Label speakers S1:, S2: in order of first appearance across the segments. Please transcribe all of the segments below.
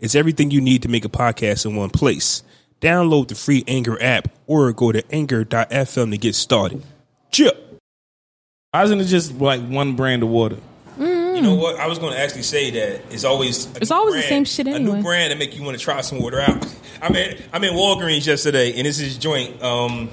S1: It's everything you need to make a podcast in one place. Download the free Anchor app or go to anchor.fm to get started. Chip.
S2: Why isn't it just like one brand of water?
S1: You know what? I was going to actually say that it's always a
S3: It's
S1: new
S3: always the
S1: brand-
S3: same shit
S1: A new
S3: anyway.
S1: brand to make you want to try some water out. I'm in I'm in Walgreens yesterday, and this is joint. Um,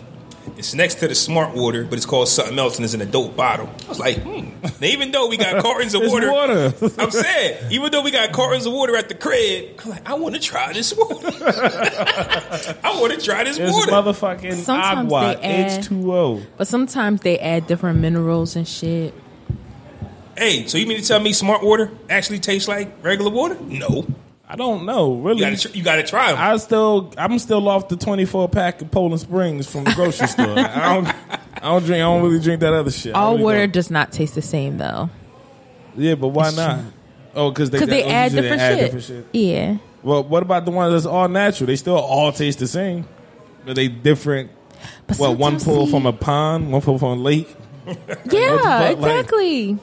S1: it's next to the Smart Water, but it's called something else, and it's an adult bottle. I was like, hmm. Now, even though we got cartons of
S2: It's
S1: water,
S2: water.
S1: I'm saying, even though we got cartons of water at the crib, I'm like, I want to try this water. I want to try this
S2: It's
S1: water.
S2: motherfucking
S3: Sometimes
S2: agua.
S3: they add-
S2: H2O.
S3: But sometimes they add different minerals and shit.
S1: hey, so you mean to tell me Smart Water actually tastes like regular water? No,
S2: I don't know, really.
S1: you got to you got to try them.
S2: I still, I'm still off the 24 pack of Poland Springs from the grocery store. I don't, I don't drink. I don't really drink that other shit. I
S3: All
S2: really
S3: water
S2: don't.
S3: does not taste the same though,
S2: Yeah, but why not? Oh, because they,
S3: because they
S2: oh,
S3: add,
S2: usually
S3: different,
S2: add
S3: shit.
S2: different shit.
S3: Yeah,
S2: Well, what about the one that's all natural? They still all taste the same, but they different.
S3: but
S2: Well, one
S3: sometimes
S2: pull
S3: they-
S2: from a pond, one pull from a lake. the
S3: yeah,
S2: fuck, like-
S3: exactly.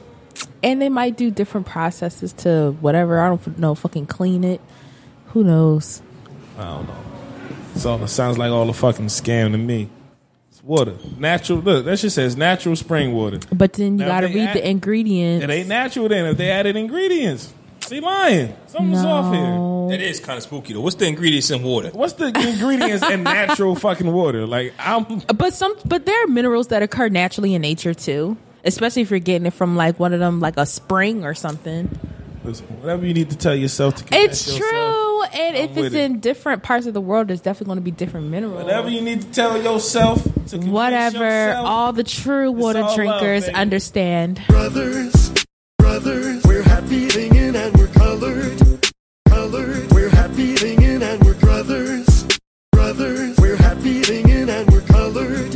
S3: and they might do different processes to whatever. I don't know. Fucking clean it. Who knows?
S2: So it sounds like all a fucking scam to me. It's water, natural. Look, that shit says natural spring water.
S3: But then you
S2: Now, if
S3: got to
S2: they
S3: read
S2: add-
S3: the ingredients.
S2: It ain't natural then if they added ingredients. She lying. Something's off here.
S3: no.
S1: That is kind of spooky though. What's the ingredients in water?
S2: What's the ingredients in natural fucking water? Like I'm
S3: But some, but there are minerals that occur naturally in nature too. Especially if you're getting it from like one of them, like a spring or something.
S2: listen, whatever you need to tell yourself to connect
S3: It's
S2: yourself,
S3: true, and if
S2: I'm with
S3: it's in different parts of the world, there's definitely going to be different minerals.
S2: Whatever you need to tell yourself to convince
S3: Whatever,
S2: yourself.
S3: all the true water
S2: all love,
S3: drinkers
S2: baby.
S3: understand.
S4: Brothers, brothers, we're happy singing and we're colored, colored. We're happy singing and we're brothers, brothers. We're happy singing and we're colored,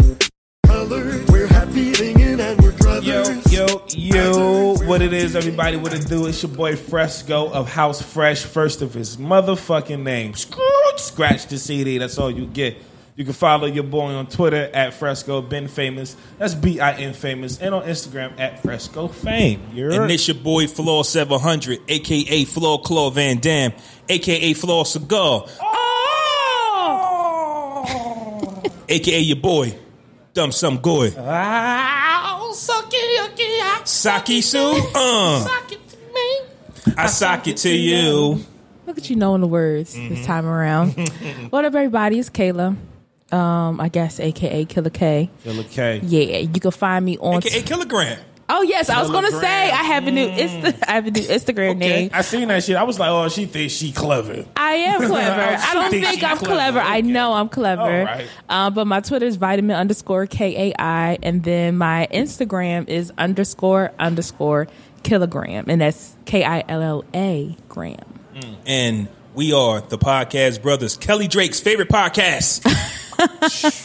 S4: colored. We're happy singing and we're
S2: Yo,
S4: brothers.
S2: yo, yo, what it is, everybody, what it do? It's your boy Fresco of House Fresh, first of his motherfucking name. Scrooge, Scratch the CD, that's all you get. You can follow your boy on Twitter at Fresco Ben Famous. That's B I N Famous. And on Instagram at Fresco Fame. You're
S1: And this your boy Flaw 700, aka Flaw Claw Van Dam, aka Flaw Cigar,
S2: Oh!
S1: aka your boy Dumb Some Goy.
S2: Wow, sucky, yucky, I
S1: Saki Sue, uh,
S2: suck it to me.
S1: I sock it to you.
S3: Look at you knowing the words
S2: Mm-hmm.
S3: this time around. what up, everybody? It's Kayla. Um, I guess, aka Killer K.
S2: Killer K.
S3: Yeah, you can find me on.
S1: AKA Kilogram.
S3: oh yes, I was gonna
S2: Telegram.
S3: say I have a new Insta- I have a new Instagram name.
S2: I seen that shit. I was like, oh, she thinks she clever.
S3: I am clever.
S2: Oh,
S3: I don't
S2: she thinks
S3: think
S2: she
S3: I'm
S2: clever.
S3: clever. I
S2: Okay.
S3: know I'm clever.
S2: All right.
S3: Uh, but my Twitter is vitamin underscore K A I, and then my Instagram is underscore underscore kilogram, and that's K I L L A gram.
S1: And we are the podcast brothers, Kelly Drake's favorite podcast.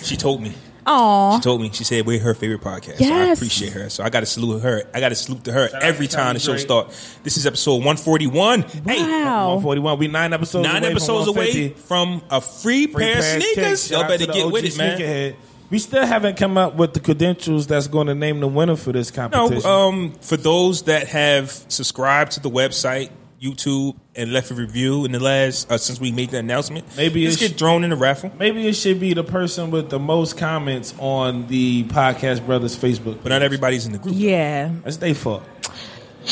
S1: she told me.
S3: Aw.
S1: She told me. She said we're her favorite podcast. So I
S3: Yes.
S1: appreciate her. So I got to salute her. I got to salute to her
S2: Shout out
S1: every
S2: to
S1: time the
S2: Kelly
S1: show
S2: Drake.
S1: starts. This is episode 141. Hey,
S3: Wow.
S2: 141. We nine episodes
S1: Nine
S2: away
S1: episodes
S2: from 150.
S1: away from a free,
S2: Free
S1: pair of
S2: pair of kicks.
S1: sneakers.
S2: Shout
S1: Y'all
S2: out
S1: better
S2: to the
S1: get
S2: OG
S1: with it, man.
S2: sneakerhead. We still haven't come up with the credentials that's going to name the winner for this competition.
S1: No, um, for those that have subscribed to the website, YouTube, and left a review in the last uh, since we made the announcement,
S2: Maybe
S1: let's
S2: it's-
S1: get thrown in the raffle.
S2: Maybe it should be the person with the most comments on the Podcast Brothers Facebook.
S1: But not everybody's in the group.
S3: Yeah,
S2: That's their fault.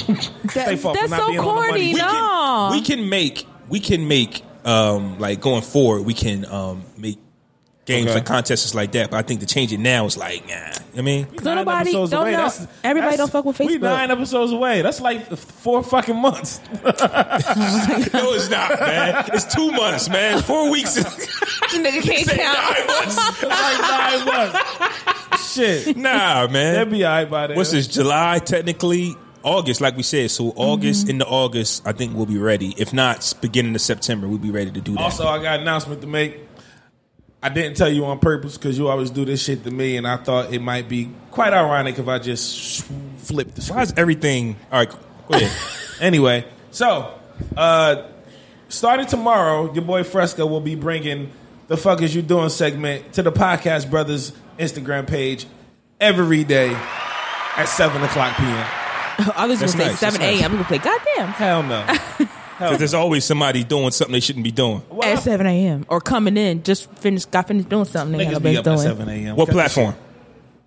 S3: That-
S2: They fall for
S3: that's
S2: not being
S3: so
S2: on the money.
S3: corny.
S2: We
S3: no,
S1: We can make we can make um like going forward we can um make games
S2: Okay.
S1: like contests like that. But I think to change it now is like nah. I mean,
S3: Don't
S2: Nine
S3: nobody-
S2: episodes
S3: don't
S2: away.
S3: know-
S2: That's- that's-
S3: everybody don't fuck with
S2: We
S3: Facebook.
S2: nine episodes away. That's like four fucking months.
S1: no, it's not, man. It's two months, man. Four weeks, is
S3: nigga can't
S1: nine
S3: count.
S1: months.
S2: like nine months. Shit.
S1: Nah, man.
S2: That'd be all right by then.
S1: What's this? July technically August, like we said, so
S3: Mm-hmm.
S1: August into August, I think we'll be ready. If not, s- beginning of September, we'll be ready to do that.
S2: Also, I got an announcement to make. I didn't tell you on purpose because you always do this shit to me, and I thought it might be quite ironic if I just flipped the
S1: Why
S2: script.
S1: is everything all right? Go ahead.
S2: Anyway, so uh, starting tomorrow, your boy Fresco will be bringing the "Fuck Is You Doing" segment to the Podcast Brothers Instagram page every day at seven o'clock p.m.
S3: I was going
S1: That's
S3: to say
S1: nice, that's
S3: 7 a.m.
S1: nice.
S3: I'm going to play, goddamn.
S2: Hell no.
S1: 'Cause there's always somebody doing something they shouldn't be doing.
S2: Well,
S3: at 7 a.m. Or coming in, just finished, got finished doing something. They got a
S2: Niggas be
S3: base
S2: up at
S3: doing.
S2: seven a.m.
S1: What platform?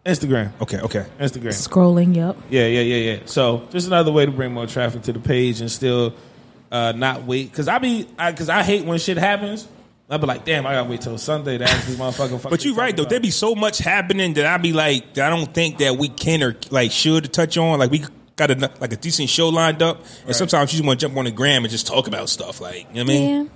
S2: Instagram.
S1: Okay, okay.
S2: Instagram.
S3: Scrolling, yep.
S2: Yeah, yeah, yeah, yeah. So just another way to bring more traffic to the page and still uh, not wait. Cause I be, I, cause I hate when shit happens. I be like, damn, I gotta wait till Sunday to ask this motherfucker. fuck
S1: But you're
S2: they
S1: right though.
S2: talking
S1: There be so much happening that I be like, that I don't think that we can or like should touch on. Like we got a like a decent show lined up, and sometimes you just want to jump on the gram and just talk about stuff. Like you know what I mean,
S3: Yeah.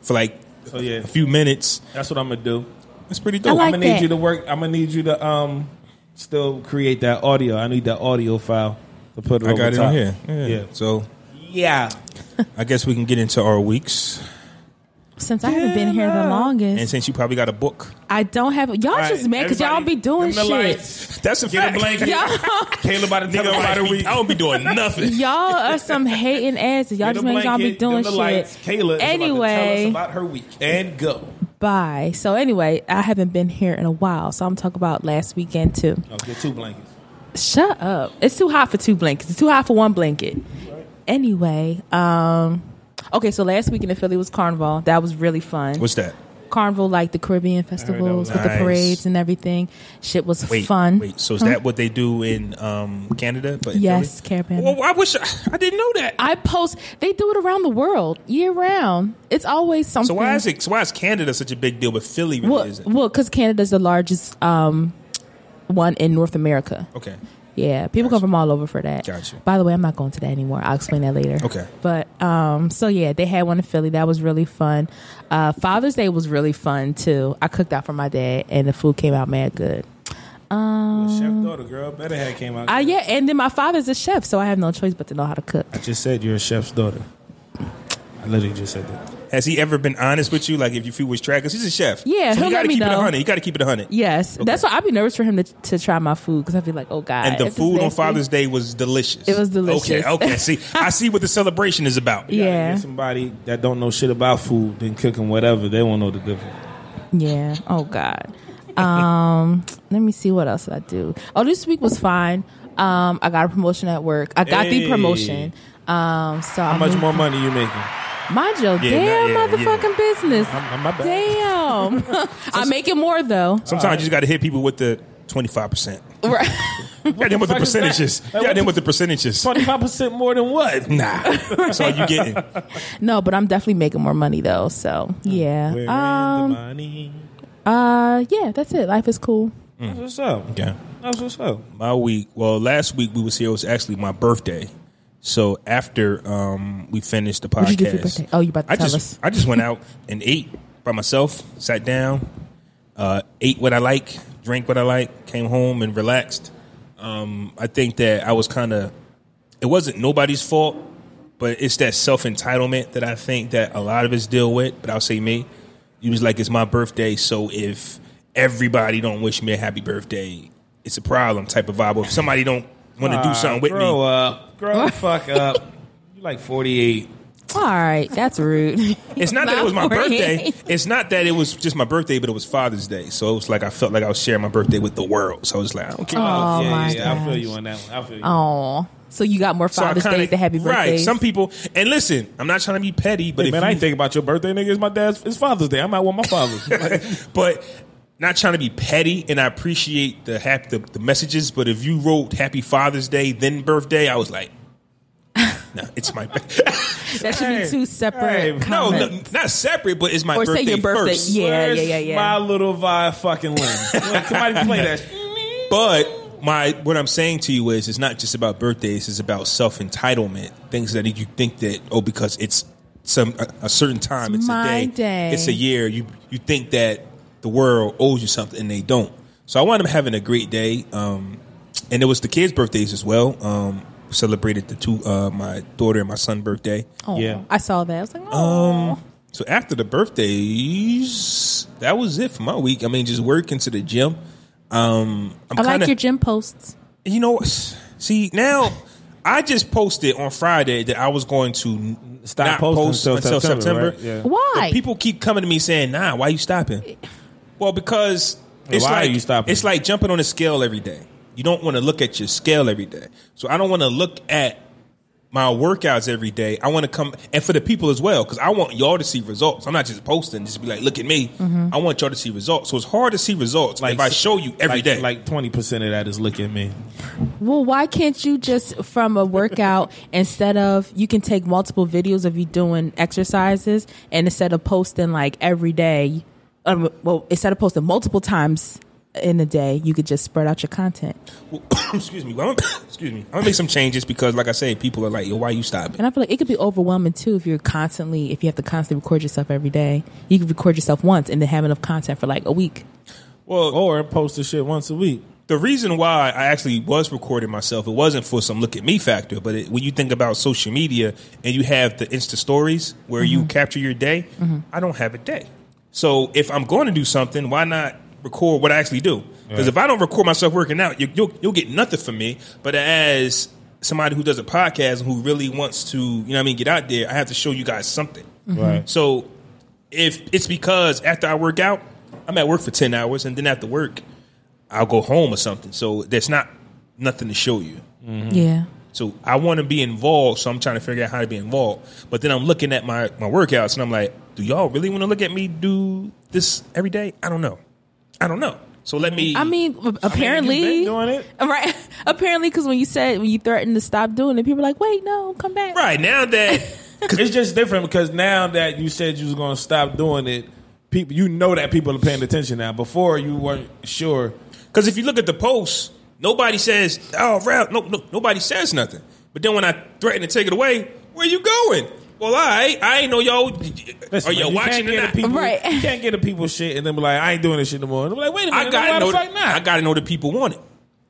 S1: for like
S2: So, yeah.
S1: a few minutes.
S2: about. That's what I'm gonna do.
S1: That's pretty dope.
S3: like-
S2: I'm gonna need
S3: that.
S2: you to work. I'm gonna need you to um still create that audio. I need that audio file to put it.
S1: I
S2: over
S1: got it
S2: top.
S1: on here. Yeah.
S2: Yeah.
S1: So
S2: Yeah.
S1: I guess we can get into our weeks,
S3: Since I haven't been here the
S1: and
S3: longest,
S1: since you probably got a book,
S3: I don't have. Y'all all just mad because y'all be doing shit.
S1: that's a
S2: Get a
S1: fact.
S2: blanket.
S3: Y'all,
S2: Caleb about to tell
S1: Nigga,
S2: about
S1: I
S2: a
S1: don't be-
S2: week.
S1: I don't be doing nothing.
S3: y'all are some hating asses. Y'all
S2: Get
S3: just
S2: a
S3: make y'all be
S2: blanket, them
S3: doing
S2: the
S3: shit.
S2: lights. Caleb is about to tell us
S3: anyway,
S2: about her week and go.
S3: bye. So anyway, I haven't been here in a while, so I'm talking about last weekend too.
S2: Oh, get two blankets.
S3: Shut up. It's too hot for two blankets. It's too hot for one blanket. Anyway, um okay, so last weekend in Philly was carnival. That was really fun.
S1: What's that?
S3: carnival like the Caribbean festivals with
S1: nice.
S3: the parades and everything. Shit was
S1: Wait,
S3: fun.
S1: Wait, so is
S3: Huh?
S1: that what they do in um, Canada? But in
S3: Yes,
S1: Philly?
S3: Caribbean.
S1: Well, I wish I, I didn't know that.
S3: I post they do it around the world year round. It's always something
S1: So why is it? So why is Canada such a big deal, but Philly really
S3: well,
S1: isn't?
S3: well, because Canada's the largest um, one in North America.
S1: Okay,
S3: Yeah, people come from all over for that.
S1: Gotcha.
S3: By the way, I'm not going to that anymore. I'll explain that later.
S1: Okay.
S3: But um, so yeah, they had one in Philly. That was really fun. Uh, Father's Day was really fun too. I cooked out for my dad, and the food came out mad good. Um,
S2: Chef daughter girl better had came out.
S3: Uh, yeah, and then my father's a chef, so I have no choice but to know how to cook.
S2: just said you're a chef's daughter. I literally just said that.
S1: has he ever been honest with you? Like if your food was trash, 'Cause he's a chef.
S3: Yeah,
S1: so
S3: he'll
S1: you gotta
S3: let me
S1: keep it
S3: know.
S1: a hundred. You got to keep it a hundred.
S3: Yes, that's why I'd be nervous for him to, to try my food because I'd be like, oh god.
S1: And the
S3: this is
S1: food on
S3: nasty.
S1: Father's Day was delicious.
S3: It was delicious.
S1: Okay, okay. See, I see what the celebration is about.
S3: Yeah,
S2: Get somebody that don't know shit about food then cooking whatever they won't know the difference.
S3: yeah. Oh god. Um, let me see what else did I do. Oh, this week was fine. Um, I got a promotion at work. I got
S2: Hey.
S3: the promotion. Um, so
S2: How much more money you making?
S3: Mind your damn
S1: yeah,
S3: motherfucking business.
S2: I'm- I'm my bad.
S3: Damn. I make it more though.
S1: Sometimes you just got to hit people with the twenty five percent.
S3: Right.
S1: Yeah, them with the
S2: fuck is that?
S1: percentages.
S2: Like,
S1: Yeah,
S2: what
S1: them
S2: the-
S1: with the percentages.
S2: Twenty five percent more than what?
S1: Nah, that's all you getting.
S3: no, but I'm definitely making more money though. So
S1: Hmm.
S3: yeah.
S2: Where
S3: Um,
S2: the money?
S3: Uh, yeah, that's it. Life is cool.
S2: That's what's up.
S1: Okay.
S2: That's what's up.
S1: my week well last week we was here it was actually my birthday so after um we finished the podcast
S3: What'd you do for your birthday? Oh, you about to
S1: I
S3: tell
S1: just
S3: us.
S1: i just went out and ate by myself sat down uh ate what i like drank what i like came home and relaxed um i think that i was kind of it wasn't nobody's fault but it's that self entitlement that i think that a lot of us deal with but i'll say me it was like it's my birthday so if everybody don't wish me a happy birthday it's a problem type of vibe or if somebody don't want to do something with
S2: grow
S1: me
S2: up. Grow the fuck up. You like forty eight.
S3: All right, that's rude.
S1: it's not that it was my
S3: Not for
S1: birthday
S3: me.
S1: it's not that it was just my birthday but it was father's day so it was like i felt like i was sharing my birthday with the world so i was like i don't care
S3: Oh,
S2: yeah,
S3: my
S2: yeah, yeah. I feel
S3: gosh.
S2: you on that one. I feel you.
S3: Oh, so you got more
S1: So I
S3: Father's
S1: kinda-
S3: Day than happy birthdays.
S1: Right. Some people, and listen, I'm not trying to be petty, but
S2: Hey,
S1: if
S2: man,
S1: you-
S2: I ain't thinking about your birthday, nigga. It's my dad's. It's Father's Day. I'm out with my father. Like,
S1: but not trying to be petty, and I appreciate the hap- the, the messages. But if you wrote Happy Father's Day then birthday, I was like, no, it's my
S3: that should be two
S2: Hey,
S3: separate
S1: no,
S3: comments.
S1: no, not separate, but it's my
S3: Or say
S1: birthday
S3: your birthday,
S1: first.
S3: Yeah, yeah,
S2: where's
S3: yeah, yeah.
S2: My little vibe fucking limb. Somebody play that.
S1: But my what I'm saying to you is, it's not just about birthdays. It's about self entitlement, things that you think that oh, because it's some a, a certain time, it's, a
S3: my
S1: day,
S3: day.
S1: it's a year. You you think that the world owes you something, and they don't. So I wound up having a great day, um, and it was the kids' birthdays as well. Um, celebrated the two uh, my daughter and my son birthday.
S3: Oh,
S2: Yeah.
S3: I saw that. I
S1: Um,
S3: was like, oh,
S1: So after the birthdays, that was it for my week. I mean, just working to the gym. Um, I'm
S3: I like
S1: kinda-
S3: your gym posts.
S1: you know, see now, I just posted on Friday that I was going to
S2: Stop
S1: not
S2: posting
S1: post
S2: until
S1: until September.
S2: September, right? Yeah.
S3: Why?
S1: But people keep coming to me saying, "Nah, why you stopping?" Well, because it's
S2: why are
S1: like
S2: you stopping?
S1: It's like jumping on a scale every day. You don't want to look at your scale every day. So I don't want to look at my workouts every day. I want to come and for the people as well because I want y'all to see results. I'm not just posting, just be like, "Look at me." I want y'all to see results. So it's hard to see results if I show you every
S2: like,
S1: day.
S2: Like twenty percent of that is look at me.
S3: Well, why can't you just from a workout instead of you can take multiple videos of you doing exercises and instead of posting like every day, um, well, instead of posting multiple times in a day, you could just spread out your content.
S1: Well, excuse me. Well, I'm, excuse me. I'm gonna make some changes because, like I said, people are like, "Yo, why you stopping?"
S3: And I feel like it could be overwhelming too if you're constantly if you have to constantly record yourself every day. You could record yourself once and then have enough content for like a week.
S1: Well,
S2: Or post the shit once a week.
S1: the reason why I actually was recording myself, it wasn't for some look at me factor, but it, when you think about social media and you have the Insta stories where you capture your day, I don't have a day. So if I'm going to do something, why not record what I actually do? Because if I don't record myself working out, you, you'll you'll get nothing from me. But as somebody who does a podcast and who really wants to, you know, what I mean, get out there, I have to show you guys something.
S2: Right.
S1: So if it's because after I work out, I'm at work for ten hours, and then after work, I'll go home or something. So there's not nothing to show you.
S3: Yeah.
S1: So I want to be involved. So I'm trying to figure out how to be involved. But then I'm looking at my my workouts, and I'm like, do y'all really want to look at me do this every day? I don't know. I don't know. So let me.
S3: I mean, apparently,
S2: been doing it.
S3: right? Apparently, because when you said when you threatened to stop doing it, people were like, "Wait, no, come back."
S1: right now that
S2: it's just different because now that you said you was gonna stop doing it, people you know that people are paying attention now. Before you weren't sure.
S1: Because if you look at the posts, nobody says, "Oh, Ralph," no, no, nobody says nothing. But then when I threaten to take it away, where you going? Well, I, I ain't know y'all.
S2: Listen,
S1: are y'all
S2: you
S1: watching
S2: can't
S1: or
S2: get
S1: not?
S2: the people,
S3: Right.
S2: You can't get the people shit and then be like, I ain't doing this shit no more. And I'm like, wait a minute,
S1: I gotta
S2: why
S1: know.
S2: the fuck not?
S1: I gotta know the people want it.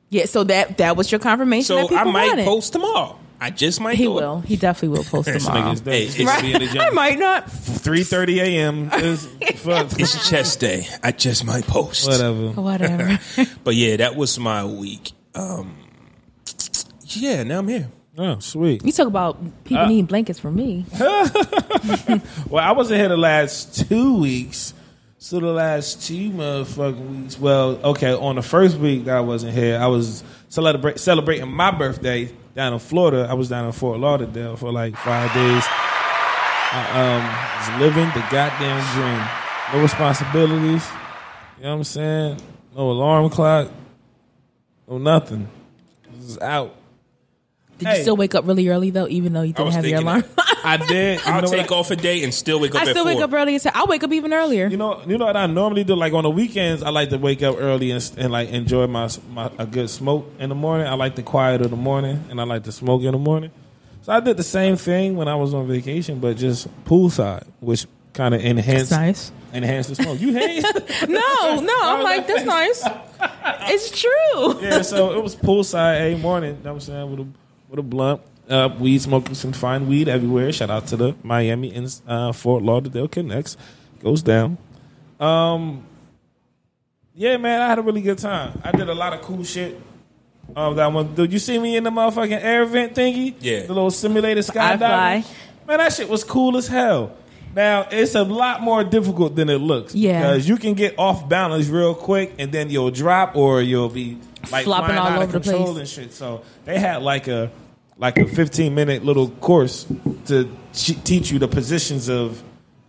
S3: Yeah. So that that was your confirmation. that
S1: So
S3: people
S1: I might
S3: wanted.
S1: post tomorrow. I just might.
S3: He
S1: do it.
S3: will. He definitely will post
S2: This
S3: tomorrow.
S2: nigga's dumb.
S1: Hey,
S2: This
S1: it's-
S2: nigga be in the
S3: Right?
S2: gym.
S3: I might not.
S2: 3.30 a.m. is fuck.
S1: It's chest day. I just might post.
S2: Whatever.
S3: Whatever.
S1: But yeah, that was my week. Um, yeah, now I'm here.
S2: Oh, sweet.
S3: you talk about people needing blankets for me.
S2: Well, I wasn't here the last two weeks. So the last two motherfucking weeks. Well, okay, on the first week that I wasn't here, I was celebra- celebrating my birthday down in Florida. I was down in Fort Lauderdale for like five days. I um, was living the goddamn dream. No responsibilities. You know what I'm saying? No alarm clock. No nothing. Just out.
S3: Did
S2: Hey.
S3: you still wake up really early though, even though you didn't
S1: was
S3: have your
S1: thinking
S3: alarm?
S2: I did. You
S1: I'll
S2: know what
S1: take
S2: I-
S1: off a day and still wake up.
S3: I
S1: at
S3: still wake
S1: four.
S3: up early. as hell. I wake up even earlier.
S2: You know, you know what I normally do. Like on the weekends, I like to wake up early and, and like enjoy my, my a good smoke in the morning. I like the quiet of the morning, and I like to smoke in the morning. So I did the same thing when I was on vacation, but just poolside, which kind of enhanced
S3: nice.
S2: enhanced the smoke. You hate?
S3: no, no. I'm
S2: was
S3: like, that's nice. It's true.
S2: yeah. So it was poolside every morning. You know what I'm saying with a with a blunt. Uh, weed smoking some fine weed everywhere. Shout out to the Miami and uh, Fort Lauderdale Connects. Goes down. Um, Yeah, man, I had a really good time. I did a lot of cool shit. Um, that one, dude, you see me in the motherfucking air vent thingy?
S1: Yeah.
S2: the little simulated
S3: I fly.
S2: skydiving. Man, that shit was cool as hell. Now it's a lot more difficult than it looks.
S3: Yeah.
S2: because you can get off balance real quick, and then you'll drop, or you'll be like
S3: Flopping
S2: flying
S3: all
S2: out
S3: over
S2: of
S3: the
S2: control
S3: place.
S2: and shit. So they had like a like a fifteen minute little course to ch- teach you the positions of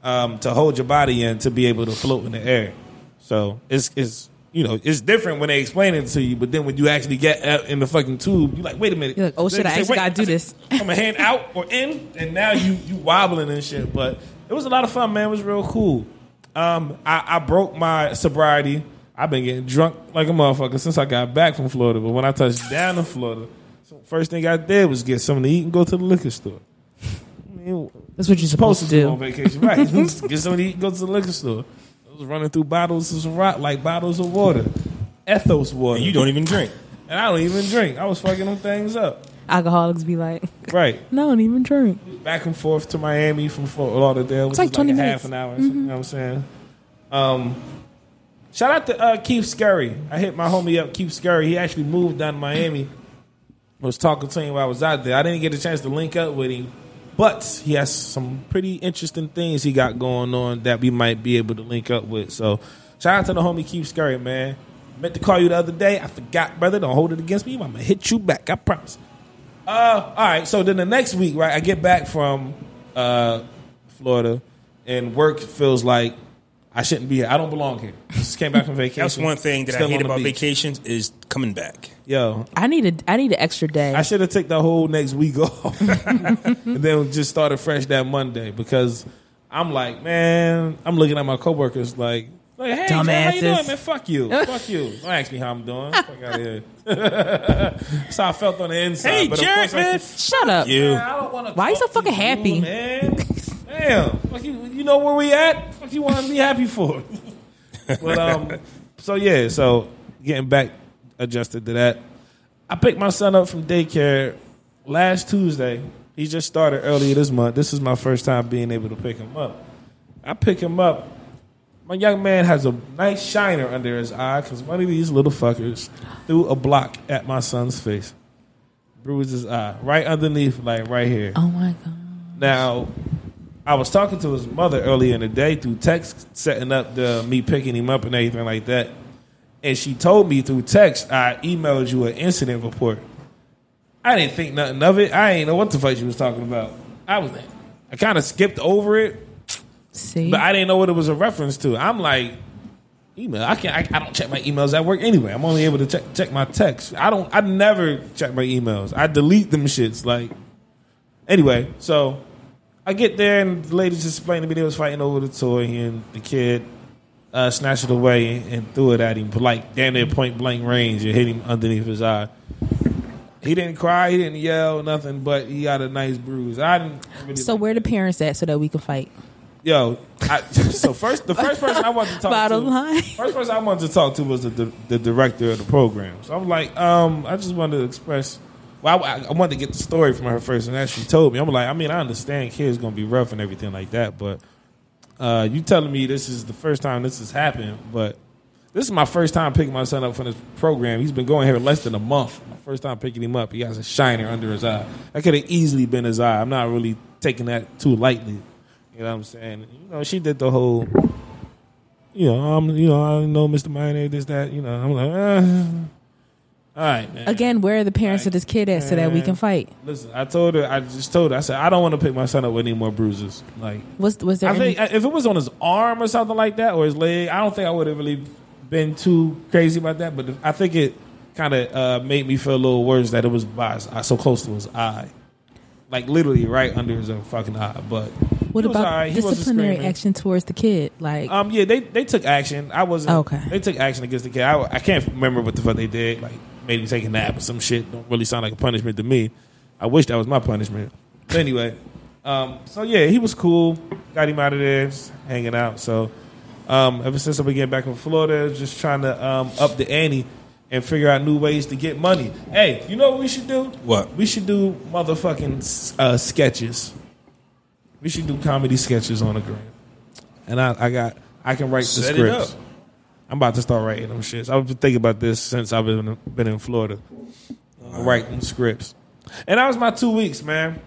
S2: um, to hold your body in to be able to float in the air. So it's it's you know it's different when they explain it to you, but then when you actually get out in the fucking tube, you're like, wait a minute,
S3: You're like, oh,
S2: They
S3: shit, I
S2: say,
S3: actually
S2: wait,
S3: gotta do
S2: I-
S3: this.
S2: I'm a hand out or in, and now you you wobbling and shit. But it was a lot of fun, man. It was real cool. Um, I, I broke my sobriety. I've been getting drunk like a motherfucker since I got back from Florida. But when I touched down in Florida, so first thing I did was get something to eat and go to the liquor store. I mean,
S3: That's what you're supposed,
S2: supposed to do on vacation, right? Get something to eat, go to the liquor store. I was running through bottles of rock like bottles of water, Ethos water,
S1: You don't even drink.
S2: and I don't even drink. I was fucking them things up.
S3: Alcoholics be like,
S2: Right.
S3: no, I don't even drink.
S2: Back and forth to Miami from Fort Lauderdale. It's
S3: like 20
S2: a
S3: minutes.
S2: half
S3: Mm-hmm.
S2: an hour. You know what I'm saying? Um, shout out to uh, Keith Scurry. I hit my homie up, Keith Scurry. He actually moved down to Miami. I was talking to him while I was out there. I didn't get a chance to link up with him, but he has some pretty interesting things he got going on that we might be able to link up with. So shout out to the homie Keith Scurry, man. Meant to call you the other day. I forgot, brother. Don't hold it against me. I'm gonna hit you back. I promise. Uh, all right. So then the next week, right, I get back from uh, Florida, and work feels like I shouldn't be here. I don't belong here. Just came back from vacation.
S1: That's one thing that I
S2: Still
S1: hate
S2: Mm-hmm. on the
S1: about
S2: beach.
S1: vacations is coming back.
S2: Yo,
S3: I need a I need an extra day.
S2: I should have took the whole next week off and then just started fresh that Monday because I'm like, man, I'm looking at my coworkers like, like hey, John, how you doing,
S3: Dumbasses.
S2: man? Fuck you, fuck you. Don't ask me how I'm doing. Fuck out of here. That's how I felt on the inside.
S1: Hey,
S2: but of
S1: Jared,
S2: course I
S1: man.
S2: can-
S3: Shut up.
S1: You.
S2: Man, I don't wanna
S3: Why you
S2: talk
S3: so fucking
S2: to
S3: happy?
S2: man? Damn, Fuck you, you know where we at? What you want to be happy for? but um, so yeah, so getting back adjusted to that, I picked my son up from daycare last Tuesday. He just started earlier this month. This is my first time being able to pick him up. I pick him up. My young man has a nice shiner under his eye because one of these little fuckers threw a block at my son's face, bruised his eye right underneath, like right here.
S3: Oh my god.
S2: Now, I was talking to his mother earlier in the day through text, setting up the me picking him up and everything like that. And she told me through text, I emailed you an incident report. I didn't think nothing of it. I ain't know what the fuck she was talking about. I was, I kind of skipped over it,
S3: See,
S2: but I didn't know what it was a reference to. I'm like, email. I can't. I, I don't check my emails at work anyway. I'm only able to check check my text. I don't. I never check my emails. I delete them shits. Like anyway, so I get there and the lady just explained to me they was fighting over the toy and the kid uh, snatched it away and threw it at him, like damn near point blank range and hit him underneath his eye. He didn't cry. He didn't yell. Nothing. But he got a nice bruise. I didn't. Really
S3: so where the parents at so that we can fight?
S2: Yo, I, so first the first person I wanted to talk
S3: Bottom
S2: to,
S3: line.
S2: first person I wanted to talk to was the, the, the director of the program. So I'm like, um, I just wanted to express. Well, I, I wanted to get the story from her first, and as she told me, I'm like, I mean, I understand kids gonna be rough and everything like that, but uh, you telling me this is the first time this has happened, but this is my first time picking my son up from this program. He's been going here less than a month. My first time picking him up. He has a shiner under his eye. That could have easily been his eye. I'm not really taking that too lightly. You know what I'm saying? You know, she did the whole, you know, I'm, you know, I don't know Mr. Minor, this, that. You know, I'm like, eh. all right, man.
S3: Again, where are the parents of this kid at so that we can fight?
S2: Listen, I told her, I just told her, I said, I don't want to pick my son up with any more bruises. Like,
S3: Was was there?
S2: I
S3: any-
S2: think if it was on his arm or something like that, or his leg, I don't think I would have really been too crazy about that. But I think it kind of uh, made me feel a little worse that it was by his eye, so close to his eye, like literally right under his uh, fucking eye. But
S3: what
S2: he was
S3: about
S2: all right. He wasn't
S3: disciplinary
S2: screaming.
S3: action towards the kid? Like,
S2: Um, yeah, they they took action. I wasn't
S3: Okay.
S2: They took action against the kid. I, I can't remember what the fuck they did. Like made him take a nap or some shit. Don't really sound like a punishment to me. I wish that was my punishment. But anyway, um, so yeah, he was cool. Got him out of there, just hanging out. So um, ever since I've been getting back from Florida, just trying to um, up the ante and figure out new ways to get money. Hey, you know what we should do?
S1: What?
S2: we should do? Motherfucking uh, sketches. We should do comedy sketches on the gram. And I, I got I can write
S1: Set it
S2: the scripts.
S1: up.
S2: I'm about to start writing them shits. I've been thinking about this since I've been been in Florida. I'm Writing scripts. And that was my two weeks, man.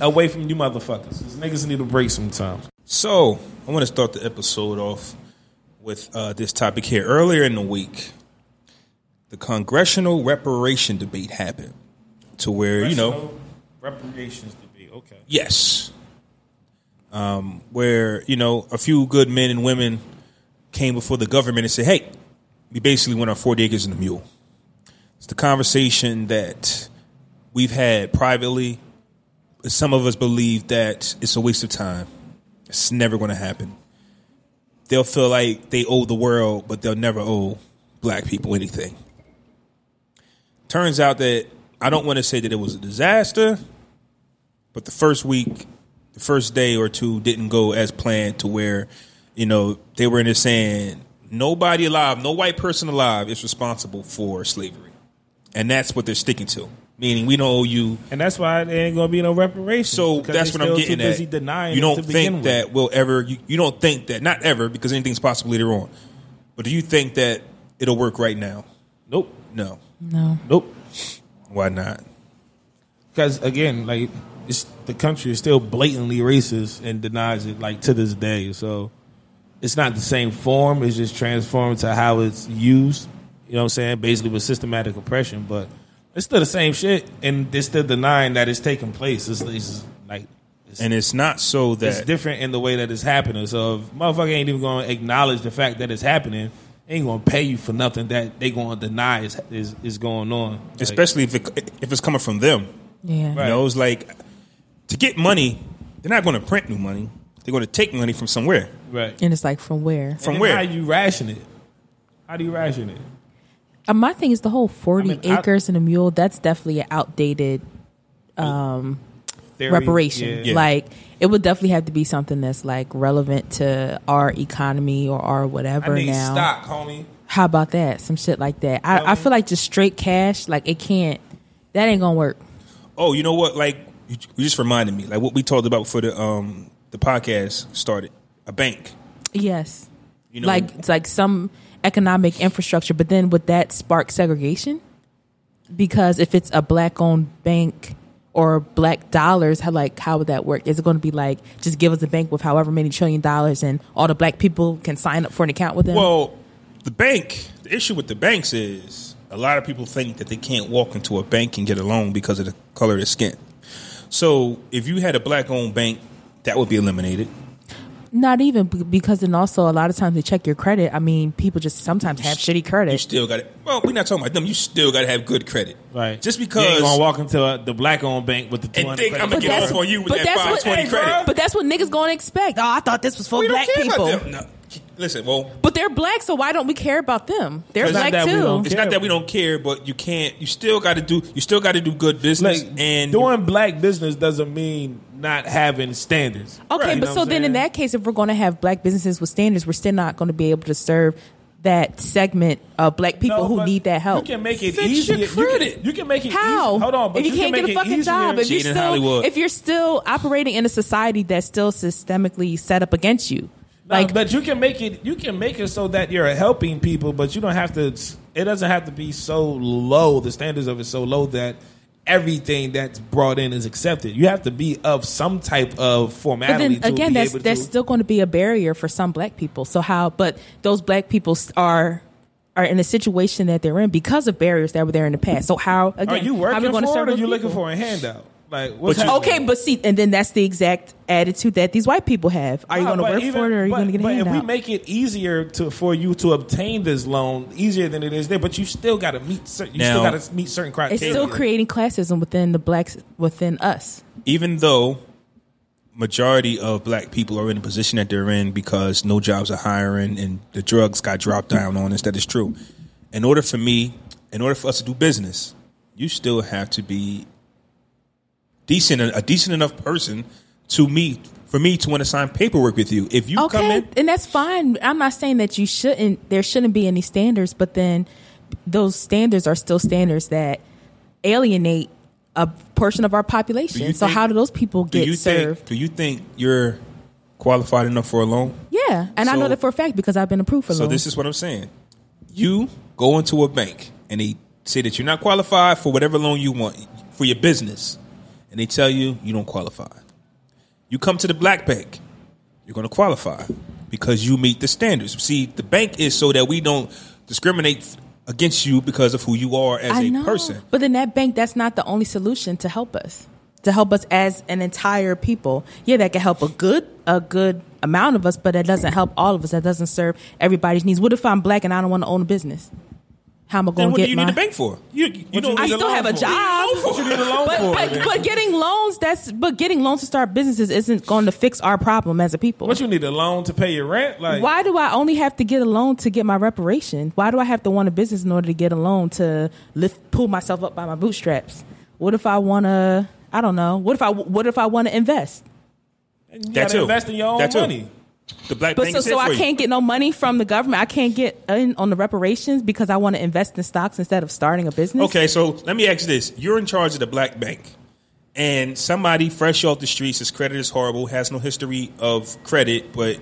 S2: Away from you motherfuckers. These niggas need a break sometimes.
S1: So I want to start the episode off with uh, this topic here. Earlier in the week, the congressional reparation debate happened, to where you know,
S2: reparations to be. Okay.
S1: yes, um, where you know a few good men and women came before the government and said, "Hey, we basically want our forty acres and a mule." It's the conversation that we've had privately. Some of us believe that it's a waste of time. It's never going to happen. They'll feel like they owe the world, but they'll never owe black people anything. Turns out that I don't want to say that it was a disaster, but the first week, the first day or two didn't go as planned to where, you know, they were in there saying nobody alive, no white person alive is responsible for slavery. And that's what they're sticking to. meaning we don't owe you.
S2: And that's why there ain't gonna be no reparations.
S1: So
S2: because
S1: that's
S2: they
S1: what I'm
S2: still
S1: getting
S2: too
S1: at.
S2: Busy denying
S1: you
S2: it
S1: don't
S2: to begin
S1: think
S2: with.
S1: that will ever. You, you don't think that not ever because anything's possible later on. But do you think that it'll work right now?
S2: Nope,
S1: No.
S3: No.
S2: nope.
S1: Why not?
S2: Because again, like it's, the country is still blatantly racist and denies it like to this day. So it's not the same form. It's just transformed to how it's used. You know what I'm saying? Basically with systematic oppression, but it's still the same shit, and they're still denying that it's taking place. It's, it's like it's,
S1: And it's not so
S2: it's
S1: that
S2: different in the way that it's happening. So if motherfucker ain't even gonna acknowledge the fact that it's happening, ain't gonna pay you for nothing that they gonna deny is is, is going on. Like,
S1: especially if it, if it's coming from them.
S3: Yeah.
S1: You know, it's like to get money, they're not going to print new money. They're going to take money from somewhere.
S2: right.
S3: And it's like from where?
S1: From
S2: And
S1: where?
S2: How you ration it? How do you ration it?
S3: Uh, my thing is the whole forty
S2: I mean, I-
S3: acres and a mule. That's definitely an outdated
S2: Theory,
S3: reparation.
S2: yeah.
S3: Like it would definitely have to be something that's like relevant to our economy or our
S2: I
S3: whatever
S2: need
S3: now.
S2: stock, homie.
S3: How about that? Some shit like that. I, I feel like just straight cash, like it can't. That ain't gonna work.
S1: Oh, you know what? Like you you just reminded me, like what we talked about for the um the podcast started. A bank,
S3: Yes,
S1: you know,
S3: like it's like some economic infrastructure, but then would that spark segregation? Because if it's a black-owned bank or black dollars, how like how would that work? Is it going to be like just give us a bank with however many trillion dollars, and all the black people can sign up for an account with them?
S1: Well, the bank, the issue with the banks is a lot of people think that they can't walk into a bank and get a loan because of the color of their skin. So if you had a black owned bank, that would be eliminated.
S3: Not even b- because then also a lot of times they check your credit. I mean, people just sometimes have shitty
S1: You
S3: credit.
S1: still got it. Well, we're not talking about them. You still got to have good credit.
S2: Right.
S1: Just
S2: you ain't
S1: because.
S2: gonna walk into a, the black owned bank with the two
S1: And
S2: hundred.
S1: think I'm gonna
S3: But
S1: get
S3: that's-
S1: off on you with
S3: but
S1: that
S3: that's what-
S1: 520
S2: Hey, bro.
S1: credit.
S3: But that's what niggas gonna expect. Oh, I thought this was for
S1: we don't
S3: black
S1: care
S3: people.
S1: about them. No. Listen, well,
S3: But they're black, so why don't we care about them? They're
S2: It's not
S3: black
S2: that we
S3: too.
S2: don't
S1: it's not that we don't care, but you can't. You still got to do. You still got to do good business
S2: Like
S1: and
S2: doing black business doesn't mean not having standards.
S3: Okay,
S2: You know
S3: but
S2: what
S3: so
S2: I'm
S3: then
S2: saying?
S3: in that case, if we're going to have black businesses with standards, we're still not going to be able to serve that segment of black people
S2: No,
S3: who
S2: but
S3: need that help.
S2: You can make it
S1: Fix your
S2: easier. You
S1: credit.
S2: can, you can make it
S3: How?
S2: easy- Hold on, but
S3: if you,
S2: can
S3: can't get a
S2: make it
S3: fucking
S2: easier.
S3: job, if you're,
S1: Jade in
S3: still,
S1: Hollywood.
S3: if you're still operating in a society that's still systemically set up against you,
S2: No,
S3: like
S2: but you can make it. You can make it so that you're helping people, but you don't have to. It doesn't have to be so low. The standards of it so low that everything that's brought in is accepted. You have to be of some type of
S3: But
S2: formality.
S3: then again,
S2: to be
S3: that's
S2: able to-
S3: that's still going to be a barrier for some black people. So how? But those black people s- are are in a situation that they're in because of barriers that were there in the past. So how
S2: Are
S3: again?
S2: you
S3: how we
S2: working for
S3: gonna
S2: it, or
S3: serve
S2: are
S3: those
S2: you looking
S3: people?
S2: for a handout? Like what's
S1: But you-
S2: happening?
S3: Okay, but see, and then that's the exact attitude that these white people have. Are you
S2: No,
S3: going to
S2: but
S3: work
S2: even-
S3: for it, or are you
S2: but-
S3: going to get a
S2: But
S3: handout?
S2: if we make it easier to for you to obtain this loan, easier than it is there, but you still got to meet. cer- You still
S1: Now-
S2: got to meet certain criteria.
S3: it's still creating classism within the blacks within us.
S1: even though majority of black people are in the position that they're in because no jobs are hiring and the drugs got dropped down on us that is true in order for me in order for us to do business you still have to be decent a decent enough person to me for me to want to sign paperwork with you if you come
S3: Okay,
S1: in
S3: and that's fine. I'm not saying that you shouldn't. There shouldn't be any standards, but then those standards are still standards that alienate a portion of our population.
S1: Do you
S3: so
S1: think-
S3: how do those people
S1: do
S3: get
S1: you
S3: served?
S1: think do you think you're qualified enough for a loan
S3: yeah, and I know
S1: So-
S3: that for a fact because I've been approved for
S1: So
S3: loans.
S1: this is what I'm saying. You go into a bank and they say that you're not qualified for whatever loan you want for your business, and they tell you you don't qualify. You come to the black bank, you're going to qualify because you meet the standards. See, the bank is so that we don't discriminate against you because of who you are as
S3: I
S1: a
S3: know,
S1: person.
S3: but then that bank that's not the only solution to help us. To help us as an entire people, yeah, that can help a good a good amount of us, but that doesn't help all of us. That doesn't serve everybody's needs. What if I'm black and I don't want to own a business? How am I
S1: Then
S3: going
S1: what
S3: to get
S1: do you
S3: my?
S1: need a bank for? You, you don't
S3: I
S1: need a
S3: still
S1: loan
S3: have a
S1: for.
S3: job.
S2: What you need a loan
S3: but,
S2: for?
S3: but, but getting loans that's but getting loans to start businesses isn't going to fix our problem as a people.
S2: what you need a loan to pay your rent? Like
S3: Why do I only have to get a loan to get my reparation? Why do I have to want a business in order to get a loan to lift pull myself up by my bootstraps? What if I want to? I don't know. What if I what if I want to invest?
S2: you
S1: That
S2: gotta
S1: too.
S2: invest in your own
S1: That too.
S2: money.
S1: The black
S3: But
S1: thing
S3: so,
S1: is it
S3: so
S1: for
S3: I
S1: you.
S3: can't get no money from the government. I can't get in on the reparations because I want to invest in stocks instead of starting a business.
S1: Okay, so let me ask you this: You're in charge of the black bank, and somebody fresh off the streets, his credit is horrible, has no history of credit, but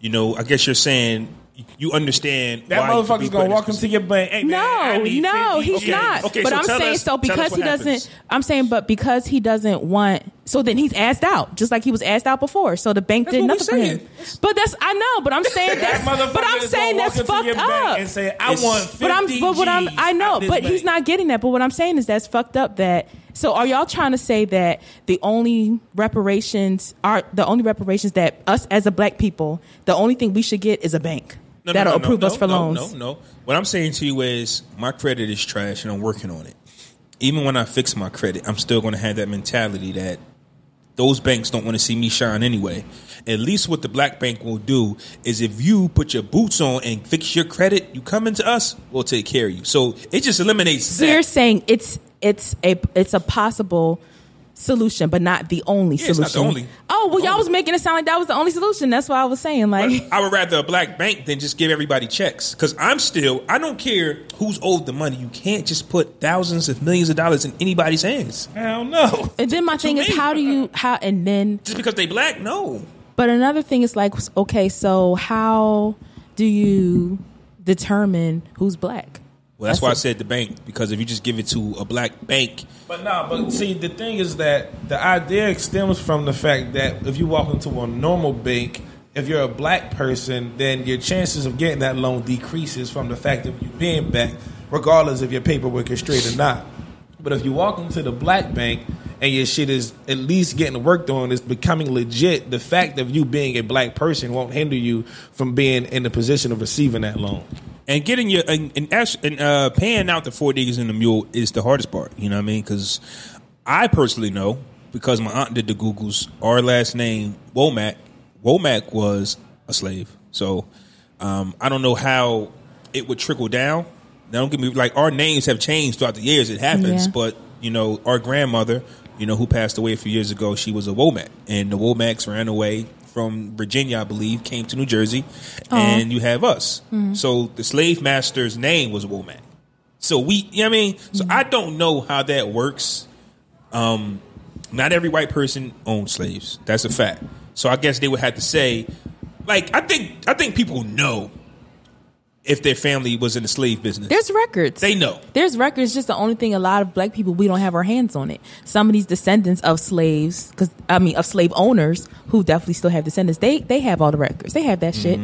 S1: you know, I guess you're saying you understand
S2: That
S1: why you could be
S2: motherfucker's gonna
S1: put in this
S2: walk into your bank. Hey, man, I
S3: No,
S2: need
S3: no,
S2: 50.
S3: he's
S1: Okay,
S3: not.
S1: okay,
S3: but
S1: so
S3: I'm
S1: tell
S3: saying
S1: us-
S3: so
S1: tell us
S3: because
S1: what
S3: he
S1: happens.
S3: doesn't. I'm saying, but because he doesn't want. So then he's asked out, just like he was asked out before. So the bank
S1: That's
S3: did
S1: what we
S3: nothing for him.
S1: saying.
S3: But that's I know. But I'm saying
S2: That
S3: that's. but
S2: motherfucker
S3: I'm
S2: is
S3: saying
S2: gonna
S3: that's
S2: walk into your
S3: fucked
S2: bank
S3: up.
S2: And say, I
S1: It's-
S2: want 50
S3: But I'm, but what I'm,
S2: Gs
S3: I know,
S2: out this
S3: but he's
S2: bank.
S3: not getting that. But what I'm saying is that's fucked up. That so are y'all trying to say that the only reparations are the only reparations that us as a black people, the only thing we should get is a bank
S1: No, no,
S3: that'll
S1: no, no,
S3: approve
S1: no,
S3: us for
S1: no,
S3: loans.
S1: No, no. What I'm saying to you is my credit is trash, and I'm working on it. Even when I fix my credit, I'm still going to have that mentality that those banks don't want to see me shine anyway. At least what the black bank will do is if you put your boots on and fix your credit, you come into us, we'll take care of you. So it just eliminates
S3: So you're
S1: that.
S3: saying it's it's a it's a possible solution, but not the only
S1: Yeah, it's
S3: solution.
S1: not the only.
S3: Oh well, y'all
S1: Only.
S3: was making it sound like that was the only solution. That's why I was saying like.
S1: I would rather a black bank than just give everybody checks because I'm still I don't care who's owed the money. You can't just put thousands of millions of dollars in anybody's hands
S2: Hell no.
S3: And then my thing is,
S1: me.
S3: how do you how and then
S1: just because they black. No,
S3: But another thing is like, okay, so how do you determine who's black?
S1: Well, that's, why I
S3: That's
S1: said the bank because if you just give it to a black bank,
S2: But nah, but see, the thing is that the idea stems from the fact that if you walk into a normal bank, if you're a black person, then your chances of getting that loan decreases from the fact of you being black, regardless if your paperwork is straight or not. But if you walk into the black bank and your shit is at least getting worked on, it's becoming legit. The fact of you being a black person won't hinder you from being in the position of receiving that loan.
S1: and getting your and and, act- and uh, paying out the four niggas and the mule is the hardest part. You know what I mean? Because I personally know because my aunt did the Googles. Our last name Womack. Womack was a slave, so um, I don't know how it would trickle down. Now, don't get me like our names have changed throughout the years. It happens,
S3: Yeah.
S1: but you know our grandmother, you know who passed away a few years ago, she was a Womack, and the Womacks ran away from Virginia, I believe, came to New Jersey, and you have us. So the slave master's name was Womack. So we, you know what I mean, so I don't know how that works. Um, not every white person owns slaves. That's a fact. So I guess they would have to say, like, I think I think people know if their family was in the slave business.
S3: There's records.
S1: They know.
S3: There's records. Just the only thing a lot of black people we don't have our hands on it. Some of these descendants of slaves, because I mean of slave owners who definitely still have descendants. They they have all the records. They have that shit.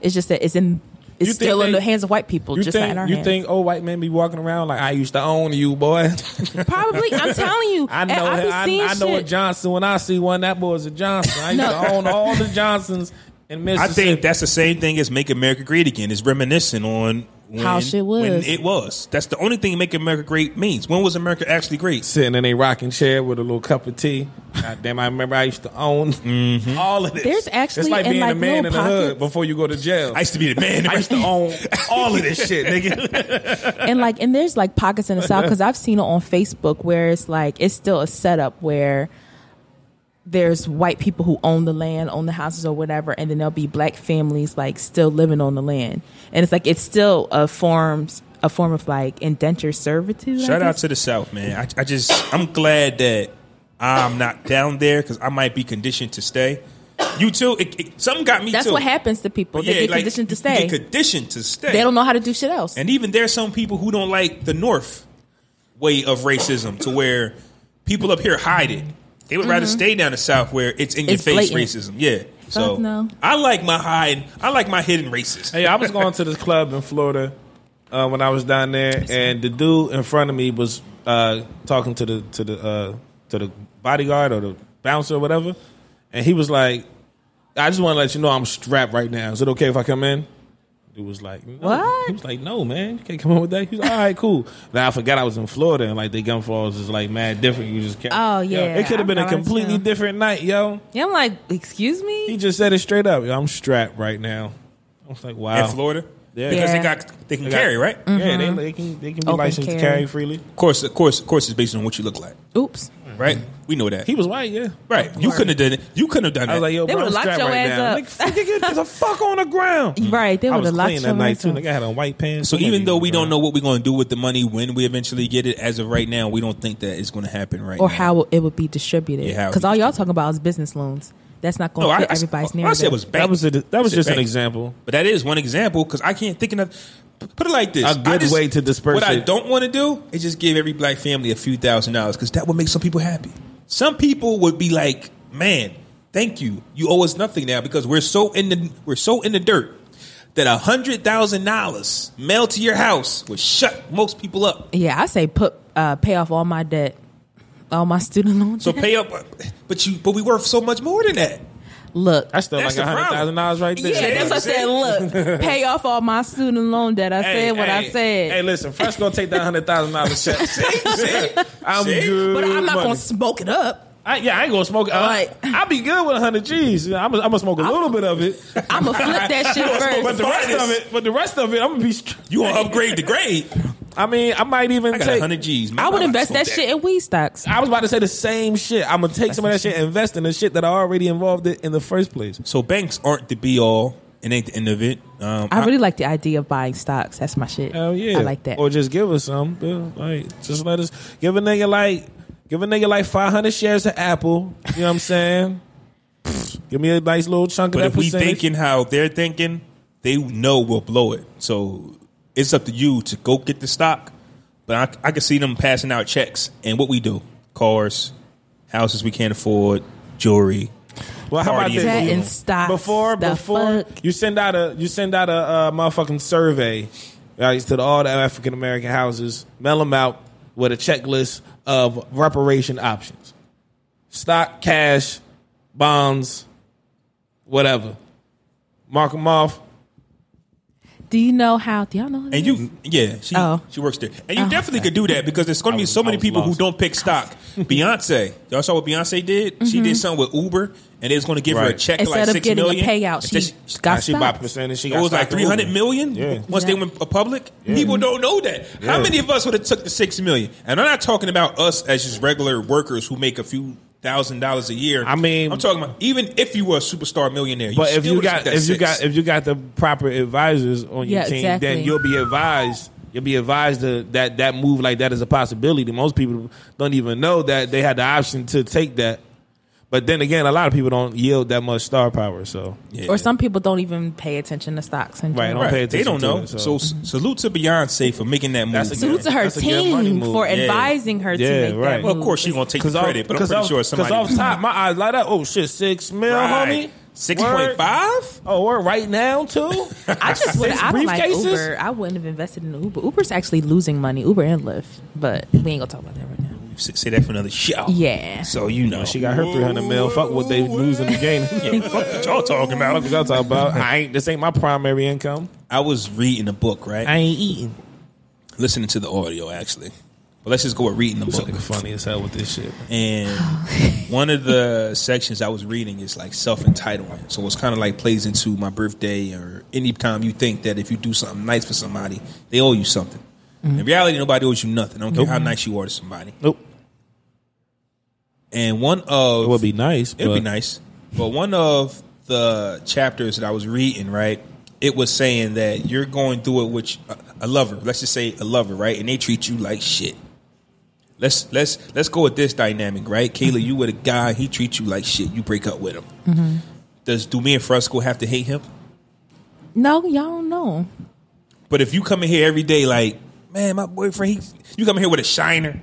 S3: It's just that it's in it's
S2: Mm-hmm. You think
S3: still in
S2: they-
S3: the hands of white people,
S2: You
S3: just
S2: think
S3: not in our
S2: you
S3: hands.
S2: think old white men be walking around like I used to own you, boy?
S3: Probably. I'm telling you.
S2: I
S3: and
S2: know.
S3: I, be
S2: I,
S3: seeing
S2: I know a
S3: shit.
S2: Johnson. When I see one, that boy's a Johnson. I used to own all the Johnsons in
S1: I
S2: Mississippi.
S1: think that's the same thing as Make America Great Again. It's reminiscent on when,
S3: How shit was.
S1: when it was. That's the only thing Make America Great means. When was America actually great?
S2: sitting in a rocking chair with a little cup of tea. God damn, I remember I used to own all of this.
S3: There's actually-
S2: it's like
S3: and
S2: being
S3: like
S2: a man
S3: little
S2: in the hood
S3: pockets.
S2: before you go to jail.
S1: I used to be the man.
S2: I used to own all of this shit, nigga.
S3: and like and there's like pockets in the south because i've seen it on facebook where it's like it's still a setup where there's white people who own the land own the houses or whatever and then there'll be black families like still living on the land and it's like it's still a forms a form of like indentured servitude I
S1: Shout out
S3: guess.
S1: to the South, man. I, I just I'm glad that I'm not down there because I might be conditioned to stay. You too. It, it, something got me.
S3: that's
S1: too.
S3: what happens to people they
S1: Yeah,
S3: get
S1: like,
S3: conditioned to
S1: you get
S3: stay
S1: conditioned to stay.
S3: they don't know how to do shit else
S1: And even there's some people who don't like the North way of racism, to where people up here hide it. They would rather stay down the South where it's in
S3: Mm-hmm. It's
S1: your face
S3: blatant.
S1: racism. Yeah. So
S3: no.
S1: I like my hide. I like my hidden racist.
S2: Hey, I was going to this club in Florida uh, when I was down there, and the dude in front of me was uh, talking to the to the uh, to the bodyguard or the bouncer or whatever, and he was like, "I just want to let you know I'm strapped right now. Is it okay if I come in?" Dude was like, no.
S3: What?
S2: He was like, "No, man, you can't come in with that." He was like, "All right, cool." Now I forgot I was in Florida, and like the gun falls is like mad different. You just can't.
S3: Oh,
S2: Yo,
S3: yeah.
S2: it could have been
S3: I
S2: a
S3: forgot
S2: completely
S3: too.
S2: different night, yo.
S3: yeah, i'm like excuse
S2: He
S3: me
S2: just said it straight up. Yo, I'm strapped right now. I was like, "Wow."
S1: In Florida.
S2: um, Yeah.
S1: Because they
S3: Yeah. Mm.
S1: got they can carry, right?
S2: Yeah, they, they can they can be
S3: Mm-hmm. Open
S2: licensed to
S3: carry.
S2: carry freely.
S1: Of course, of course, of course it's based on what you look like.
S3: oops
S1: right? We know that.
S2: Mm-hmm. He was white, yeah.
S1: right. You couldn't have done it. You couldn't have done that.
S2: I was like, yo,
S3: They
S2: bro,
S3: would've
S2: I'm
S3: locked
S2: strapped
S3: your
S2: right
S3: ass
S2: now.
S3: up.
S2: Like, nigga, you- there's a fuck on the ground.
S1: Mm-hmm.
S3: Right, they
S2: I
S3: would
S2: was
S3: have locked
S2: clean that
S3: your
S2: night
S3: ass
S2: too.
S3: up.
S2: Nigga, I had on white pants.
S1: So
S2: Nigga,
S1: even though we
S2: bro.
S1: don't know what we're going to do with the money when we eventually get it, as of right now, we don't think that it's going to happen right
S3: Or
S1: now.
S3: how it would be distributed.
S1: Yeah, how it
S3: Because
S1: would
S3: all
S1: be
S3: y'all talking about is business loans. That's not going
S1: No,
S3: to
S1: I,
S3: fit
S1: I-
S3: everybody's
S1: all I
S3: narrative.
S1: said was bank.
S2: that was a, that was
S1: I said
S2: just an
S1: bank.
S2: example.
S1: But that is one example because I can't think of noth- Put it like this:
S2: A good
S1: I just-
S2: way to disperse
S1: What I
S2: it.
S1: don't want to do is just give every black family a few thousand dollars because that would make some people happy. Some people would be like, "Man, thank you. You owe us nothing now because we're so in the we're so in the dirt that a hundred thousand dollars mailed to your house would shut most people up.
S3: Yeah, I say put uh, pay off all my debt, all my student loans.
S1: So pay up, but you but we worth so much more than that.
S3: Look,
S2: That's still
S1: That's
S2: like
S1: the
S2: a hundred
S1: problem.
S2: thousand dollars right there.
S3: yeah, that's what I said. Look, pay off all my student loan debt. I said what I said.
S2: Hey, listen, Fresh gonna take that hundred thousand dollars check. I'm
S1: See?
S2: good.
S3: but I'm not
S2: money.
S3: going to smoke it up.
S2: I, yeah, I ain't gonna smoke. Uh,
S3: Like-
S2: I'll be good with hundred G's. I'm gonna smoke a little bit of it,
S3: I'm going to flip that shit
S2: but
S3: first.
S2: the rest
S1: finest.
S2: of it, but the rest of it, I'm gonna be. str-
S1: You want to upgrade the grade?
S2: I mean, I might even
S1: I got
S2: take.
S1: hundred G's. man.
S3: I would
S1: I'm not
S3: invest
S1: smoke
S3: that shit in weed stocks.
S2: I was about to say the same shit. I'm gonna take some of that shit, and invest in the shit that I already involved in in the first place.
S1: So banks aren't the be all and ain't the end of it. Um,
S3: I really like the idea of buying stocks. That's my shit.
S2: Hell yeah,
S3: I like that.
S2: Or just give us some. Yeah, like, just let us give a nigga like give a nigga like 500 shares of Apple. You know what I'm saying? Pfft, give me a nice little chunk
S1: But
S2: of
S1: if
S2: that
S1: we
S2: percentage.
S1: thinking how they're thinking, they know we'll blow it. So it's up to you to go get the stock. But I, I can see them passing out checks and what we do: cars, houses we can't afford, jewelry.
S2: well, how about
S1: party
S2: this?
S1: is
S3: Debt
S1: Google.
S3: and stocks.
S2: before
S3: the
S2: before
S3: fuck?
S2: you send out a you send out a uh, motherfucking survey right, to the- all the African American houses, mail them out with a checklist of reparation options: stock, cash, bonds, whatever. Mark them off.
S3: Do you know how? Do y'all know? who
S1: And
S3: this is?
S1: you, yeah, she
S3: Oh.
S1: she works there, and you definitely could do that because there's going to be
S2: was-
S1: so
S2: I
S1: many
S2: was
S1: people
S2: lost.
S1: who don't pick stock. Beyonce, y'all saw what Beyonce did? She did something with Uber, and they was going to give her a
S2: Right.
S1: check
S3: Mm-hmm. Instead
S1: for like
S3: of
S1: six
S3: getting a
S1: million.
S3: payout,
S1: Instead
S3: she got
S1: nah, she
S3: stock.
S1: bought-
S2: Percentage, she
S1: it
S2: got
S1: was like
S2: stock
S1: three hundred
S2: Uber.
S1: million.
S2: Yeah.
S1: Once they went public, people don't know that. How
S2: Yeah.
S1: many of us would have took the six million? And I'm not talking about us as just regular workers who make a few thousand dollars a year.
S2: I mean-
S1: I'm talking about even if you were a superstar millionaire, you
S2: But
S1: still
S2: if you
S1: would've
S2: got
S1: took that
S2: if you
S1: six.
S2: got if you got the proper advisors on your
S3: Yeah,
S2: team,
S3: exactly.
S2: then you'll be advised. You'll be advised to, that that move like that is a possibility. Most people don't even know that they had the option to take that. But then again, a lot of people don't yield that much star power. So
S1: Yeah.
S3: Or some people don't even pay attention to stocks. In
S2: Right,
S3: general.
S2: don't pay
S1: They
S2: attention
S1: don't
S2: to
S1: know.
S2: it, so-
S1: so. s salute to Beyonce for making that move.
S2: That's a good-
S1: man.
S3: Salute to her
S2: That's a good money
S3: team
S2: move.
S3: for
S2: Yeah.
S3: advising her
S2: Yeah,
S3: to make
S2: right.
S3: that.
S1: Well, of
S3: move.
S1: course, she won't take the
S2: off-
S1: credit, but I'm pretty
S2: off,
S1: sure somebody.
S2: 'cause off top, my eyes light up. Oh shit, six mil, homie.
S1: Six point five.
S2: Oh, we're right now too.
S3: I just would.
S2: Six
S3: I don't like
S2: briefcases?
S3: Uber. I wouldn't have invested in Uber. Uber's actually losing money. Uber and Lyft, but we ain't gonna talk about that right now.
S1: Say that for another show.
S3: Yeah.
S1: So you know
S2: she got her three hundred mil. Fuck what they lose in the game.
S1: Yeah, fuck what y'all talking about.
S2: Fuck what y'all talking about. I ain't. This ain't my primary income.
S1: I was reading a book, right?
S2: I ain't eating.
S1: Listening to the audio actually, but let's just go with reading the book.
S2: Fucking funny as hell with this shit.
S1: And one of the sections I was reading is like self entitlement. So it's kind of like plays into my birthday or any time you think that if you do something nice for somebody, they owe you something. In reality, nobody owes you nothing. I don't care how nice you are to somebody.
S2: Nope.
S1: And one of
S2: It would be nice.
S1: It'd be
S2: but-
S1: nice. But one of the chapters that I was reading, right, it was saying that you're going through it with a- a lover. Let's just say a lover, right, and they treat you like shit. Let's let's let's go with this dynamic, right?
S2: Mm-hmm.
S1: Kayla, you with a guy, he treats you like shit. You break up with him. Does do me and Fresco have to hate him?
S3: No, y'all don't know.
S1: But if you come in here every day, like, man, my boyfriend, he, you come in here with a shiner,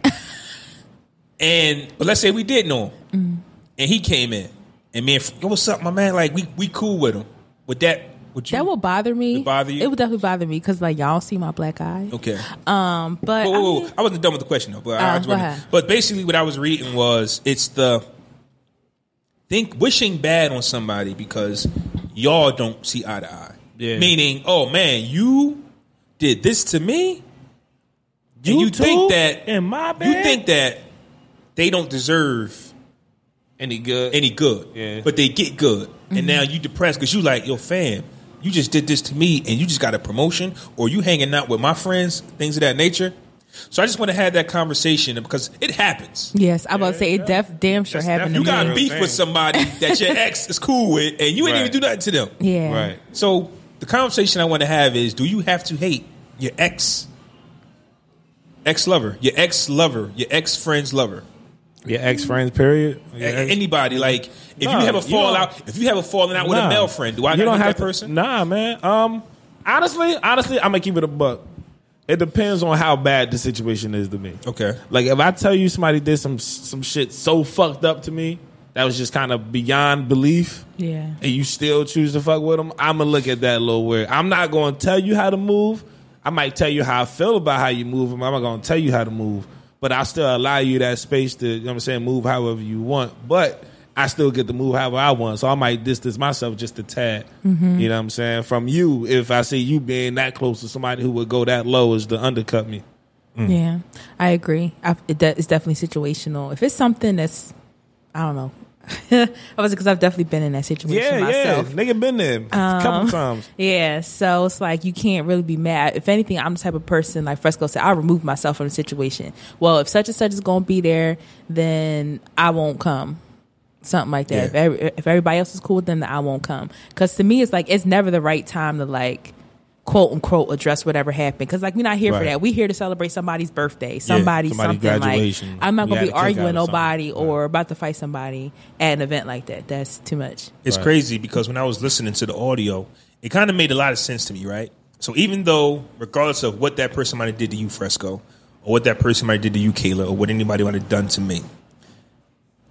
S1: and but let's say we did know him,
S3: Mm-hmm.
S1: and he came in, and me and Fr- yo, what's up, my man? Like, we we cool with him. Would that would you?
S3: That will bother me.
S1: It bother you?
S3: It would definitely bother me because like y'all don't see my black eye.
S1: okay.
S3: Um, but
S1: Whoa,
S3: I
S1: whoa, whoa.
S3: mean-
S1: I wasn't done with the question though. But, I- I
S3: Oh,
S1: just
S3: go
S1: wanted-
S3: ahead.
S1: but basically, what I was reading was it's the think wishing bad on somebody because y'all don't see eye to eye.
S2: Yeah.
S1: Meaning, oh man, you did this to me. and you
S2: too?
S1: think that
S2: in my bed?
S1: you think that they don't deserve
S2: any good?
S1: any good,
S2: Yeah.
S1: but they get good, and now you depressed because you like yo fam, you just did this to me, and you just got a promotion, or you hanging out with my friends, things of that nature. So I just want to have that conversation because it happens.
S3: Yes, I'm about to say it def damn sure
S2: That's
S3: happened to
S1: You
S2: definitely
S3: me.
S1: got
S2: Real
S1: beef
S2: thing.
S1: with somebody that your ex is cool with, and you ain't
S2: Right.
S1: even do nothing to them.
S3: yeah.
S2: Right.
S1: So the conversation I want to have is: Do you have to hate your ex, ex lover, your ex lover, your ex friend's lover,
S2: Your ex friends, period. Your
S1: A-
S2: ex-
S1: anybody? Like, if
S2: Nah,
S1: you have a
S2: you don't-
S1: fallout, if you have a falling out with a
S2: Nah.
S1: male friend, do I
S2: You
S1: gotta
S2: don't
S1: hate
S2: have
S1: that person?
S2: To, nah, man. Um, honestly, honestly, I'm gonna keep it a buck. It depends on how bad the situation is to me.
S1: Okay.
S2: Like if I tell you somebody did some some shit so fucked up to me that was just kind of beyond belief,
S3: Yeah.
S2: and you still choose to fuck with them, I'm gonna look at that a little weird. I'm not gonna tell you how to move. I might tell you how I feel about how you move. I'm not gonna tell you how to move, but I still allow you that space to, you know what I'm saying, move however you want. But I still get to move however I want. So I might distance myself just a tad, you know what I'm saying, from you if I see you being that close to somebody who would go that low as to undercut me. Mm.
S3: Yeah, I agree. I, it de- it's definitely situational. If it's something that's, I don't know, I was because I've definitely been in that situation
S2: Yeah,
S3: myself.
S2: yeah. Nigga been there a couple times.
S3: Yeah, so it's like you can't really be mad. If anything, I'm the type of person like Fresco said, I'll remove myself from the situation. Well, if such and such is going to be there, then I won't come. Something like that.
S1: Yeah.
S3: If, every, if everybody else is cool with them, then I won't come. Because to me, it's like it's never the right time to like quote unquote address whatever happened. Because like we're not here for
S2: Right.
S3: that. We're here to celebrate somebody's birthday, somebody
S2: somebody's
S3: something like.
S2: graduation.
S3: I'm not
S2: We
S3: going
S2: had
S3: to
S2: a
S3: be
S2: cookout
S3: arguing
S2: or
S3: with
S2: something.
S3: nobody or about to fight somebody at an event like that. That's too much.
S1: It's crazy because when I was listening to the audio, it kind of made a lot of sense to me, right? So even though, regardless of what that person might have did to you, Fresco, or what that person might have did to you, Kayla, or what anybody might have done to me,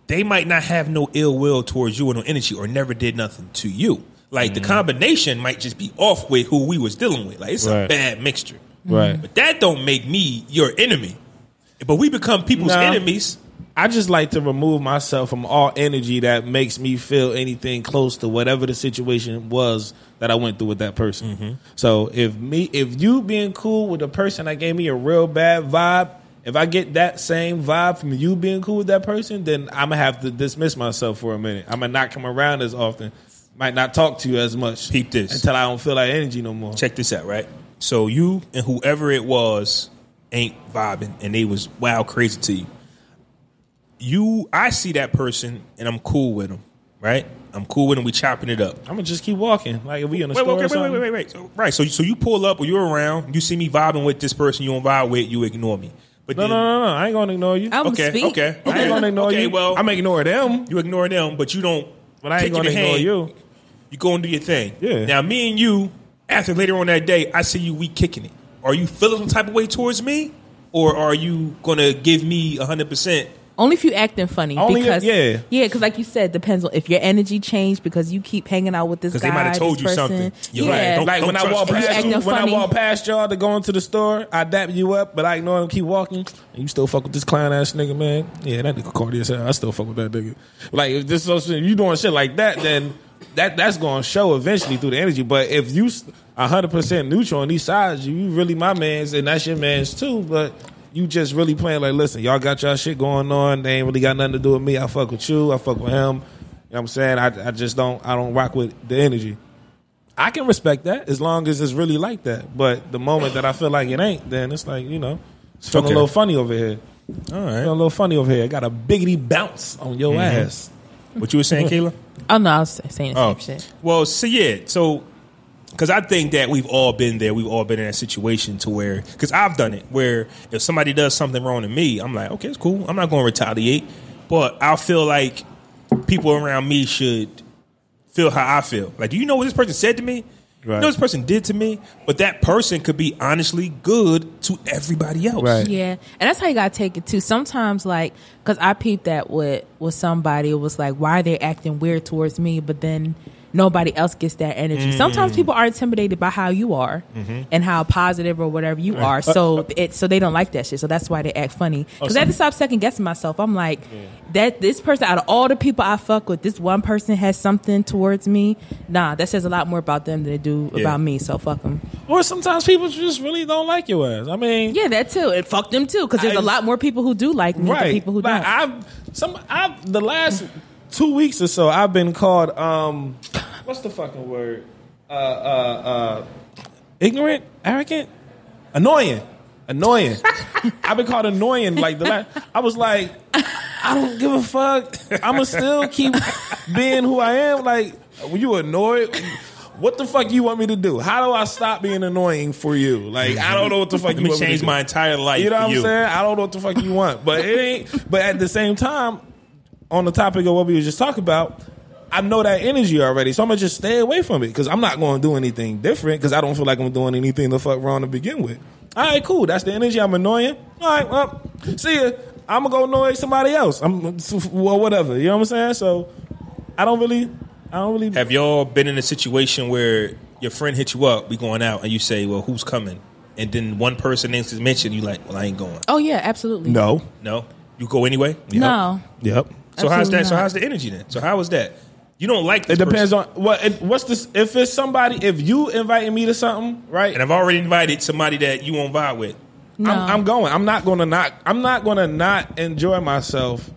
S1: they might not have no ill will towards you or no energy or never did nothing to you. Like
S2: Mm.
S1: the combination might just be off with who we was dealing with. Like it's a
S2: Right.
S1: bad mixture.
S2: Right.
S1: But that don't make me your enemy. But we become people's
S2: No.
S1: enemies.
S2: I just like to remove myself from all energy that makes me feel anything close to whatever the situation was that I went through with that person.
S1: Mm-hmm.
S2: So if me, if you being cool with the person that gave me a real bad vibe, if I get that same vibe from you being cool with that person, then I'm gonna have to dismiss myself for a minute. I'm gonna not come around as often. Might not talk to you as much.
S1: Peep this.
S2: until I don't feel that energy no more.
S1: check this out, right? So you and whoever it was ain't vibing and they was wow crazy to you. You I see that person and I'm cool with them, right? I'm cool with them, we chopping it up.
S2: I'm gonna just keep walking. Like if we in a
S1: Wait,
S2: store
S1: wait,
S2: or
S1: wait, wait,
S2: something.
S1: wait, wait, wait. So, right. So so you pull up or you're around, you see me vibing with this person you don't vibe with, you ignore me. But
S2: No,
S1: then,
S2: no, no, no. I ain't gonna ignore you.
S3: I'm
S1: Okay,
S3: speak.
S1: okay,
S2: I ain't gonna ignore
S1: Okay,
S2: you.
S1: well-
S2: I'm ignore them.
S1: you ignore them, but you don't
S2: But I ain't
S1: take
S2: gonna
S1: your
S2: ignore
S1: hand,
S2: you.
S1: You go and do your thing.
S2: Yeah.
S1: Now me and you, after later on that day, I see you we kicking it. Are you feeling some type of way towards me? Or are you gonna give me hundred percent
S3: Only if you acting funny.
S2: Only if-
S3: because
S2: yeah.
S3: because like you said, depends on if your energy changed because you keep hanging out with this guy.
S1: Because they might have told
S3: this
S1: you
S3: person.
S1: something. You're right.
S3: yeah,
S1: Don't-
S2: Like when I
S1: trust
S2: walk
S1: you.
S3: You
S2: past you,
S3: acting
S2: when I
S3: funny.
S2: walk past y'all to go into the store, I dap you up, but I ignore them, keep walking, and you still fuck with this clown ass nigga, man. Yeah, that nigga corny as hell. I still fuck with that nigga. Like if this is- if you doing shit like that, then that that's gonna show eventually through the energy. But if you hundred percent neutral on these sides, you, you really my man's and that's your man's too, but you just really playing like, listen, y'all got y'all shit going on. They ain't really got nothing to do with me. I fuck with you. I fuck with him. You know what I'm saying? I, I just don't I don't rock with the energy. I can respect that as long as it's really like that. But the moment that I feel like it ain't, then it's like you know, it's feeling
S1: Okay.
S2: a little funny over here.
S1: all
S2: Feeling a
S1: right.
S2: little funny over here. I got a biggity bounce on your ass.
S1: What you were saying, Kayla?
S3: Oh no, I was saying the same shit.
S1: Well, so yeah, so because I think that we've all been there. We've all been in that situation to where because I've done it where if somebody does something wrong to me, I'm like, okay, it's cool. I'm not going to retaliate, but I feel like people around me should feel how I feel. Like, do you know what this person said to me? You
S2: Right.
S1: know what this person did to me, but that person could be honestly good to everybody else.
S2: Right.
S3: Yeah, and that's how you gotta take it too. Sometimes, like, cause I peeped that with with somebody. It was like, why are they acting weird towards me? But then nobody else gets that energy. Sometimes people are intimidated by how you are and how positive or whatever you are. So it so they don't like that shit. So that's why they act funny. Cause I had to stop second guessing myself. I'm like, that this person out of all the people I fuck with, this one person has something towards me. Nah, that says a lot more about them than it do
S1: Yeah.
S3: about me. So fuck them.
S2: Or sometimes people just really don't like your ass. I mean,
S3: Yeah, that too. And fuck them too, because there's
S2: I-
S3: a lot more people who do like me
S2: right?
S3: than people who
S2: like,
S3: don't.
S2: I've some. I've the last two weeks or so, I've been called um, what's the fucking word? Uh, uh, uh, ignorant, arrogant, annoying. Annoying. I've been called annoying. Like the last, I was like, I don't give a fuck. I'ma still keep being who I am. Like, were you annoyed? What the fuck you want me to do? How do I stop being annoying for you? Like, I don't know what the fuck
S1: Let
S2: you
S1: me
S2: want me
S1: change
S2: to do.
S1: my entire life.
S2: You know
S1: for
S2: what I'm saying? I don't know what the fuck you want, but it ain't. But at the same time, on the topic of what we were just talking about, I know that energy already, so I'm gonna just stay away from it because I'm not going to do anything different because I don't feel like I'm doing anything the fuck wrong to begin with. All right, cool. That's the energy I'm annoying. All right, well, see ya. I'm gonna go annoy somebody else. I'm well, whatever. You know what I'm saying? So I don't really, I don't really.
S1: Have y'all been in a situation where your friend hit you up, we going out, and you say, "Well, who's coming?" And then one person names is mentioned, you like, "Well, I ain't going."
S3: Oh yeah, absolutely.
S2: No.
S1: No, you go anyway.
S3: No.
S2: Yep.
S1: So how's
S3: Absolutely
S1: that? So
S3: not.
S1: how's the energy then? So how is that? You don't like
S2: It
S1: this
S2: depends
S1: person.
S2: on what. It, what's this? If it's somebody, if you inviting me to something, right?
S1: and I've already invited somebody that you won't vibe with.
S3: No.
S2: I'm, I'm going. I'm not going to not. I'm not going to not enjoy myself,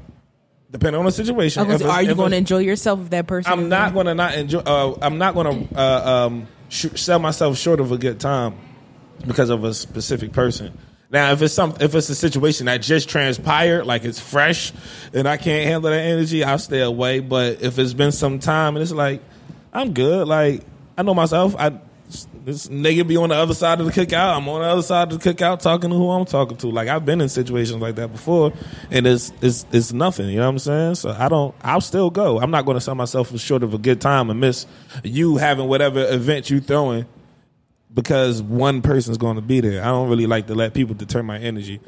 S2: depending on the situation.
S3: I was-
S2: If it's-
S3: are you
S2: if
S3: going to
S2: it's-
S3: enjoy yourself with that person?
S2: I'm
S3: is
S2: not
S3: there?
S2: going to not enjoy. Uh, I'm not going to uh, um, sh- sell myself short of a good time because of a specific person. Now, if it's some, if it's a situation that just transpired, like it's fresh, and I can't handle that energy, I'll stay away. But if it's been some time and it's like I'm good, like I know myself, I this nigga be on the other side of the cookout. I'm on the other side of the cookout talking to who I'm talking to. Like I've been in situations like that before, and it's it's it's nothing. You know what I'm saying? So I don't. I'll still go. I'm not going to sell myself short of a good time and miss you having whatever event you throwing because one person's going to be there. I don't really like to let people deter my energy.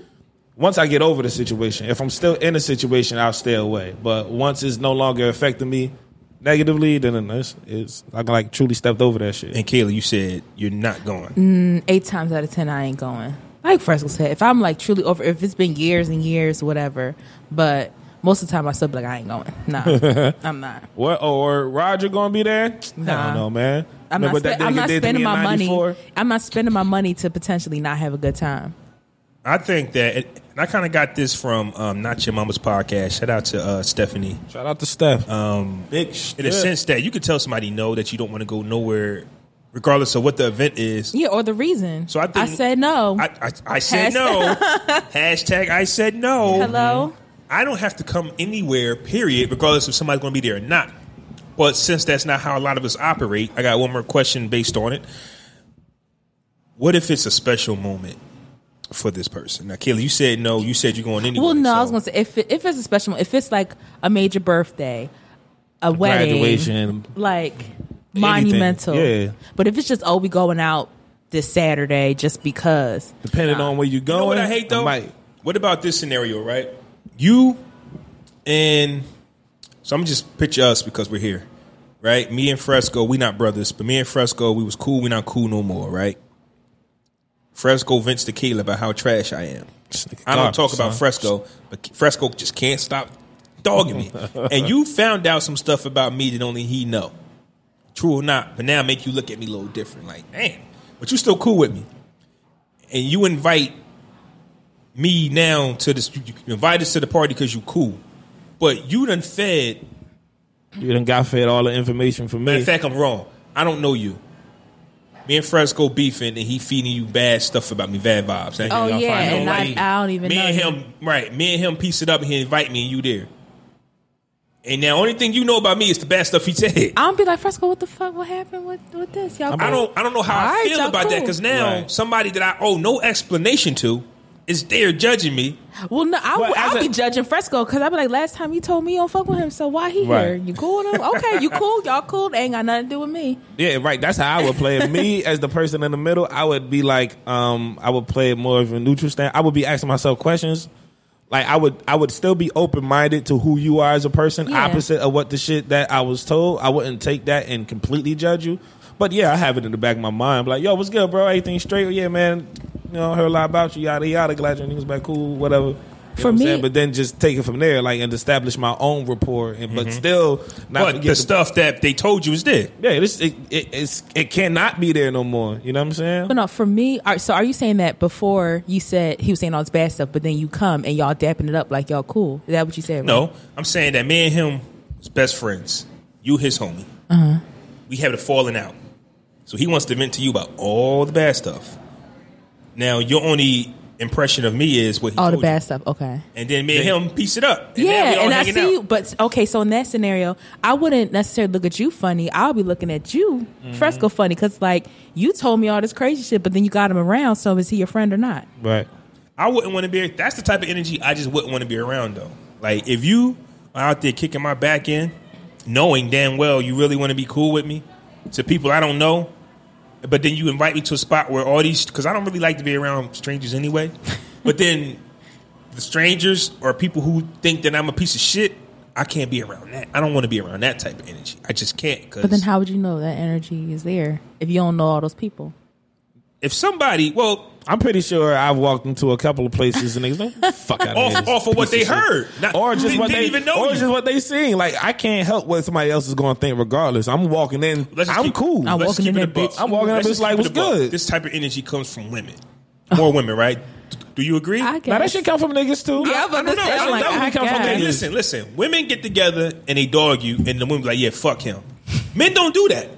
S2: Once I get over the situation, if I'm still in a situation, I'll stay away. But once it's no longer affecting me negatively, then it's, it's I like truly stepped over that shit.
S1: And Kayla, you said you're not going.
S3: Mm. eight times out of ten I ain't going. Like Fresco said, if I'm like truly over, if it's been years and years, whatever. But most of the time, I still be like, I ain't going. Nah, I'm not.
S2: What oh, or Roger gonna be there? I
S3: Nah.
S2: don't know, man.
S3: I'm
S2: Remember
S3: not.
S2: what that
S3: Spe- I'm
S2: nigga
S3: not
S2: did to me
S3: spending
S2: in
S3: my money.
S2: 94?
S3: I'm not spending my money to potentially not have a good time.
S1: I think that, and I kind of got this from um, Not Your Mama's podcast. Shout out to uh, Stephanie.
S2: Shout out to Steph. Um, big sh-
S1: In a sense that you could tell somebody no that you don't want to go nowhere, regardless of what the event is.
S3: Yeah, or the reason.
S1: So I think
S3: said no.
S1: I, I, I said no. Hashtag I said
S2: oh,
S1: no.
S2: mm-hmm.
S3: Hello.
S1: I don't have to come anywhere, period, regardless if somebody's going to be there or not. But since that's not how a lot of us operate, I got one more question based on it. What if it's a special moment for this person? Now, Kayla, you said no. You said you're going anywhere.
S3: Well, no, I was
S1: so-
S3: gonna say if it, if it's a special, if it's like a major birthday, a wedding,
S2: graduation.
S3: like monumental.
S2: Yeah.
S3: But if it's just oh, we going out this Saturday just because.
S2: Depending on where you going,
S1: You know what I hate though?
S2: might-
S1: What about this scenario, right? You and so I'm just picture us because we're here, right? Me and Fresco, we not brothers, but me and Fresco, we was cool, we not cool no more, right? Fresco vents to Keela about how trash I am. I don't
S2: garbage,
S1: talk about
S2: son.
S1: Fresco, but Fresco just can't stop dogging me. and you found out some stuff about me that only he know. True or not, but now make you look at me a little different. Like, damn, but you still cool with me. And you invite me now to this. You you invite us to the party because you cool, but you done fed.
S2: you done got fed all the information from me.
S1: In fact, I'm wrong. I don't know you. Me and Fresco beefing, and he feeding you bad stuff about me, bad vibes. That
S3: Oh
S1: ain't gonna
S3: yeah,
S1: find
S3: and I,
S1: nobody.
S3: I don't even
S1: me
S3: know.
S1: and
S3: you.
S1: him, right? Me and him piece it up, and he invite me, and you there. And now, only thing you know about me is the bad stuff he said.
S3: I'm be like Fresco, what the fuck? What happened with with this? Y'all,
S1: I don't I don't know how
S3: All
S1: I
S3: right,
S1: feel
S3: y'all
S1: about that
S3: cool.
S1: because now
S2: Right.
S1: somebody that I owe no explanation to is there judging me.
S3: Well, no, I,
S2: Well, as
S3: will
S2: a-
S3: be judging Fresco because I be like, last time you told me you don't fuck with him, so why he here?
S2: Right.
S3: You cool with him? Okay, you cool? Y'all cool? They ain't got nothing to do with me.
S2: Yeah, right. That's how I would play it. Me as the person in the middle, I would be like, um, I would play it more of a neutral stand. I would be asking myself questions. Like I would, I would still be open minded to who you are as a person,
S3: Yeah.
S2: opposite of what the shit that I was told. I wouldn't take that and completely judge you. But yeah, I have it in the back of my mind, like, yo, what's good, bro? Everything straight? Yeah, man. You know, heard a lot about you, yada yada. Glad your niggas back, cool, whatever. You know
S3: For
S2: what I'm
S3: me-
S2: saying? but then just take it from there, like, and establish my own rapport, and but still not
S1: Mm-hmm. But
S2: forget
S1: the
S2: to-
S1: stuff that they told you is there.
S2: yeah, this it, it it's it cannot be there no more. You know what I'm saying?
S3: But no, for me, all right, so are you saying that before you said he was saying all this bad stuff, but then you come and y'all dapping it up like y'all cool? Is that what you said? right?
S1: No, I'm saying that me and him is best friends. You his homie.
S3: Uh-huh.
S1: We have a falling out. So he wants to vent to you about all the bad stuff. Now your only impression of me is what he
S3: All the
S1: told you.
S3: bad stuff. Okay.
S1: And then me and him piece it up. And now
S3: yeah,
S1: we all
S3: and I
S1: hanging
S3: see
S1: out.
S3: you. But okay, so in that scenario, I wouldn't necessarily look at you funny. I'll be looking at you
S1: Mm-hmm.
S3: fresco funny because like you told me all this crazy shit, but then you got him around. So is he your friend or not?
S2: Right.
S1: I wouldn't want to be. That's the type of energy I just wouldn't want to be around though. Like if you are out there kicking my back in, knowing damn well you really want to be cool with me to people I don't know, but then you invite me to a spot where all these because I don't really like to be around strangers anyway. but then the strangers or people who think that I'm a piece of shit, I can't be around that. I don't want to be around that type of energy. I just can't. Cause
S3: But then how would you know that energy is there if you don't know all those people?
S1: if somebody, well,
S2: I'm pretty sure I've walked into a couple of places and they like, fuck out
S1: off off of what they heard, not,
S2: Or just
S1: they
S2: what
S1: didn't
S2: they
S1: even know
S2: or
S1: you.
S2: just what they seen. Like I can't help what somebody else is going to think. Regardless, I'm walking in.
S1: Let's just
S2: I'm
S1: keep-
S2: cool.
S3: I'm
S1: let's
S3: walking
S1: keep
S3: in
S1: it a
S3: that bitch.
S1: buck.
S2: I'm walking up,
S1: Let's
S2: it's
S1: just
S2: like,
S1: keep it a
S2: what's
S1: buck.
S2: good?
S1: This type of energy comes from women, more women, right? Do you agree?
S3: I guess.
S2: Now that shit come from niggas too.
S3: Yeah,
S1: I
S3: but
S1: don't
S3: this
S1: know.
S3: is
S1: I
S3: like,
S1: don't know.
S3: I
S1: It come from-
S3: guess.
S1: Okay, listen, listen. Women get together and they dog you, and the women be like, "Yeah, fuck him." Men don't do that.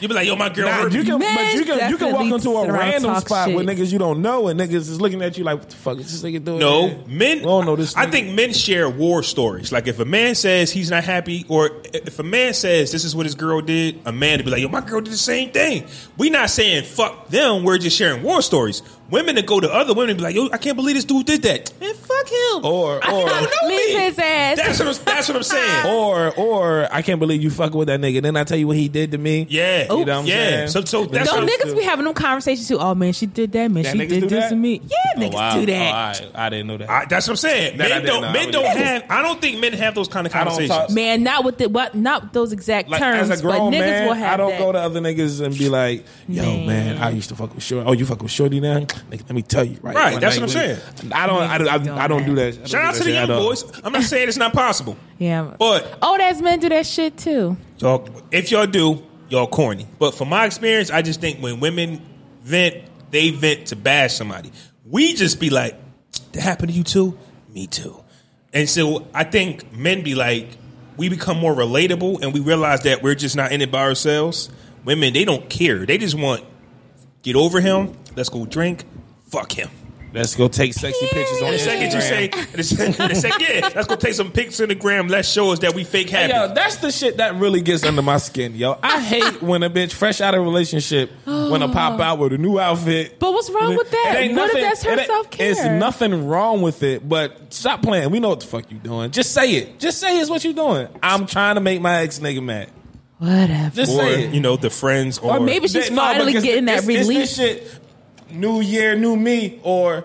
S1: You be like, "Yo, my girl."
S2: Nah,
S1: hurt
S2: you
S1: me."
S2: can, but
S3: Men
S2: you can, you can walk
S3: definitely
S2: into
S3: sit
S2: a
S3: around
S2: random
S3: talk
S2: spot with
S3: shit.
S2: niggas you don't know, and niggas is looking at you like, "What the fuck is this nigga doing?"
S1: No,
S2: here?
S1: men.
S2: We don't know this.
S1: I
S2: nigga.
S1: think men share war stories. Like if a man says he's not happy, or if a man says this is what his girl did, a man to be like, "Yo, my girl did the same thing." We not saying fuck them. We're just sharing war stories. Women to go to other women and be like, "Yo, I can't believe this dude did that." Man, fuck him.
S2: Or-
S1: I
S2: or-
S1: don't know
S3: Leave
S1: me.
S3: his ass.
S1: That's what I'm, that's what I'm saying.
S2: Or, or I can't believe you fucking with that nigga. Then I tell you what he did to me.
S1: yeah,
S2: You know what I'm
S1: yeah.
S2: saying?
S1: So, so that's
S2: Don't
S1: what
S3: No
S1: I'm-
S2: nigga-
S3: niggas be having them conversations too. Oh man, she did that. Man,
S2: Yeah,
S3: she
S2: niggas
S3: did
S2: do
S3: this
S2: that?
S3: to me. Yeah, niggas do that.
S2: Oh, I, I didn't know that.
S1: Oh, I, that's what I'm saying.
S2: That I
S1: Men
S2: didn't know.
S1: don't.
S2: I
S1: Men
S2: was
S1: don't
S2: just-
S1: have. I don't think men have those kind of
S2: I don't
S1: conversations.
S2: talk-
S3: Man, not with the what, not those exact
S2: like
S3: terms,
S2: as a grown
S3: but niggas
S2: man,
S3: will have
S2: I don't
S3: that.
S2: go to other niggas and be like, "Yo, man.
S3: Man.
S2: I used to fuck with Shorty. Oh, you fuck with Shorty now? Nigga, let me tell you, right?
S1: Right,
S2: One
S1: that's
S2: night
S1: what I'm
S2: we-
S1: saying.
S2: I don't, I don't, I,
S3: Niggas
S2: I don't do
S3: don't
S2: that. I don't
S1: Shout
S2: do
S1: out
S2: that
S1: to the
S2: shit
S1: young
S2: at all.
S1: boys. I'm not saying it's not possible,
S3: yeah,
S1: but
S3: oh, that's men do that shit too.
S1: y'all if y'all do y'all corny but from my experience i just think when women vent they vent to bash somebody we just be like that happened to you too me too and so i think men be like we become more relatable and we realize that we're just not in it by ourselves women they don't care they just want get over him let's go drink fuck him
S2: Let's go take sexy pictures on
S1: the second you
S2: Instagram.
S1: say the second, the second yeah let's go take some pics in the gram let's show us that we fake happy
S2: Yo, that's the shit that really gets under my skin, yo. I hate when a bitch fresh out of a relationship when I pop out with a new outfit.
S3: But what's wrong with that?
S2: It ain't
S3: What if
S2: nothing-
S3: that's her
S2: it ain't-
S3: self-care?
S2: It's nothing wrong with it, but stop playing. We know what the fuck you doing. Just say it. Just say it's what you doing. I'm trying to make my ex nigga mad.
S3: Whatever.
S2: Just
S1: or
S2: say it.
S1: you know the friends or,
S3: Or maybe she's
S2: That- no,
S3: finally
S2: because
S3: getting that
S2: it's- it's
S3: release.
S2: this shit, new year, new me, or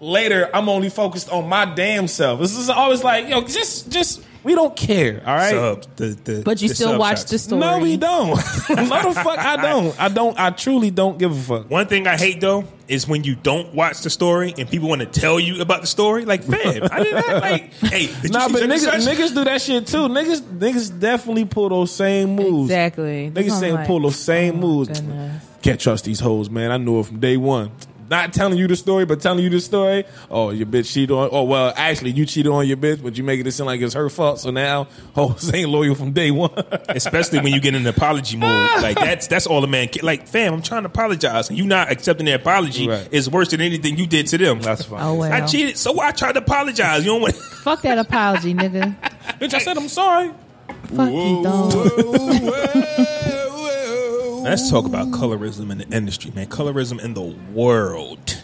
S2: later. I'm only focused on my damn self. This is always like, yo, just, just we don't care. All right.
S1: subs, the, the,
S3: but you
S1: the
S3: still
S1: sub
S3: watch
S1: shots.
S3: the story.
S2: No, we don't. no, the fuck, I don't. I don't. I truly don't give a fuck.
S1: One thing I hate though is when you don't watch the story and people want to tell you about the story. Like, fam, I did not like. Hey, did you
S2: Nah,
S1: see
S2: but
S1: such and
S2: niggas,
S1: such?
S2: niggas do that shit too. Niggas, niggas definitely pull those same moves.
S3: Exactly. That's
S2: Niggas
S3: what
S2: say
S3: I'm like,
S2: pull those same
S3: oh,
S2: moves.
S3: goodness.
S2: Can't trust these hoes, man. I knew it from day one. Not telling you the story, but telling you the story. Oh, your bitch cheated on. Oh, well, actually, you cheated on your bitch, but you making it sound like it's her fault. So now hoes ain't loyal from day one.
S1: Especially when you get in an apology mode, like that's that's all a man. Can. Like, fam, I'm trying to apologize, and you not accepting the apology
S2: Right.
S1: is worse than anything you did to them. That's fine.
S3: Oh, well.
S1: I cheated, so I tried to apologize. You don't want.
S3: Fuck that apology, nigga.
S2: bitch, I said I'm sorry.
S3: Fuck you, dog.
S1: Let's talk about colorism in the industry, man. Colorism in the world.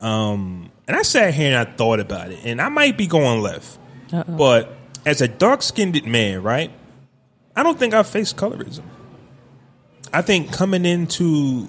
S1: Um, and I sat here and I thought about it, and I might be going left, but as a dark skinned man, right? I don't think I faced colorism. I think coming into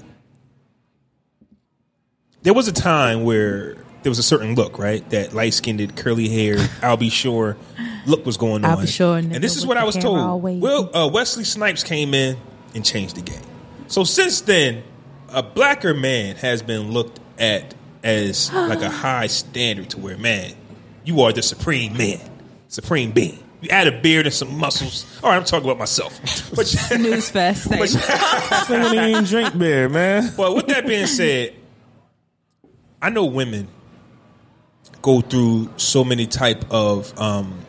S1: there was a time where there was a certain look, right? That light skinned, curly hair, I'll be sure look was going
S3: I'll
S1: on.
S3: be sure,
S1: And this
S3: nigga,
S1: is
S3: with
S1: what I
S3: the
S1: was
S3: camera all
S1: told.
S3: waving.
S1: Well, uh, Wesley Snipes came in and changed the game. So since then, a blacker man has been looked at as like a high standard to where, man, you are the supreme man, supreme being. You add a beard and some muscles. All right, I'm talking about myself. But,
S3: News fest. Like,
S2: This nigga didn't even drink beer, man.
S1: but with that being said, I know women go through so many type of. Um,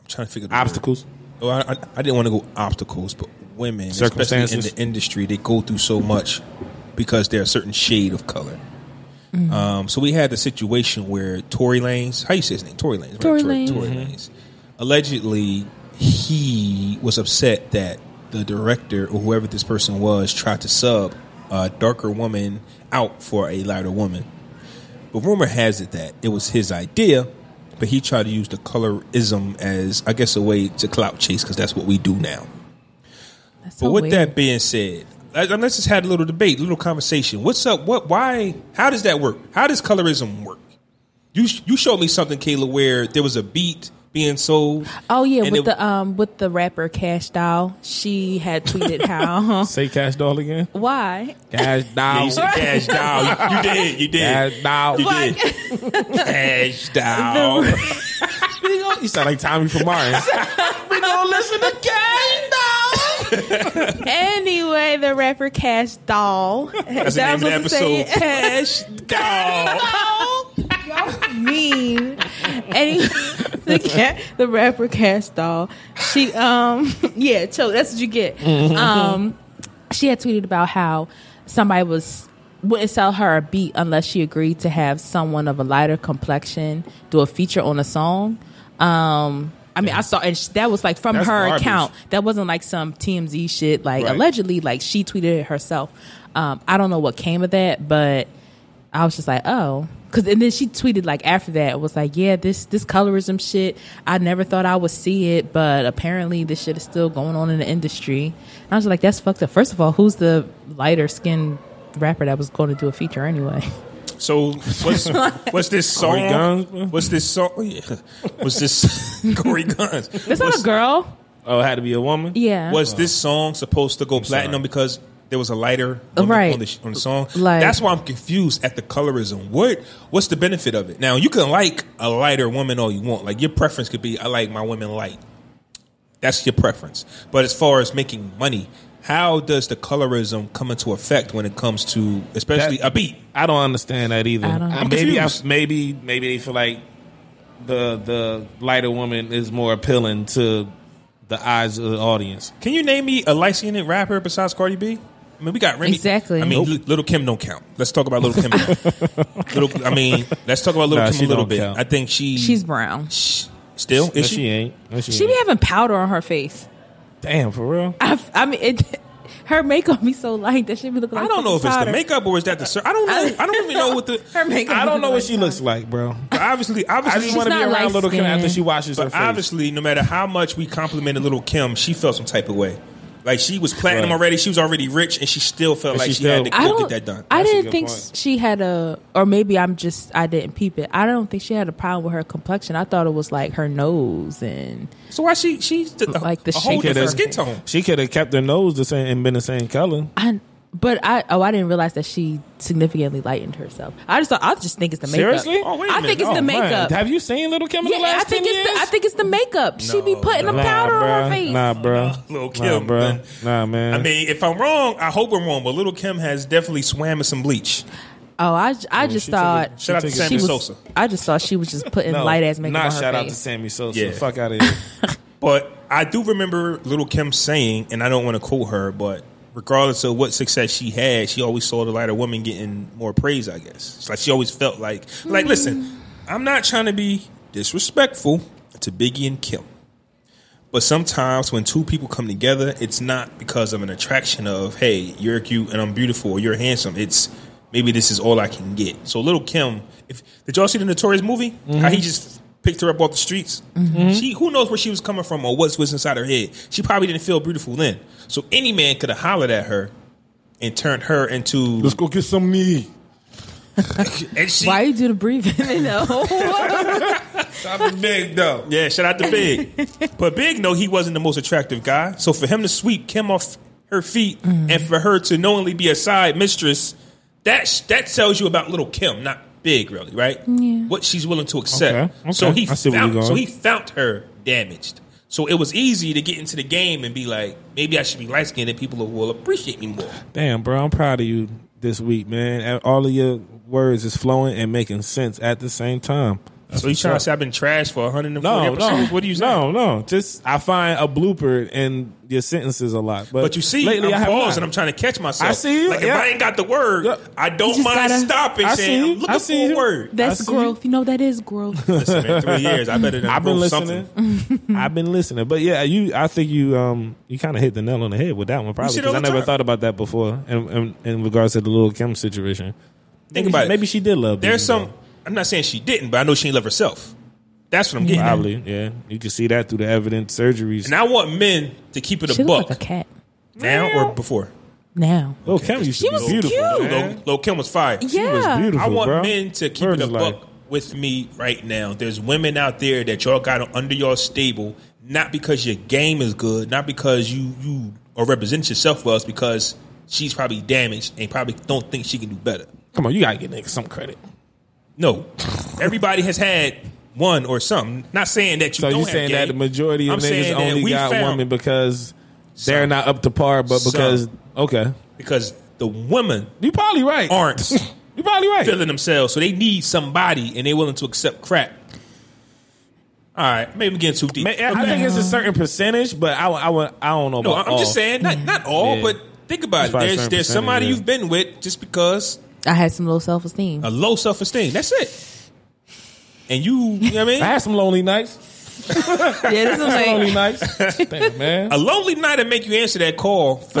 S1: I'm trying to figure the word.
S2: Obstacles.
S1: Well, I, I- I didn't want to go obstacles, but women, especially in
S2: Circumstances.
S1: the industry, they go through so much because they're a certain shade of color. Um, so we had a situation where Tory Lanez, how you say his name? Tory Lanez. right?
S3: Tory
S1: Tory,
S3: Lanez.
S1: Tory Lanez. Allegedly, he was upset that the director or whoever this person was tried to sub a darker woman out for a lighter woman. But rumor has it that it was his idea, but he tried to use the colorism as, I guess, a way to clout chase because that's what we do now.
S3: That's so
S1: But with
S3: weird.
S1: that being said, let- let's just had a little debate, a little conversation. What's up? What? Why? How does that work? How does colorism work? You sh- you showed me something, Kayla, where there was a beat being sold.
S3: Oh yeah,
S1: and
S3: with
S1: it-
S3: the um with the rapper Cash Doll, she had tweeted how
S2: Say cash doll again.
S3: why
S2: Cash
S1: Yeah,
S2: doll.
S1: you said cash doll. You, you did. You did.
S2: cash doll.
S1: You did. cash doll.
S2: We gonna- You sound like Tommy from Mars. we don't listen to cash doll.
S3: Anyway, the rapper Cash Doll. That's
S1: the name of the episode.
S3: Cash Doll. Y'all mean. Any the cat, the rapper Cash Doll. She um yeah, so that's what you get.
S2: Mm-hmm.
S3: Um she had tweeted about how somebody was wouldn't sell her a beat unless she agreed to have someone of a lighter complexion do a feature on a song. Um I mean, I saw, and sh- that was like from
S2: That's
S3: her
S2: garbage.
S3: account. That wasn't like some TMZ shit. Like
S2: Right.
S3: allegedly, like she tweeted it herself. Um, I don't know what came of that, but I was just like, oh, because and then she tweeted like after that was like, yeah, this this colorism shit. I never thought I would see it, but apparently this shit is still going on in the industry. And I was like, that's fucked up. First of all, who's the lighter skinned rapper that was going to do a feature anyway?
S1: So what's what's this
S2: Corey
S1: song?
S2: Guns, bro?
S1: What's this song? Oh, yeah. What's this Corey Guns?
S3: That's not a girl.
S2: Oh, it had to be a woman.
S3: Yeah.
S1: was this song supposed to go
S2: sorry.
S1: platinum because there was a lighter woman
S3: Right.
S1: on, the, sh- on the song?
S3: Like-
S1: That's why I'm confused at the colorism. What what's the benefit of it? Now you can like a lighter woman all you want. Like your preference could be I like my women light. That's your preference. But as far as making money, how does the colorism come into effect when it comes to especially
S2: That-
S1: a beat?
S2: I don't understand that either.
S3: I don't- I'm
S2: maybe I,
S1: confused.
S2: maybe maybe they feel like the the lighter woman is more appealing to the eyes of the audience.
S1: Can you name me a licensed rapper besides Cardi B? I mean, we got Remy.
S3: Exactly.
S1: I mean, Li- Little Kim don't count. Let's talk about Little Kim. little, I mean, let's talk about Little
S2: Nah,
S1: Kim
S2: she
S1: a little
S2: don't
S1: bit.
S2: count.
S1: I think she
S3: She's brown.
S1: sh- still
S2: No,
S1: is she?
S2: ain't. No, she,
S3: She be
S2: ain't.
S3: having powder on her face.
S2: Damn, for real.
S3: I, I mean, it, her makeup be so light that she be looking. Like
S1: I don't know if it's the
S3: powder.
S1: makeup or is that the sur- I don't know. I don't even know what the.
S3: her makeup.
S2: I don't know
S3: be
S2: what
S3: like
S2: she looks like, bro.
S1: Obviously,
S2: I
S1: obviously,
S2: just want to be
S3: not
S2: around little Kim
S3: light-skinned.
S2: after she washes her
S1: but
S2: face.
S1: obviously, no matter how much we complimented Little Kim, she felt some type of way. Like she was platinum
S2: Right.
S1: already. She was already rich, and she still felt
S2: And
S1: like she,
S2: she still-
S1: had to
S3: I
S1: go get
S3: don't.
S1: that done.
S3: I
S2: That's a
S3: didn't
S2: good
S3: think
S2: point.
S3: she had a, or maybe I'm just I didn't peep it. I don't think she had a problem with her complexion. I thought it was like her nose and
S1: so why she she's a,
S3: Like the
S1: a whole
S3: shape of
S1: different skin
S3: her-
S1: tone?
S2: She could have kept her nose the same and been the same color.
S3: I. But I oh I didn't realize that she significantly lightened herself. I just thought I just think it's the makeup.
S2: Seriously?
S1: Oh, wait a
S3: I
S1: minute.
S3: think it's
S2: Oh,
S3: the
S2: man.
S3: makeup.
S2: Have you seen Little Kim in
S3: Yeah,
S2: the last
S3: I think
S2: 10
S3: it's
S2: years?
S3: the I think it's the makeup. she be
S1: No,
S3: putting
S1: no.
S3: a powder on her
S2: bruh.
S3: face.
S2: Nah, bro.
S1: Lil'
S2: nah,
S1: Kim,
S2: bro.
S1: man.
S2: Nah, man.
S1: I mean, if I'm wrong, I hope I'm wrong, but Little Kim has definitely swam in some bleach.
S3: Oh, I, j- I just
S2: she took
S3: thought
S2: it- she
S1: Shout out to
S2: took it-
S1: Sammy
S3: she was.
S1: Sosa.
S3: I just thought she was just putting
S2: No,
S3: light ass makeup
S2: Not
S3: on her
S2: shout out to
S3: face.
S2: Sammy Sosa.
S1: Yeah.
S2: Fuck out of here.
S1: But I do remember Little Kim saying, and I don't want to quote her, but regardless of what success she had, she always saw the lighter woman getting more praise, I guess. It's like she always felt like, like, listen, I'm not trying to be disrespectful to Biggie and Kim. But sometimes when two people come together, it's not because of an attraction of, hey, you're cute and I'm beautiful or you're handsome. It's maybe this is all I can get. So little Kim, if did y'all see the notorious movie? How he just picked her up off the streets? She who knows where she was coming from or what's was inside her head. She probably didn't feel beautiful then. So any man could have hollered at her and turned her into
S2: go get some me.
S1: and she
S3: Why you do the breathing? You know.
S2: I'm big though.
S1: Yeah, shout out to Big. but Big, no, he wasn't the most attractive guy. So for him to sweep Kim off her feet
S2: Mm-hmm.
S1: and for her to knowingly be a side mistress, that sh- that tells you about little Kim, not Big, really, right? Yeah. What she's willing to accept.
S2: Okay, okay.
S1: So he
S2: I see where you're
S1: found,
S2: going.
S1: so he found her damaged. So it was easy to get into the game and be like, maybe I should be light skinned and people will appreciate me more.
S2: Damn, bro. I'm proud of you this week, man. And All of your words is flowing and making sense at the same time.
S1: so you
S2: what's
S1: trying to
S2: up.
S1: say I've been trashed for 140
S2: No, no.
S1: episodes? What do you say?
S2: No, no. Just I find a blooper in your sentences a lot. But,
S1: But you see,
S2: lately
S1: I'm
S2: I have
S1: paused
S2: not.
S1: and I'm trying to catch myself.
S2: I see you,
S1: Like
S2: yeah.
S1: if I ain't got the word,
S2: Yeah.
S1: I don't
S3: You just
S1: mind
S3: gotta-
S1: stopping
S2: I
S1: saying
S2: see you.
S1: I'm looking
S2: I see
S1: for
S2: you.
S1: a word.
S3: That's
S2: I see you.
S3: growth. You know that is growth.
S1: Listen, man, three years. I better than
S2: I've been
S1: approve
S2: listening.
S1: something.
S2: I've been listening, but yeah, you. I think you. Um, you kind of hit the nail on the head with that one, probably
S1: shit
S2: because
S1: all
S2: I
S1: the
S2: never
S1: time.
S2: thought about that before. And, and in regards to the little Kim situation,
S1: Think
S2: maybe
S1: about
S2: she,
S1: it.
S2: Maybe she did love.
S1: There's
S2: Bieber,
S1: some. I'm not saying she didn't, but I know she ain't love herself. That's what I'm
S2: though.
S1: getting. At.
S2: probably. Yeah, you can see that through the evident surgeries.
S1: And I want men to keep it
S3: she
S1: a
S3: look
S1: buck
S3: like a cat
S1: now or before.
S3: now.
S2: Lil Kim used
S3: She
S2: to be
S3: was
S2: beautiful.
S3: cute.
S1: Lil,
S2: Man.
S1: Lil Kim was fire.
S3: yeah,
S2: She was beautiful.
S1: I want
S2: bro.
S1: men to keep
S2: Word
S1: it a
S2: is like-
S1: buck with me right now. There's women out there that y'all got under your stable, not because your game is good, not because you you or represent yourself well, it's because she's probably damaged and probably don't think she can do better.
S2: Come on, you gotta get niggas some credit.
S1: No, everybody has had one or some. Not saying that you
S2: So
S1: don't
S2: you
S1: have
S2: saying that the
S1: game.
S2: majority of
S1: I'm
S2: niggas
S1: saying that
S2: only
S1: we
S2: got
S1: found-
S2: women because they're not up to par, but
S1: Some.
S2: because okay,
S1: because the women
S2: you probably right.
S1: aren't
S2: You probably right.
S1: feeling themselves, so they need somebody and they're willing to accept crap. All right, maybe I'm getting too deep.
S2: Ma- I think it's a certain percentage, but I, I, I don't know.
S1: No,
S2: about
S1: I'm
S2: all.
S1: just saying, not not all,
S2: Yeah.
S1: but think about
S2: It's
S1: it.
S2: probably
S1: There's
S2: certain
S1: there's somebody
S2: percentage, yeah.
S1: you've been with just because
S3: I had some low self esteem.
S1: a low self esteem. That's it. And you, you know what I
S2: I
S1: mean?
S2: had some lonely nights.
S3: yeah, this is
S2: Lonely
S3: like
S2: nights. Damn, man.
S1: A lonely night will make you answer that call for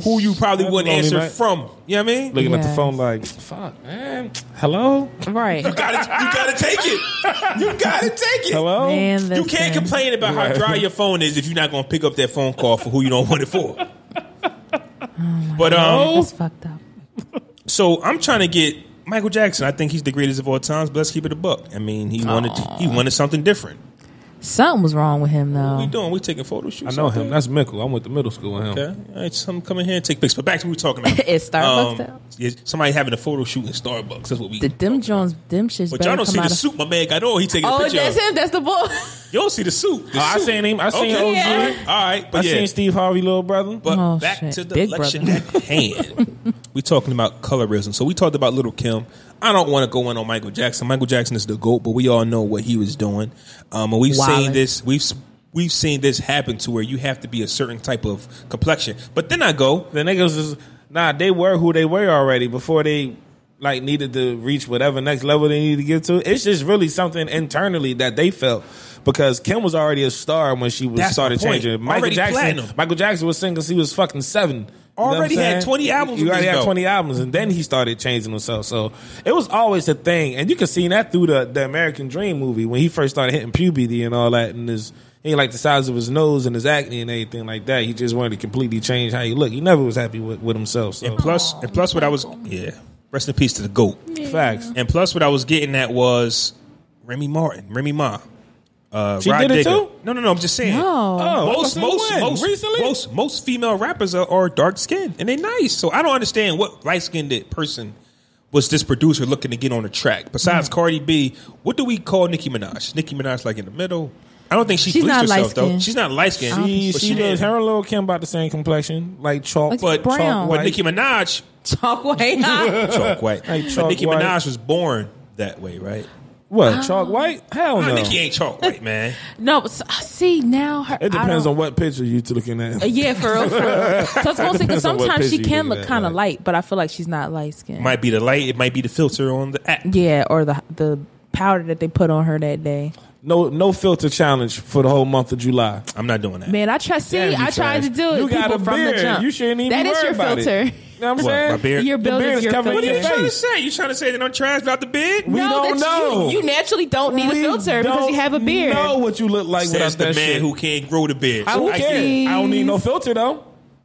S1: who, who you probably
S2: That's a
S1: wouldn't
S2: lonely
S1: answer
S2: night.
S1: from. You know what I mean?
S2: Looking at the
S3: Yes.
S2: phone like, fuck, man. Hello?
S1: You
S3: right,
S1: gotta, you gotta take it. You gotta take it.
S2: Hello?
S3: man.
S1: You
S3: listen.
S1: can't complain about how dry your phone is if you're not gonna pick up that phone call for who you don't want it for.
S3: Oh
S1: but um,
S3: That's fucked up.
S1: So I'm trying to get Michael Jackson. I think he's the greatest of all times. But let's keep it a buck. I mean, he wanted he wanted something different.
S3: Something was wrong with him
S1: What we
S3: though.
S1: doing? We taking photo
S2: I
S1: shoots.
S2: know
S1: out
S2: him.
S1: there?
S2: That's Mickle. I went to middle school with him.
S1: Okay. All right, so I'm coming here and take pics. But back to what we were talking about. Um,
S3: Is Starbucks out?
S1: yeah, somebody having a photo shoot in Starbucks. That's what we.
S3: The them Jones, them shits.
S1: but
S3: better
S1: y'all don't
S3: come
S1: see
S3: out
S1: the
S3: of-
S1: suit my man got on. He taking a
S3: Oh,
S1: picture.
S3: that's
S1: of.
S3: him. That's the boy.
S1: You don't see the suit. The
S2: Oh, I
S1: suit.
S2: seen him. I seen
S1: Okay.
S3: Yeah.
S2: OG.
S1: All right,
S2: I
S1: but yeah.
S2: seen Steve Harvey, little brother.
S1: But
S3: Oh,
S1: back
S3: shit.
S1: to the
S3: Big
S1: election
S3: brother.
S1: at hand. we talking about colorism. So we talked about Little Kim. I don't want to go in on Michael Jackson. Michael Jackson is the goat, but we all know what he was doing. Um, and we've
S3: Wildin'.
S1: seen this. We've we've seen this happen to where you have to be a certain type of complexion. But then I go,
S2: The niggas is, nah, they were who they were already before they like needed to reach whatever next level they needed to get to. It's just really something internally that they felt because Kim was already a star when she was
S1: That's
S2: started
S1: my point.
S2: changing. Michael
S1: Already
S2: Jackson,
S1: platinum.
S2: Michael Jackson was singing since he was fucking seven. You know what I'm
S1: Already had
S2: saying?
S1: 20 albums
S2: You
S1: with
S2: already
S1: this
S2: had
S1: dog.
S2: twenty albums, and then he started changing himself. So it was always a thing, and you can see that through the the American Dream movie when he first started hitting puberty and all that, and his he ain't like the size of his nose and his acne and everything like that. He just wanted to completely change how he looked. He never was happy with, with himself. So
S1: plus and plus what I was yeah. Rest in peace to the goat.
S2: facts.
S1: And plus what I was getting at was Remy Martin, Remy Ma. Uh,
S2: She
S1: Rod
S2: did it
S1: Digger.
S2: too?
S1: No, no, no. I'm just saying.
S3: No.
S2: Oh,
S1: most
S2: I was
S1: most
S2: like, when?
S1: most,
S2: recently.
S1: most most female rappers are, are dark skinned and they nice. So I don't understand what light skinned person was this producer looking to get on the track. Besides
S2: Hmm.
S1: Cardi B, what do we call Nicki Minaj? Nicki Minaj like in the middle. I don't think she
S3: She's
S1: bleached
S3: not
S1: herself though.
S3: light-skinned.
S1: She's not light skinned.
S2: she
S1: but
S2: she
S1: she
S2: does.
S1: did.
S2: Her and Lil Kim about the same complexion, like chalk.
S3: Like
S1: But
S3: brown.
S2: chalk
S1: But
S2: white.
S1: Nicki Minaj,
S3: Chalk white.
S1: chalk white.
S2: Like
S1: but
S2: chalk
S1: Nicki
S2: white.
S1: Minaj was born that way, right?
S2: what chalk white? Hell
S1: No,
S2: no.
S1: Oh. Nicki ain't chalk white, man.
S3: no, s- uh, see now her.
S2: It depends
S3: I
S2: on
S3: don't-
S2: what picture you're looking at.
S3: Uh, Yeah, for real. For real. so I was gonna say because
S2: Depends on what
S3: sometimes she
S2: picture you
S3: can
S2: look
S3: look
S2: at,
S3: kind of
S2: like-
S3: light, but I feel like she's not light skinned.
S1: Might be the light. It might be the filter on the app.
S3: Yeah, or the the powder that they put on her that day.
S2: No, no filter challenge for the whole month of July.
S1: I'm not doing that.
S3: Man, I try see.
S2: Damn, you
S3: I tried
S2: trash.
S3: to do it.
S2: You got
S3: people
S2: a
S3: from
S2: beard.
S3: the jump.
S2: You shouldn't even
S3: That is
S2: worry
S3: your
S2: about it.
S3: filter.
S2: You know what I'm
S1: What,
S2: saying?
S1: my beard?
S3: Your
S2: The
S3: build
S2: beard
S3: is your
S2: covering
S3: filter.
S1: What are you
S2: your
S1: trying to
S2: face.
S1: say? You trying to say that I'm trash without the beard?
S2: We
S3: no,
S2: don't
S3: that's
S2: know.
S3: You, you naturally don't need
S2: We
S3: a filter because you
S2: don't
S3: have a beard.
S2: Know what you look like
S1: Says
S2: without
S1: the man
S2: that shit.
S1: who can't grow the beard.
S2: I
S1: So
S2: don't
S1: I
S2: care.
S1: said,
S2: I don't need no filter though.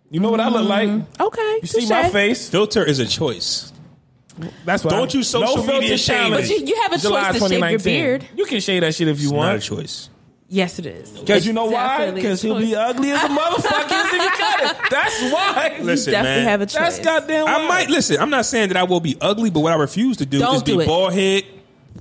S2: You know what I look like? You
S3: Okay,
S2: see my
S3: touche.
S2: face?
S1: Filter is a choice.
S2: That's why.
S1: Don't you social
S2: no filter
S1: media shame
S2: challenge.
S1: me.
S3: But you, you have a
S2: July
S3: choice to shave your
S2: 2019.
S3: beard.
S2: You can shave that shit if you
S1: It's not a
S2: want.
S1: choice.
S3: Yes, it is.
S2: Because you know
S3: It's
S2: why?
S3: definitely a
S2: Because he'll
S3: choice.
S2: be ugly as a motherfucker if you cut it. That's why.
S1: Listen,
S3: Definitely
S1: man.
S3: have a
S2: That's
S3: choice.
S2: goddamn. Why.
S1: I might listen. I'm not saying that I will be ugly, but what I refuse to do
S3: Don't
S1: is
S3: do
S1: be
S3: it.
S1: bald head.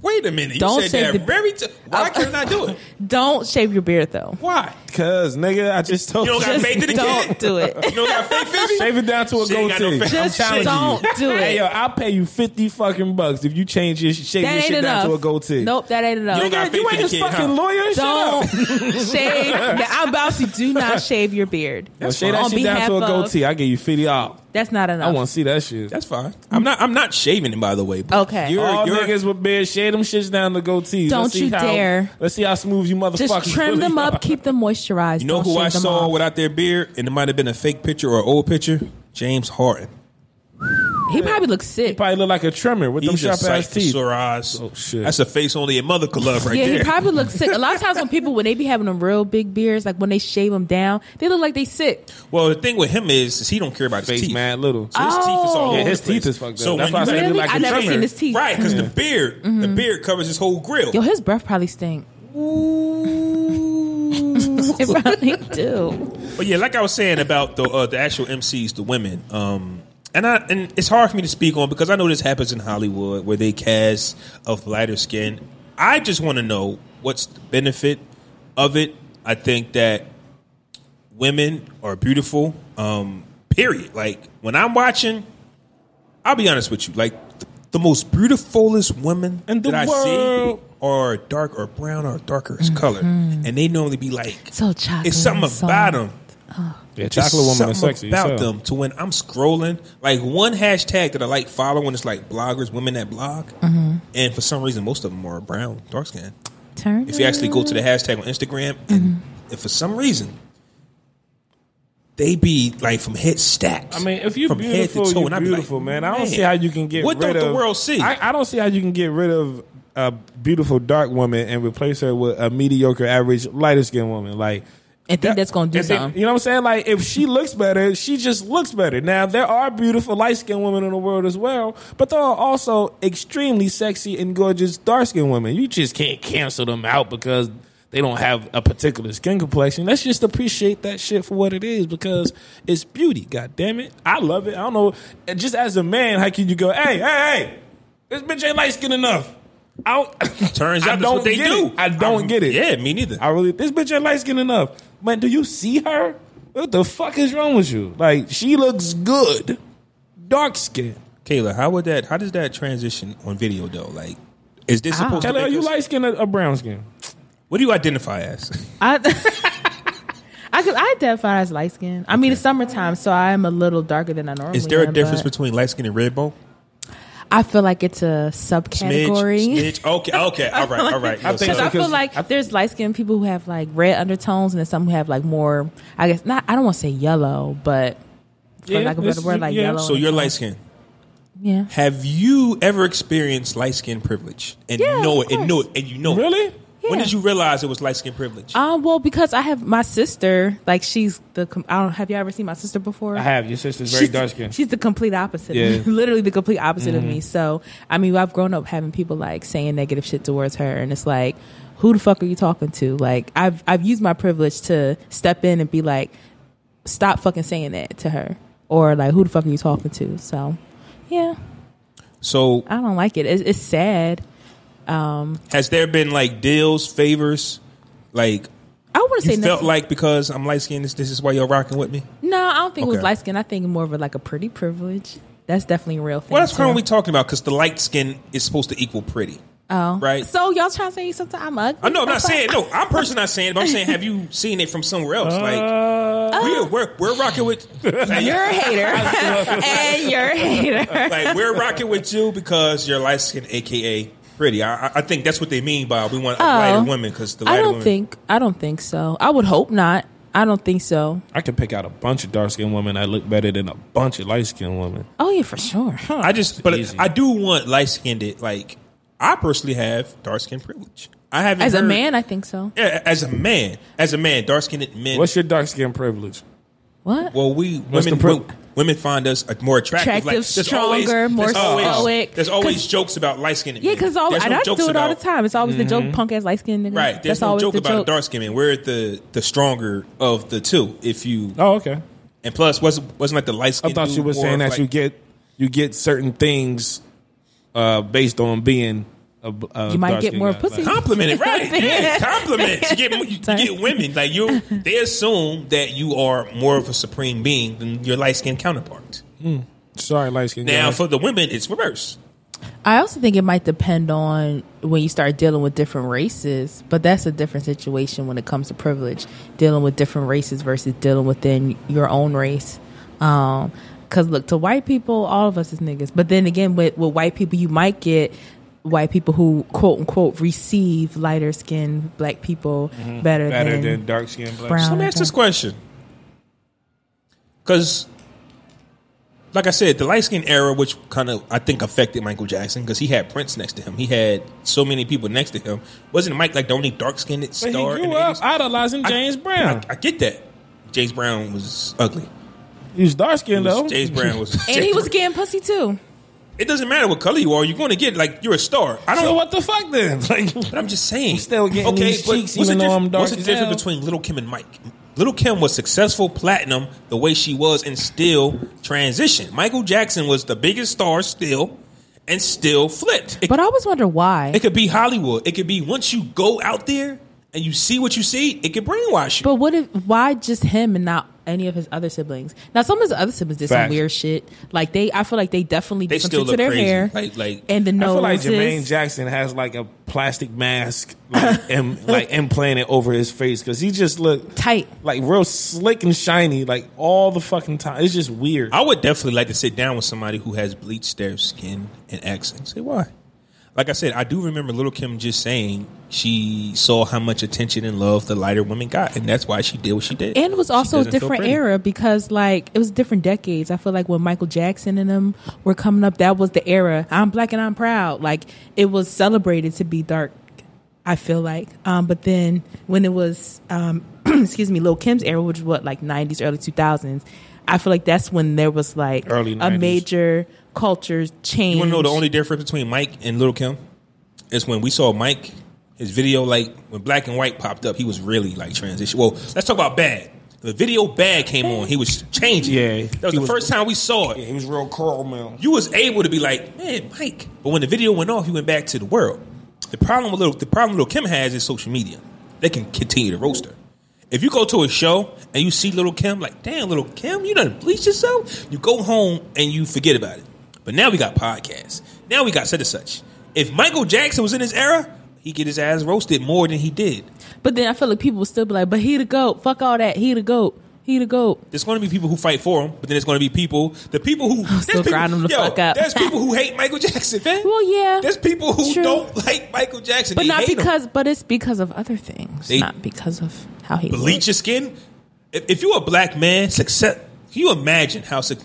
S1: Wait a minute. You
S3: Don't
S1: said
S3: shave
S1: that
S3: the-
S1: very. T- Why
S3: I-
S1: can I do it?
S3: Don't shave your beard though.
S1: Why?
S2: Cause nigga, I just told
S1: You
S2: you.
S1: don't got
S3: Just
S1: faith in the
S3: don't
S1: kid.
S3: do it.
S1: You know that fake fifty?
S2: Shave it down to a
S1: She ain't got
S2: goatee.
S1: no fa-
S3: Just
S2: I'm challenging
S3: don't
S2: you.
S3: do it.
S2: Hey yo, I'll pay you fifty fucking bucks if you change your shave
S3: That
S2: your
S3: ain't
S2: shit
S3: enough.
S2: down to a goatee.
S3: Nope, that ain't enough.
S1: You don't got
S2: Nigga, you
S1: faith
S2: ain't
S1: in the
S2: his
S1: kid,
S2: fucking
S1: huh?
S2: lawyer. Shut up.
S3: Don't shave. Now, I'm about to do not shave your beard.
S2: Yo, shave that
S3: On
S2: shit down
S3: behalf
S2: to a
S3: of-
S2: goatee. I give you fifty off.
S3: That's not
S2: I
S3: enough.
S2: want to see that shit.
S1: That's fine. I'm not. I'm not shaving him, by the way. But
S3: Okay.
S1: You're,
S2: All
S1: you're,
S2: niggas with beard, shave them shits down to goatees.
S3: Don't
S2: Let's see
S3: you
S2: how-
S3: dare.
S2: Let's see how smooth you motherfuckers.
S3: Just trim
S2: really
S3: them
S2: are.
S3: up, keep them moisturized.
S1: you know
S3: Don't
S1: who
S3: shave
S1: I
S3: them
S1: saw
S3: off.
S1: without their beard, and it might have been a fake picture or old picture. James Harden.
S3: He probably looks sick.
S2: Probably look like a trimmer with them
S1: He's a
S2: sharp
S1: sight
S2: ass
S1: for
S2: teeth.
S1: sore eyes.
S2: Oh, shit.
S1: That's a face only a mother could love right
S3: yeah,
S1: there.
S3: he probably looks sick. A lot of times when people when they be having them real big beards, like when they shave them down, they look like they sick.
S1: well, the thing with him is, is he don't care about his
S2: Face
S1: teeth.
S2: mad little.
S1: His teeth is all
S3: Oh.
S1: over
S2: Yeah, his
S1: the place.
S2: teeth is fucked up.
S1: So when
S2: That's why I
S1: you-
S2: said he
S3: Really?
S2: look like
S3: I
S2: a
S3: never
S2: trimmer.
S3: seen his teeth.
S1: Right, because the beard, the beard covers his whole grill.
S3: Yo, his breath probably stink. it probably do.
S1: But yeah, like I was saying about the uh, the actual MCs, the women, um, and I and it's hard for me to speak on because I know this happens in Hollywood where they cast of lighter skin. I just want to know what's the benefit of it. I think that women are beautiful. Um, period. Like when I'm watching, I'll be honest with you. Like th- the most beautifulest women
S2: In the
S1: that
S2: world. Mm-hmm.
S1: I see are dark or brown or darker as color, and they normally be like
S3: So chocolate.
S1: it's something
S3: and soft.
S1: about them.
S2: Yeah,
S1: It's
S2: chocolate woman
S1: something
S2: is sexy.
S1: about
S2: so.
S1: them to when I'm scrolling, like one hashtag that I like following is like bloggers, women that blog, and for some reason most of them are brown, dark skin.
S3: Turn.
S1: If you actually go to the hashtag on Instagram, and if for some reason they be like from head stacked.
S2: I mean, if you're
S1: from
S2: beautiful,
S1: head to toe, and
S2: you're
S1: I be
S2: beautiful,
S1: like,
S2: man. I don't see how you can get
S1: what
S2: rid
S1: don't
S2: of
S1: the world see.
S2: I, I don't see how you can get rid of a beautiful dark woman and replace her with a mediocre, average, lighter skinned woman. Like,
S3: And think that's gonna do
S2: if they-
S3: something.
S2: you know what I'm saying? Like, if she looks better, she just looks better. Now, there are beautiful light skinned women in the world as well, but there are also extremely sexy and gorgeous dark skinned women. You just can't cancel them out because they don't have a particular skin complexion. Let's just appreciate that shit for what it is because it's beauty. God damn it. I love it. I don't know. And Just as a man, how can you go, hey, hey, hey, this bitch ain't light skinned enough? I don't,
S1: turns
S2: I
S1: out that's
S2: don't
S1: what they
S2: get
S1: do.
S2: it. I don't
S1: I'm-
S2: get it.
S1: Yeah, me neither.
S2: I really this bitch ain't light skinned enough. Man, do you see her? What the fuck is wrong with you? Like she looks good. Dark skin.
S1: Kayla, how would that? How does that transition on video though? Like, is this supposed to?
S2: Kelly, are
S1: make
S2: you
S1: us-
S2: light skinned or, or brown skin?
S1: What do you identify as?
S3: I, I could I identify as light skin. I mean, it's summertime, so I am a little darker than I normally.
S1: Is there a
S3: am,
S1: difference
S3: but
S1: between light skin and red bone?
S3: I feel like it's a
S1: Smidge,
S3: subcategory.
S1: smidge. Okay, okay, all right, all right.
S2: I think
S3: Because I feel
S2: Because
S3: like there's light skinned people who have like red undertones, and then some who have like more. I guess not. I don't want to say yellow, but for
S2: Yeah,
S3: lack of a
S2: this
S3: better
S2: is-
S3: word, like
S2: yeah.
S3: yellow.
S1: so you're light skinned.
S3: yeah.
S1: Have you ever experienced light skin privilege and
S3: Yeah,
S1: you know
S3: of
S1: it and knew it and you know it?
S2: Really?
S1: When
S3: Yeah.
S1: did you realize it was light skin privilege?
S3: Um. Well, because I have my sister. Like she's the. com- I don't. Have you ever seen my sister before?
S2: I have. Your sister's very
S3: she's,
S2: dark skinned.
S3: She's the complete opposite.
S2: Yeah.
S3: Literally the complete opposite of
S1: Mm-hmm.
S3: me. So, I mean, I've grown up having people like saying negative shit towards her and it's like, who the fuck are you talking to? Like, I've I've used my privilege to step in and be like, stop fucking saying that to her or like, who the fuck are you talking to? So, yeah,
S1: so
S3: I don't like it. It's, it's sad.
S1: has there been like deals, favors, like
S3: I want to
S1: you
S3: say
S1: felt
S3: nothing.
S1: like because I'm light skinned, this, this is why you're rocking with me?
S3: no, I don't think it was
S1: Okay.
S3: light skin. I think more of a, like a pretty privilege. That's definitely a real thing.
S1: Well, that's
S3: too.
S1: currently talking about because the light skin is supposed to equal pretty.
S3: Oh.
S1: right.
S3: So y'all trying to say something I'm ugly?
S1: I know I'm not
S3: That's why-
S1: saying no. I'm personally not saying it, but I'm saying have you seen it from somewhere else? Like
S2: Uh,
S1: we're we're, we're rocking with like,
S3: You're a hater. and you're a hater.
S1: like we're rocking with you because you're light skinned, aka pretty. I, I- I think that's what they mean by we want lighter women because the
S3: Oh, I
S1: lighter
S3: don't
S1: women.
S3: think I don't think so. I would hope not. I don't think so.
S2: I can pick out a bunch of dark skinned women that look better than a bunch of light skinned women.
S3: Oh yeah, for sure.
S1: I just, but
S2: Easy.
S1: I do want light skinned. Like I personally have dark skin privilege. I haven't
S3: As a
S1: heard-
S3: man, I think so.
S1: Yeah, as a man, as a man, dark skinned men.
S2: What's your dark skin privilege?
S3: What?
S1: well, we
S2: the
S1: women.
S2: pri-
S1: wo- Women find us uh, more attractive,
S3: Attractive, stronger, more stoic.
S1: There's always
S3: 'Cause-
S1: jokes about light skinned.
S3: yeah, because all and I do it all the time. It's always the joke, punk ass light skinned nigga.
S1: Mm-hmm. Right, there's
S3: That's
S1: no
S3: always
S1: joke
S3: the
S1: about
S3: joke.
S1: dark skinned men. We're the the stronger of the two. If you
S2: Oh, okay.
S1: And plus, wasn't wasn't like the light
S2: I
S1: skin.
S2: thought you were saying that you get you get certain things uh, based on being a b- a
S3: You might
S2: dark
S3: get
S2: skin
S3: more
S2: guy.
S3: pussy.
S2: Like,
S1: Compliment it, right? Yeah, compliments. You get you, get women like you. They assume that you are more of a supreme being than your light skinned counterpart.
S2: sorry, light skin.
S1: Now,
S2: guy.
S1: for the women, it's reverse.
S3: I also think it might depend on when you start dealing with different races, but that's a different situation when it comes to privilege, dealing with different races versus dealing within your own race. Um 'cause cause look, to white people, all of us is niggas. But then again, with, with white people, you might get white people who quote unquote receive lighter skinned black people better,
S2: Mm-hmm. better
S3: than,
S2: than, dark skin black.
S3: brown.
S1: So let me ask this question. Because, like I said, the light skin era, which kind of I think affected Michael Jackson, because he had Prince next to him. He had so many people next to him. Wasn't Mike like the only dark skinned
S2: But
S1: star?
S2: he
S1: in
S2: grew
S1: the
S2: up
S1: 80s?
S2: idolizing
S1: I-
S2: James Brown.
S1: I, I get that. James Brown was ugly.
S2: he was dark skinned though.
S1: James Brown was.
S3: And he was getting pussy too.
S1: It doesn't matter what color you are. You're going to get like you're a star. I don't.
S2: So
S1: know
S2: what the fuck then? Like,
S1: But I'm just saying.
S2: still getting these
S1: but
S2: cheeks
S1: what's
S2: even
S1: the
S2: though
S1: diff-
S2: I'm dark
S1: What's the
S2: as
S1: difference
S2: hell?
S1: between Little Kim and Mike? Little Kim was successful platinum the way she was and still transitioned. Michael Jackson was the biggest star still and still flipped. It,
S3: But I always wonder why.
S1: it could be Hollywood. It could be once you go out there and you see what you see, it could brainwash you.
S3: But what if? Why just him and not any of his other siblings? Now, some of his other siblings did
S2: Facts.
S3: some weird shit. Like they, I feel like they definitely
S1: They
S3: did some
S1: still look
S3: shit to their
S1: crazy.
S3: hair,
S1: Like- like-
S3: and the
S2: I
S3: noses.
S2: feel like Jermaine Jackson has like a plastic mask, like, im- like implanted over his face because he just looked
S3: Tight.
S2: like real slick and shiny, like all the fucking time. It's just weird.
S1: I would definitely like to sit down with somebody who has bleached their skin and accent. Say why? Like I said, I do remember Little Kim just saying she saw how much attention and love the lighter women got, and that's why she did what she did.
S3: and it was
S1: She
S3: also a
S1: doesn't feel
S3: different
S1: pretty.
S3: era because like it was different decades. I feel like when Michael Jackson and them were coming up, that was the era. I'm black and I'm proud. Like it was celebrated to be dark. I feel like, um, but then when it was, um, excuse me, Lil Kim's era, which was what like '90s, early 2000s. I feel like that's when there was like
S2: Early
S3: a
S2: 90s.
S3: major culture change.
S1: You want to know the only difference between Mike and Little Kim? It's when we saw Mike, his video, like when black and white popped up, he was really like transition. Well, let's talk about Bad. The video Bad came on, he was changing.
S2: Yeah.
S1: that was
S2: He
S1: the
S2: was-
S1: first time we saw it.
S2: He was real curl man.
S1: you was able to be like, man, Mike. But when the video went off, you went back to the world. The problem with little, the problem little Kim has is social media. They can continue to roast her. If you go to a show and you see little Kim, like, damn, little Kim, you done bleach yourself. You go home and you forget about it. But now we got podcasts. Now we got such and such. If Michael Jackson was in his era, he get his ass roasted more than he did.
S3: But then I feel like people would still be like, "But he the goat. Fuck all that. He the goat. He the goat."
S1: There's going to be people who fight for him, but then there's going to be people, the people who there's
S3: still
S1: people,
S3: grind him the
S1: yo,
S3: fuck up.
S1: There's people who hate Michael Jackson, man.
S3: Well, yeah,
S1: There's people who
S3: true.
S1: don't like Michael Jackson,
S3: But
S1: They
S3: not
S1: hate him.
S3: because. But it's because of other things,
S1: They-
S3: not because of how he.
S1: bleach your skin. If, if you're a black man, success. Can you imagine how? suc-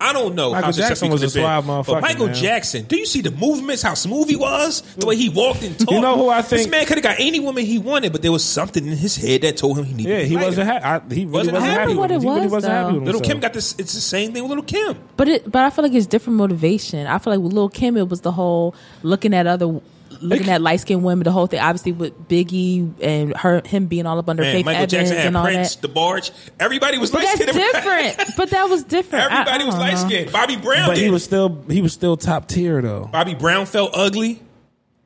S1: I don't know.
S2: Michael
S1: how successful
S2: Jackson
S1: he
S2: was
S1: could've
S2: a suave
S1: been,
S2: motherfucker,
S1: But Michael
S2: man.
S1: Jackson, do you see the movements? How smooth he was, the way he walked and talked.
S2: know who I
S1: This
S2: think-
S1: man could have got any woman he wanted, but there was something in his head that told him he needed.
S2: Yeah,
S1: to
S2: he
S1: fight
S2: wasn't
S1: him.
S2: happy. He really
S1: Wasn't
S2: wasn't,
S1: happy.
S2: happy.
S1: I
S3: wonder
S2: with him. He
S3: what it
S2: really
S3: was,
S2: wasn't happy
S3: though.
S2: with
S1: Little
S2: himself.
S1: Kim got this. It's the same thing with Little Kim.
S3: But it. But I feel like it's different motivation. I feel like with Lil Kim, it was the whole looking at other. Looking at light skinned women, the whole thing, obviously with Biggie and her, him being all up under
S1: Man,
S3: Faith
S1: Michael
S3: Evans
S1: Jackson had
S3: and all
S1: Prince,
S3: that.
S1: the barge. Everybody was
S3: But
S1: light
S3: that's
S1: skinned.
S3: different. but that was different. I-
S1: Everybody
S3: I
S1: was
S3: don't
S1: light
S3: know.
S1: skinned. Bobby Brown.
S2: but
S1: did.
S2: he was still he was still top tier though.
S1: Bobby Brown felt ugly.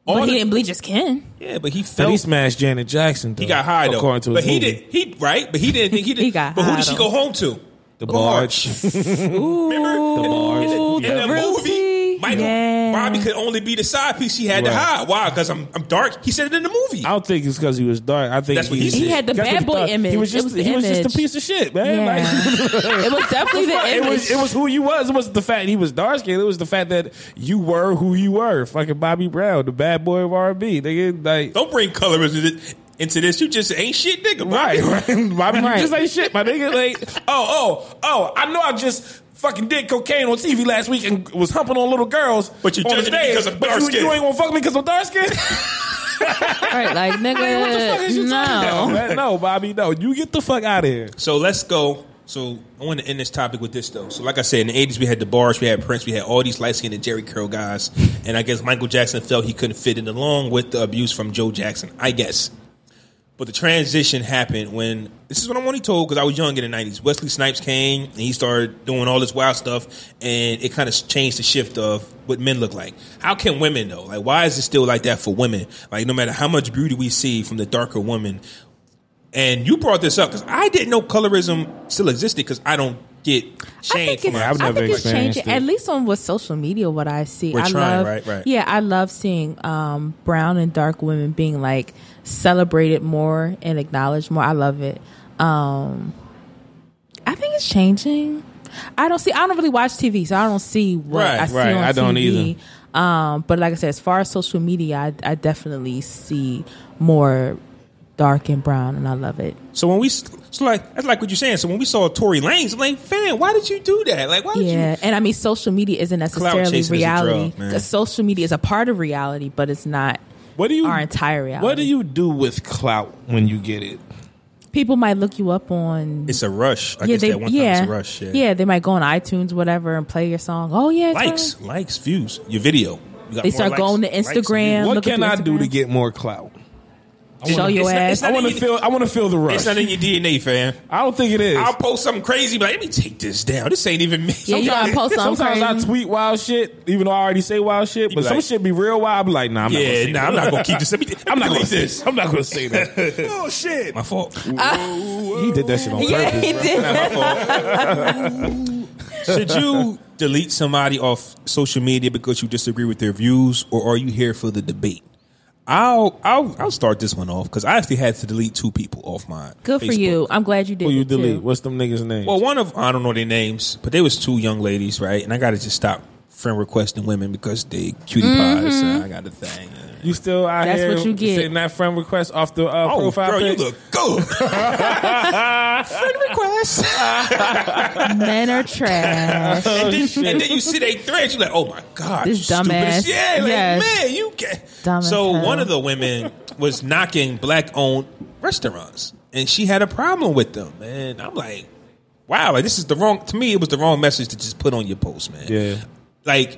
S1: All
S3: But he
S1: the-
S3: didn't bleach his skin.
S1: Yeah, but he felt.
S2: But he smashed Janet Jackson. Though,
S1: He got high though.
S2: according to
S1: but
S2: his
S1: he
S2: movie.
S1: did. He right. But he didn't think he did.
S3: He got
S1: But who
S3: high,
S1: did she
S3: though.
S1: go home to?
S2: The barge.
S1: Remember
S2: The barge.
S1: in the, in
S2: Yeah.
S1: the movie,
S3: Realty.
S1: Michael
S3: Yeah.
S1: Bobby could only be the side piece he had to
S2: Right.
S1: hide. Why? Because I'm I'm dark. He said it in the movie.
S2: I don't think it's because he was dark. I think
S1: That's what he said.
S3: He had the
S2: that's what
S3: bad
S2: he
S3: boy
S2: thought.
S3: image.
S2: He was
S3: It
S2: just
S3: was the
S2: he was just
S3: image.
S2: a piece of shit, man. Like,
S3: Yeah. it was definitely the
S2: It
S3: image.
S2: was it was who you was. It wasn't the fact he was dark skinned. It was the fact that you were who you were. Fucking Bobby Brown, the bad boy of R and B. Nigga, like
S1: don't bring color into this, into this. You just ain't shit, nigga. Bobby.
S2: right, right. Bobby,
S3: Right.
S2: you just ain't shit, my nigga. Like oh, oh, oh. I know I just fucking did cocaine on TV last week and was humping on little girls.
S1: But you
S2: on
S1: judging me
S2: stage,
S1: because I'm
S2: but
S1: dark
S2: you-
S1: skinned.
S2: You ain't gonna fuck me because I'm dark skinned.
S3: right, like nigga.
S2: what the fuck is you
S3: Uh, no.
S2: talking about? man? No, Bobby, no. You get the fuck out of here.
S1: So let's go. So I want to end this topic with this though. So like I said, in the eighties we had the bars, we had Prince, we had all these light skinned and Jerry curl guys, and I guess Michael Jackson felt he couldn't fit in along with the abuse from Joe Jackson. I guess. But the transition happened when this is what I'm only told because I was young in the '90s. Wesley Snipes came and he started doing all this wild stuff, and it kind of changed the shift of what men look like. How can women though? Like, why is it still like that for women? Like, no matter how much beauty we see from the darker woman, and you brought this up because I didn't know colorism still existed because I don't get shame
S3: I think
S1: from
S3: it's,
S1: it.
S2: I would
S3: I
S2: never
S3: think it's
S2: experienced
S3: changing.
S2: it.
S3: At least on what social media, what I see,
S1: We're
S3: I
S1: trying,
S3: love.
S1: right, right.
S3: Yeah, I love seeing um, brown and dark women being like celebrated more and acknowledged more. I love it. Um, I think it's changing. I don't see. I don't really watch TV, so I don't see what
S1: Right,
S3: I see
S2: right.
S3: on
S2: I don't
S3: TV. Um, but like I said, as far as social media, I, I definitely see more dark and brown, and I love it.
S1: So when we, so like that's like what you're saying. So when we saw Tory Lanez, I'm like, fam, why did you do that? Like, why did
S3: Yeah,
S1: you?
S3: and I mean, social media isn't necessarily
S1: chasing is a
S3: reality.
S1: drug, man.
S3: 'Cause social media is a part of reality, but it's not
S2: What do you?
S3: our entire reality.
S2: What do you do with clout when you get it?
S3: People might look you up on.
S1: It's a rush. I guess that one time it's a rush. Yeah.
S3: yeah, they might go on iTunes, whatever, and play your song. Oh yeah, it's
S1: Likes,
S3: right.
S1: likes, views, your video. You got
S3: They
S1: more
S3: start
S1: likes,
S3: going to
S1: likes and
S3: Instagram.
S1: views.
S2: What
S3: look at
S2: can
S3: your
S2: I do
S3: Instagram.
S2: to get more clout?
S3: Show your
S1: it's not-
S3: ass.
S1: it's not
S2: I want to
S1: in-
S2: feel. I want to feel the rush.
S1: It's not in your DNA, fam.
S2: I don't think it is.
S1: I'll post something crazy, but like, let me take this down. This ain't even me.
S3: Yeah, you gotta post something
S2: Sometimes I
S3: crazy.
S2: tweet wild shit, even though I already say wild shit.
S1: You
S2: But
S1: be
S2: some
S1: like-
S2: shit be real wild. I be like, nah, I'm
S1: Yeah,
S2: not.
S1: nah, I'm not gonna keep this. Let me,
S2: I'm not gonna
S1: delete
S2: say
S1: this.
S2: this. I'm not gonna say that.
S1: Oh shit, my fault.
S2: he did that shit on
S3: Yeah,
S2: purpose.
S3: he did.
S1: Should you delete somebody off social media because you disagree with their views, or are you here for the debate? I'll I'll I'll start this one off because I actually had to delete two people off my.
S3: Good for
S1: Facebook.
S3: you. I'm glad you did.
S2: Who you
S3: it, too.
S2: delete? What's them niggas' name?
S1: Well, one of I don't know their names, but there was two young ladies, right? And I got to just stop friend requesting women because they cutie
S3: Mm-hmm.
S1: pies. And I got a thing.
S2: you still out
S3: That's
S2: here
S3: what you get.
S2: sitting that friend request off the uh,
S1: Oh,
S2: profile
S1: girl, you
S2: pic?
S1: look good. friend request.
S3: Men are trash.
S1: and, then, and then you see they thread, you're like, oh my God.
S3: This
S1: you stupid as-
S3: dumbass.
S1: Yeah, like,
S3: Yes.
S1: man, you can
S3: Dumb as
S1: So
S3: hell.
S1: one of the women was knocking black owned restaurants and she had a problem with them. And I'm like, wow, like this is the wrong, to me, it was the wrong message to just put on your post, man.
S2: Yeah.
S1: Like,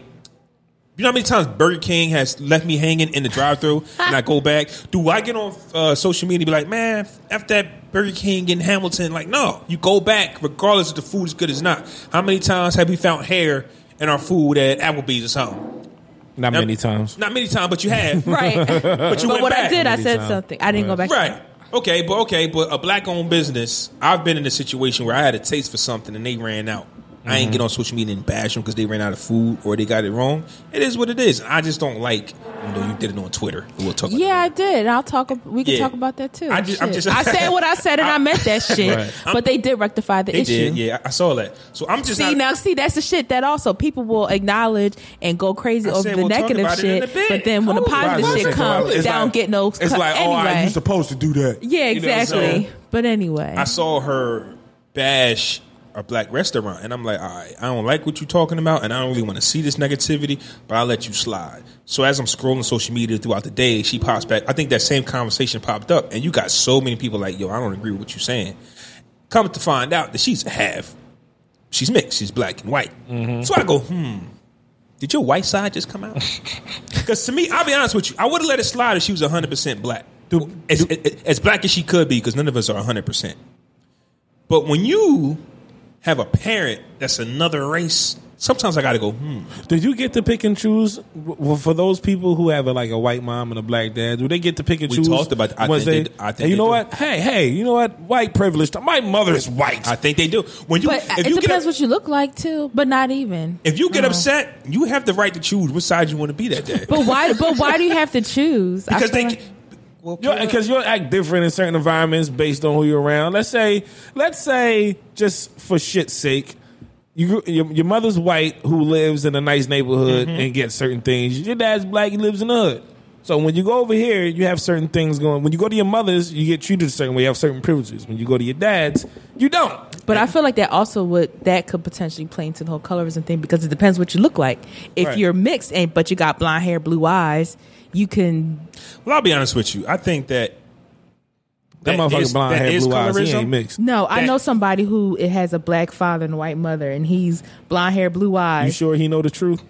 S1: you know how many times Burger King has left me hanging in the drive-thru and I go back? Do I get on uh, social media and be like, man, after that Burger King in Hamilton? Like, no, you go back regardless if the food is good or not. How many times have we found hair in our food at Applebee's or something?
S2: Not many times.
S1: Not many times, but you have.
S3: right.
S1: But you
S3: But
S1: went
S3: what
S1: back.
S3: I did, I
S2: Many
S3: said
S2: times.
S3: something. I didn't go back.
S1: Right. Okay, but okay, but a black owned business, I've been in a situation where I had a taste for something and they ran out. I
S3: Mm-hmm.
S1: ain't get on social media and bash them because they ran out of food or they got it wrong. It is what it is. I just don't like. You know, you did it on Twitter. We'll talk. about
S3: Yeah, I
S1: it.
S3: did. I'll talk. ab- We can
S1: Yeah.
S3: talk about that too.
S1: I just- I'm
S3: Shit.
S1: just-
S3: I said what I said, and I, meant that shit.
S2: Right.
S1: I'm-
S3: But they did rectify the
S1: they
S3: issue.
S1: did. Yeah, I I saw that. So I'm just
S3: See
S1: not,
S3: now, see that's the shit that also people will acknowledge and go crazy
S1: I
S3: over
S1: said
S3: the
S1: we'll talk
S3: negative
S1: about it in
S3: shit.
S1: a bit.
S3: But then when the
S1: Cool.
S3: positive
S1: Right,
S3: shit
S1: right.
S3: comes, they
S2: It's
S3: don't
S2: like-
S3: get no.
S2: It's like, oh,
S3: anyway.
S2: I, you supposed to do that.
S3: yeah,
S2: You know what I'm
S3: exactly.
S2: saying?
S3: but anyway,
S1: I saw her bash a black restaurant, and I'm like, all right, I don't like what you're talking about, and I don't really want to see this negativity, but I'll let you slide. So as I'm scrolling social media throughout the day, she pops back. I think that same conversation popped up, and you got so many people like, yo, I don't agree with what you're saying. Come to find out that she's half. She's mixed. She's black and white. So I go, hmm. Did your white side just come out? Because to me, I'll be honest with you, I would have let it slide if she was 100% black. as, as black as she could be, because none of us are 100%. But when you have a parent that's another race, sometimes I got to go, hmm.
S2: Did you get to pick and choose W- w- for those people who have a, like a white mom and a black dad? Do they get to pick and
S1: We
S2: choose?
S1: talked about that. I
S2: once
S1: think
S2: they-
S1: they- I think
S2: and you
S1: they
S2: know
S1: do.
S2: what? Hey, hey, you know what? White privilege. My mother is white.
S1: I think they do. When you,
S3: but uh,
S1: if
S3: it
S1: you get,
S3: depends
S1: up-
S3: what you look like too. But not even.
S1: if you get upset, you have the right to choose which side you want to be that day.
S3: But why? But why do you have to choose? I
S1: because
S3: feel
S1: they,
S3: like-
S1: well,
S2: because you'll act different in certain environments based on who you're around. Let's say, let's say, just for shit's sake, you your, your mother's white who lives in a nice neighborhood
S1: Mm-hmm.
S2: and gets certain things. Your dad's black, he lives in the hood. So when you go over here, you have certain things going. When you go to your mother's, you get treated a certain way. You have certain privileges. When you go to your dad's, you don't.
S3: But I feel like that also would that could potentially play into the whole colorism thing because it depends what you look like. If
S2: Right.
S3: you're mixed and but you got blonde hair, blue eyes, you can.
S1: well, I'll be honest with you. I think that
S2: That,
S1: That
S2: motherfucker
S1: is-
S2: blonde
S1: that
S2: hair,
S1: is
S2: blue eyes. He
S1: colorism?
S2: ain't mixed.
S3: No, I
S1: That-
S3: know somebody who it has a black father and a white mother, and he's blonde hair, blue
S2: You
S3: eyes.
S2: sure he know the truth?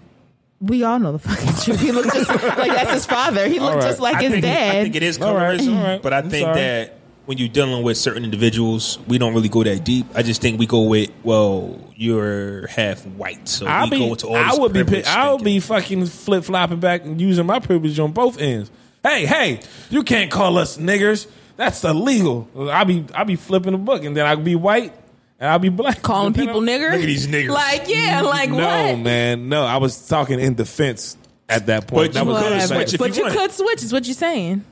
S3: we all know the fucking truth. He looked just like that's his father. He looked
S2: right.
S3: just like
S1: I
S3: his
S1: think,
S3: dad.
S1: I think it is
S2: All right,
S1: colorism,
S2: all right.
S1: but I
S2: I'm
S1: think
S2: sorry.
S1: that when you're dealing with certain individuals, we don't really go that deep. I just think we go with, well, you're half white, so
S2: I'll
S1: we
S2: be,
S1: go to all.
S2: I
S1: this
S2: would be, pi-
S1: privilege
S2: I'll
S1: thinking.
S2: be fucking flip flopping back and using my privilege on both ends. Hey, hey, you can't call us niggers. That's illegal. I'll be, I'll be flipping the book, and then I'll be white, and I'll be black.
S3: Calling people nigger.
S1: Look at these niggers. Mm-hmm.
S3: Like yeah, like
S2: No,
S3: what?
S2: man, no. I was talking in defense at that
S1: But
S2: point. that
S1: you
S2: was
S1: could
S2: what I
S1: have
S2: said.
S1: switched if
S3: but
S1: you
S3: you
S1: want.
S3: could switch. Is what you're saying?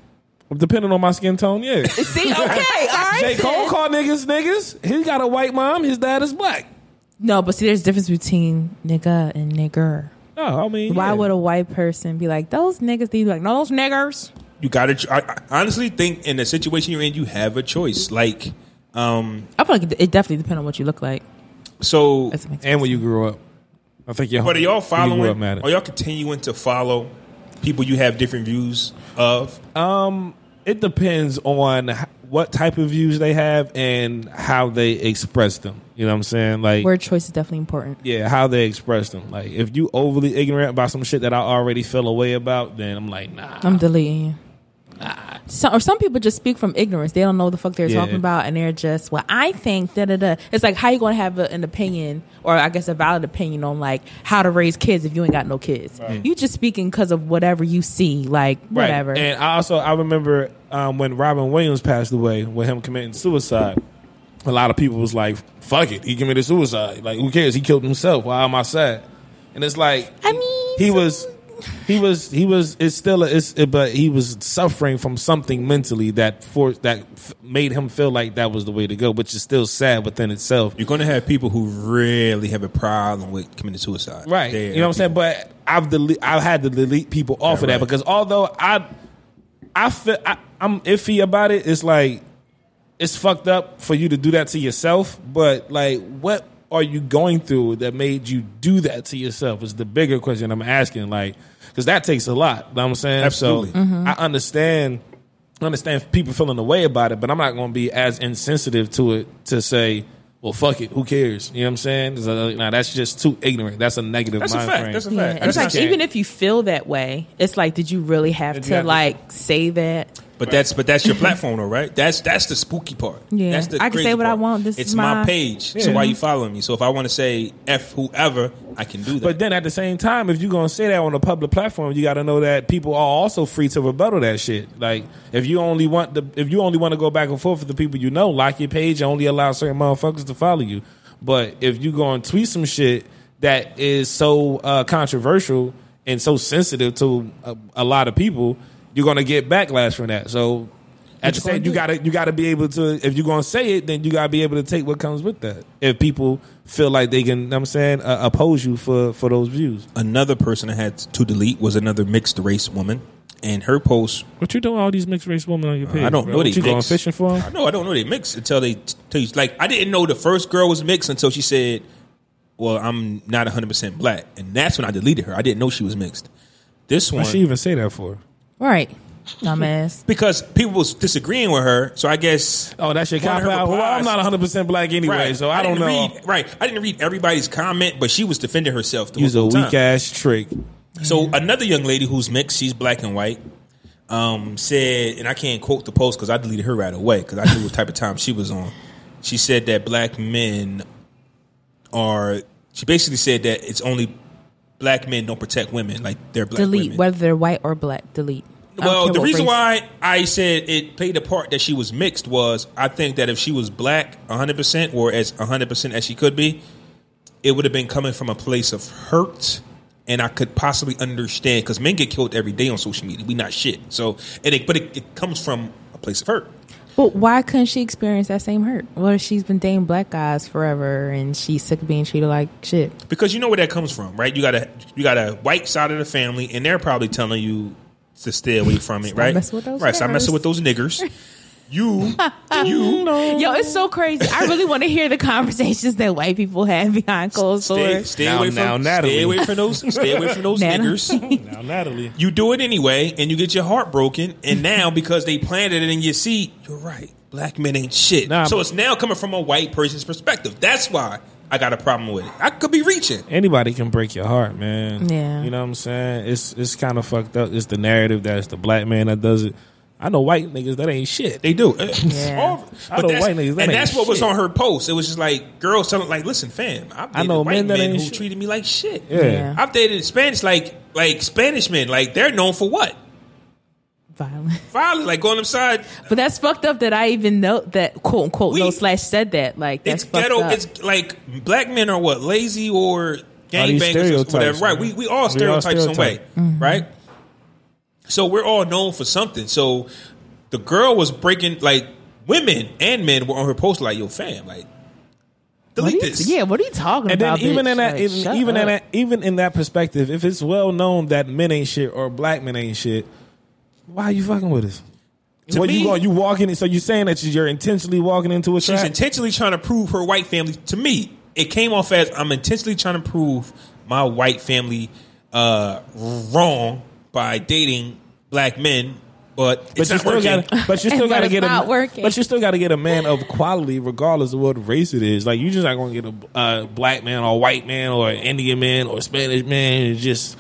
S2: depending on my skin tone. Yeah,
S3: See, okay, all right.
S2: J Cole
S3: then.
S2: called niggas niggas. He got a white mom. His dad is black.
S3: No, but see, there's a difference between nigga and nigger.
S2: No, I mean,
S3: Why
S2: yeah.
S3: would a white person be like those niggas? They be like, no, those niggers.
S1: You got to. I, I honestly think in the situation you're in, you have a choice. Like, um,
S3: I feel like it- it definitely depends on what you look like.
S1: so
S3: That's amazing.
S2: and when you grew up, I think y'all.
S1: But are y'all
S2: Grew up
S1: following?
S2: matter.
S1: Are y'all continuing to follow people you have different views of?
S2: it depends on h- what type of views they have and how they express them. You know what I'm saying? Like,
S3: Word choice is definitely important.
S2: yeah, how they express them. Like, if you overly ignorant about some shit that I already feel away about, then I'm like, nah.
S3: I'm deleting you. Some, or some people just speak from ignorance. They don't know what the fuck they're
S2: Ah. Yeah.
S3: talking about, and they're just, well, I think da da da. It's like how you gonna have a, an opinion, or I guess a valid opinion on like how to raise kids if you ain't got no kids. You just speaking because of whatever you see, like whatever.
S2: Right. And I also I remember um, when Robin Williams passed away with him committing suicide. A lot of people was like, "Fuck it, he committed suicide. Like, who cares? He killed himself. Why am I sad?" And it's like,
S3: I mean,
S2: he was. He was, he was, it's still, a, it's, it, but he was suffering from something mentally that for, that f- made him feel like that was the way to go, which is still sad within itself.
S1: You're going to have people who really have a problem with committing suicide,
S2: Right.
S1: They-
S2: you know what I'm saying? But I've delete, I've had to delete people off of
S1: Right,
S2: that
S1: right.
S2: because although I I feel I, I'm iffy about it, it's like it's fucked up for you to do that to yourself, but like what are you going through that made you do that to yourself is the bigger question I'm asking like cuz that takes a lot, you know what I'm saying?
S1: Absolutely.
S2: So I understand I understand people feeling away about it, but I'm not going to be as insensitive to it to say, well, fuck it, who cares? You know what I'm saying? It's like, nah, that's just too ignorant. That's a negative
S1: That's a
S2: mind
S1: fact.
S2: frame.
S1: That's a
S3: Yeah,
S1: fact.
S3: and
S1: That's
S3: it's like
S1: not saying-
S3: even if you feel that way, it's like, did you really have
S2: Did you
S3: to
S2: have to-
S3: like say that?
S1: But that's but that's your platform, though, right? That's that's the spooky part.
S3: Yeah.
S1: that's the
S3: I can
S1: crazy
S3: say what I
S1: part.
S3: want. This
S1: it's
S3: is my-
S1: page. So
S2: Yeah.
S1: why you following me? So if I want to say f whoever, I can do that.
S2: but then at the same time, if you're going to say that on a public platform, you got to know that people are also free to rebuttal that shit. Like if you only want the if you only want to go back and forth with the people you know, like your page and only allow certain motherfuckers to follow you. But if you go and tweet some shit that is so uh, controversial and so sensitive to a, a lot of people, you're going to get backlash from that. So at the
S3: you
S2: same,
S3: gonna
S2: you
S3: do?
S2: got gotta- you gotta be able to if you're gonna say it, then you gotta be able to take what comes with that. If people feel like they can, know what I'm saying, uh, oppose you for for those views.
S1: another person I had to delete was another mixed race woman, and her post.
S2: What you doing all these mixed race women on your page?
S1: Uh, I don't
S2: bro?
S1: know
S2: What
S1: they
S2: you going
S1: mixed.
S2: fishing for. 'em?
S1: I know I don't know they mixed until they tell you. Like I didn't know the first girl was mixed until she said, "Well, I'm not 100 percent black," and that's when I deleted her. I didn't know she was mixed. This one
S2: What'd she even say that for?
S3: Right, dumbass.
S1: because people was disagreeing with her, so I guess
S2: Oh, that's your
S1: One of
S2: cop
S1: her
S2: out. Well, I'm
S1: replies-
S2: not 100 percent black anyway, so I, don't
S1: didn't
S2: know.
S1: Read, right, I didn't read everybody's comment, but she was defending herself. The
S2: Use a
S1: whole
S2: weak
S1: time.
S2: ass trick.
S1: So another young lady who's mixed, she's black and white, um, said, and I can't quote the post because I deleted her right away because I knew what type of time she was on. She said that black men are. She basically said that it's only black men don't protect women like they're black
S3: delete
S1: women.
S3: whether they're white or black. Delete. I don't
S1: Well,
S3: care
S1: the
S3: what
S1: reason
S3: race.
S1: why I said it played a part that she was mixed was I think that if she was black 100% or as 100% as she could be, it would have been coming from a place of hurt. And I could possibly understand because men get killed every day on social media. We not shit. So, and it, but it, it comes from a place of hurt.
S3: But why couldn't she experience that same hurt? What if she's been dating black guys forever and she's sick of being treated like shit?
S1: because you know where that comes from, right? You got a you got a white side of the family, and they're probably telling you to stay away from it,
S3: Stop
S1: right?
S3: messing with those
S1: right, stop
S3: niggers.
S1: messing with those niggers. You, you,
S3: Yo, it's so crazy. I really want to hear the conversations that white people have behind closed
S1: stay,
S3: doors.
S1: stay
S2: Now-
S1: away
S2: now
S1: from
S2: Natalie.
S1: stay away from those stay away from those
S3: Natalie.
S1: niggers.
S2: Now, Natalie,
S1: You do it anyway, and you get your heart broken. And now because they planted it in your seed, you're right. Black men ain't shit.
S2: Nah,
S1: so
S2: but-
S1: it's now coming from a white person's perspective. That's why I got a problem with it. I could be reaching.
S2: anybody can break your heart, man.
S3: Yeah.
S2: You know what I'm saying? It's it's kind of fucked up. It's the narrative that it's the black man that does it. I know white niggas that ain't shit.
S1: They do. Uh,
S3: Yeah.
S1: All-
S2: I
S1: but
S2: know
S1: that's,
S2: white niggas
S1: and
S2: that ain't
S1: that's what was
S2: shit.
S1: on her post. It was just like girls telling, like, listen, fam, I've dated
S2: know
S1: white
S2: men that
S1: men who
S2: ain't shit.
S1: treated me like shit.
S2: Yeah.
S3: Yeah.
S1: I've dated Spanish, like, like Spanish men, like they're known for what?
S3: Violent.
S1: Violent, like going inside.
S3: But that's fucked up that I even know that quote unquote
S1: We-
S3: no slash said that. Like that's
S1: It's
S3: fucked
S1: ghetto.
S3: up.
S1: It's like black men are what lazy or
S2: these
S1: gangbangers or
S2: stereotypes,
S1: whatever. Right?
S2: man.
S1: We we all
S2: We all
S1: stereotype some way,
S2: stereotype.
S3: Mm-hmm.
S1: right? So we're all known for something. So the girl was breaking like women and men were on her post like, "Yo, fam, like
S3: What
S1: delete
S3: are you-
S1: this."
S3: Yeah, what are you talking
S2: And then
S3: about?
S2: even
S3: bitch?
S2: in that,
S3: Like,
S2: even,
S3: shut
S2: even in
S3: up.
S2: that, even in that perspective, if it's well known that men ain't shit or black men ain't shit, why are you fucking with us?
S1: To
S2: what
S1: me-
S2: you going? You walking? in- So you saying that you're intentionally walking into a
S1: She's
S2: trap?
S1: intentionally trying to prove her white family. To me, it came off as I'm intentionally trying to prove my white family uh, wrong by dating black men, but
S2: but
S1: it's
S2: you
S1: not
S2: still
S1: working.
S2: got, but you still
S3: But
S2: got to
S3: it's
S2: get a,
S3: not working.
S2: but you still got to get a man of quality, regardless of what race it is. Like you just not going to get a uh, black man or white man or Indian man or Spanish man and just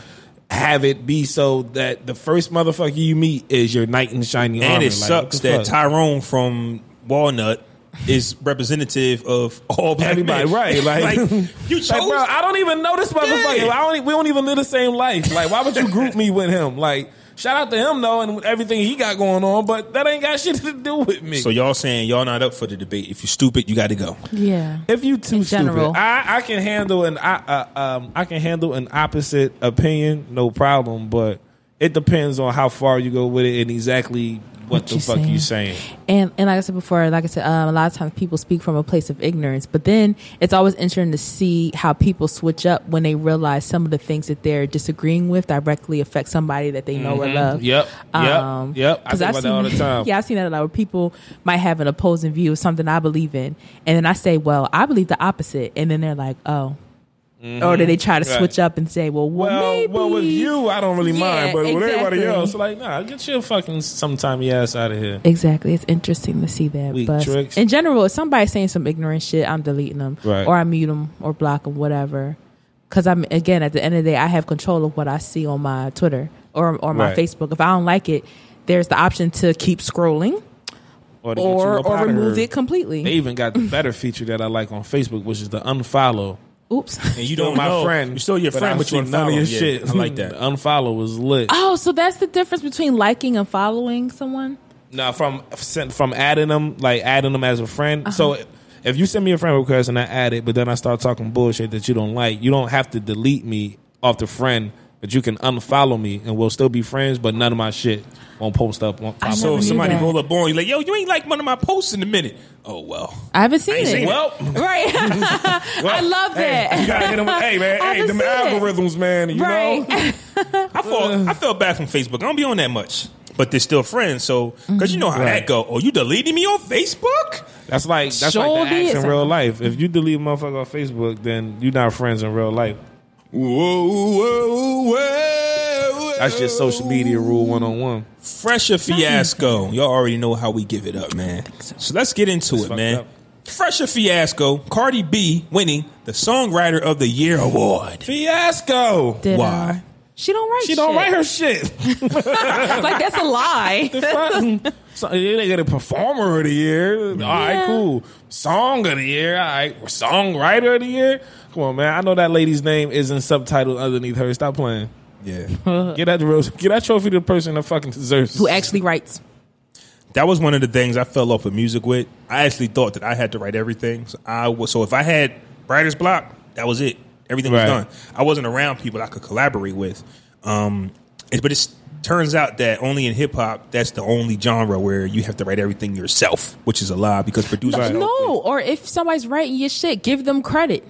S2: have it be so that the first motherfucker you meet is your knight in shining armor.
S1: and it
S2: Like, what
S1: sucks
S2: the
S1: that
S2: fuck?
S1: Tyrone from Walnut is representative of all black
S2: Everybody,
S1: men.
S2: right? Like,
S1: you
S2: Like,
S1: chose.
S2: bro, I don't even know this motherfucker.
S1: Yeah.
S2: I don't, e- we don't even live the same life. Like, why would you group me with him? Like, shout out to him though, and everything he got going on, but that ain't got shit to do with me.
S1: so y'all saying y'all not up for the debate? If you stupid, you got to go.
S3: yeah.
S2: if you too
S3: In general.
S2: stupid, I, I can handle an I, uh, um I can handle an opposite opinion, no problem. But it depends on how far you go with it and exactly what,
S3: What
S2: the
S3: you
S2: fuck you saying.
S3: And and like I said before, like I said, um, a lot of times people speak from a place of ignorance, but then it's always interesting to see how people switch up when they realize some of the things that they're disagreeing with directly affect somebody that they know or love.
S2: Mm-hmm.
S3: Um,
S2: Yep, yep, yep. I
S3: 'cause
S2: think
S3: I've
S2: about that all the
S3: seen-
S2: time.
S3: Yeah, I've seen that a lot. Where people might have an opposing view of something I believe in, and then I say, "Well, I believe the opposite," and then they're like, "Oh." Or do they try to
S2: Mm-hmm. Right.
S3: switch up and say, "Well, well,
S2: Well,
S3: maybe."
S2: well, with you, I don't really
S3: Yeah,
S2: mind, but with everybody
S3: exactly.
S2: else, like, nah, get your fucking sometime ass out of here.
S3: Exactly. It's interesting to see that.
S2: Weak
S3: but
S2: tricks.
S3: in general, if somebody's saying some ignorant shit, I'm deleting them
S2: Right.
S3: or I mute them or block them, whatever. Because I'm again at the end of the day, I have control of what I see on my Twitter or or my
S2: Right.
S3: Facebook. If I don't like it, there's the option to keep scrolling
S2: to get you
S3: or
S2: up
S3: or
S2: outta
S3: remove
S2: here.
S3: it completely.
S2: They even got the better feature that I like on Facebook, which is the unfollow.
S3: Oops.
S1: And you
S2: Still
S1: don't know. You still your
S2: but
S1: friend,
S2: I
S1: but you
S2: saw none of your
S1: follow. Yeah,
S2: shit.
S1: I like
S2: The
S1: that.
S2: unfollow was lit.
S3: Oh, so that's the difference between liking and following someone.
S2: Now from sent- from adding them, like adding them as a friend.
S3: Uh-huh.
S2: So if you send me a friend request and I add it, but then I start talking bullshit that you don't like, you don't have to delete me off the friend, but you can unfollow me and we'll still be friends. But none of my shit won't post up. Won't
S3: I
S2: pop
S1: So
S3: never
S1: if
S3: knew
S1: somebody
S3: that.
S1: roll up on you, like, yo, you ain't like one of my posts in a minute. Oh well.
S3: I haven't seen
S1: ain't
S3: it.
S1: seen it.
S2: Well,
S3: Right. I love that.
S2: Hey, you gotta hit them. Hey man,
S3: I
S2: hey, them
S3: haven't seen it.
S2: algorithms, man. You
S3: Right.
S2: know,
S1: I
S2: Uh.
S1: felt I fell bad from Facebook. I don't be on that much, but they're still friends. So because you know how
S2: Right.
S1: that go. Oh, you deleting me on Facebook?
S2: that's like that's
S3: Sure
S2: like the
S3: did
S2: acts in
S3: something.
S2: real life. If you delete a motherfucker on Facebook, then you're not friends in real life.
S1: Whoa, whoa, whoa.
S2: That's just social media rule one on one.
S1: Fresher fiasco. Y'all already know how we give it up, man. So. let's get into it,
S2: fuck
S1: man.
S2: it up.
S1: Fresher fiasco. Cardi B winning the Songwriter of the Year award.
S2: Fiasco.
S3: Did, uh,
S1: Why?
S3: She don't write
S2: She don't
S3: shit.
S2: write her shit.
S3: like that's a lie.
S2: Fuck. so they get a performer of the year. All right,
S3: Yeah.
S2: cool. Song of the year. All right, songwriter of the year. Come on, man. I know that lady's name isn't subtitled underneath her. Stop playing.
S1: Yeah.
S2: Get that real, get that trophy to the person that fucking deserves.
S3: Who
S2: it.
S3: actually writes?
S1: that was one of the things I fell off with music with. I actually thought that I had to write everything. So I was so if I had writer's block, that was it. Everything
S2: Right.
S1: was done. I wasn't around people I could collaborate with. Um, it- but it turns out that only in hip hop, that's the only genre where you have to write everything yourself, which is a lie because producers don't-
S3: No, or if somebody's writing your shit, give them credit.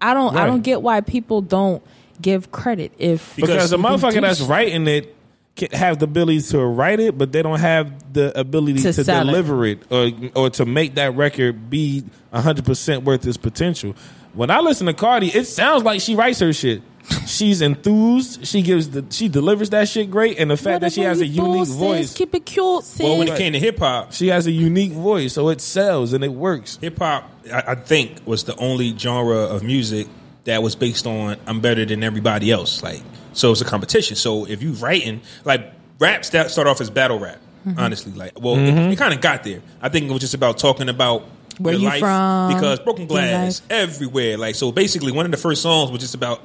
S3: I don't. I
S2: Right.
S3: don't get why people don't give credit if
S2: because the
S3: you can do
S2: motherfucker that's
S3: shit.
S2: writing it can have the ability to write it, but they don't have the ability
S3: To
S2: to,
S3: sell it.
S2: deliver it or or to make that record be hundred percent worth its potential. When I listen to Cardi, it sounds like she writes her shit. She's enthused. She gives the she delivers that shit great, and the fact that she
S3: Whatever
S2: has a
S3: you do,
S2: unique
S3: sis,
S2: voice,
S3: Keep it cute, sis.
S1: Well, when it came to hip hop,
S2: she has a unique voice, so it sells and it works.
S1: hip hop, I, I think, was the only genre of music that was based on I'm better than everybody else. Like, so it's a competition. So if you writing like raps that start off as battle rap,
S3: Mm-hmm.
S1: honestly. Like, well, it, kind of got there. I think it was just about talking about
S3: Where
S1: your
S3: you
S1: life,
S3: from,
S1: because broken
S3: your
S1: glass everywhere. Like, so basically, one of the first songs was just about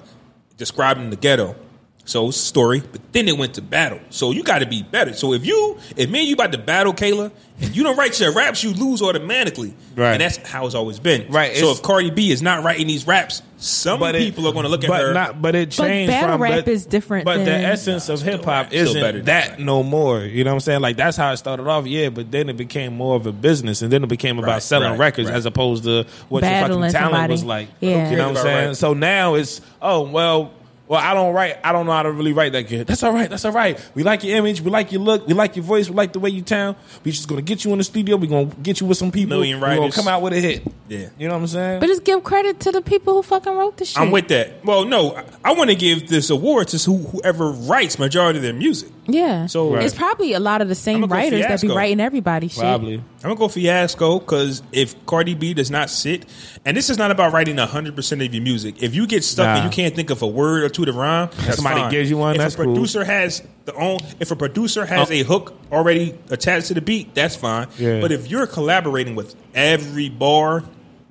S1: describing the ghetto. So it's a story, but then it went to battle. So you got to be better. So if you, if me and you about to battle, Kayla, and you don't write your raps, you lose automatically.
S2: Right.
S1: And that's how it's always been.
S2: Right,
S1: So
S2: it's-
S1: if Cardi B is not writing these raps, some
S2: But it-
S1: people are going to look at
S2: but
S1: her.
S2: Not, but it
S3: But
S2: changed.
S3: battle
S2: from,
S3: rap
S2: but-
S3: is different
S2: But the
S3: than-
S2: essence of hip hop
S1: still better
S2: isn't
S1: than
S2: that
S1: that.
S2: no more. You know what I'm saying? Like that's how it started off. Yeah, but then it became more of a business, and then it became about
S1: Right,
S2: selling
S1: right,
S2: records
S1: right.
S2: as opposed to what your
S3: Battling
S2: fucking talent
S3: somebody.
S2: was like.
S3: Yeah.
S2: You know what I'm
S1: Right,
S2: saying?
S1: right.
S2: So now it's oh well. Well, I don't write. I don't know how to really write that good. That's all right. That's all right. We like your image. We like your look. We like your voice. We like the way you sound. We just gonna get you in the studio. We gonna get you with some people.
S1: Million
S2: We gonna
S1: writers.
S2: come out with a hit.
S1: Yeah.
S2: You know what I'm saying?
S3: But just give credit to the people who fucking wrote the shit.
S1: I'm with that. Well, no, I, I want to give this award to who, whoever writes majority of their music.
S3: Yeah.
S1: So-
S3: it's probably a lot of the same
S1: I'ma go
S3: writers that be
S1: Fiasco.
S3: writing everybody shit.
S2: Probably.
S1: I'm gonna go fiasco because if Cardi B does not sit, and this is not about writing 100 percent of your music. If you get stuck
S2: Nah.
S1: and you can't think of a word or two to rhyme, that's
S2: somebody
S1: fine.
S2: gives you one,
S1: If
S2: that's
S1: a
S2: cool. Oh.
S1: producer has the own, if a producer has a hook already attached to the beat, that's fine.
S2: Yeah.
S1: But if you're collaborating with every bar,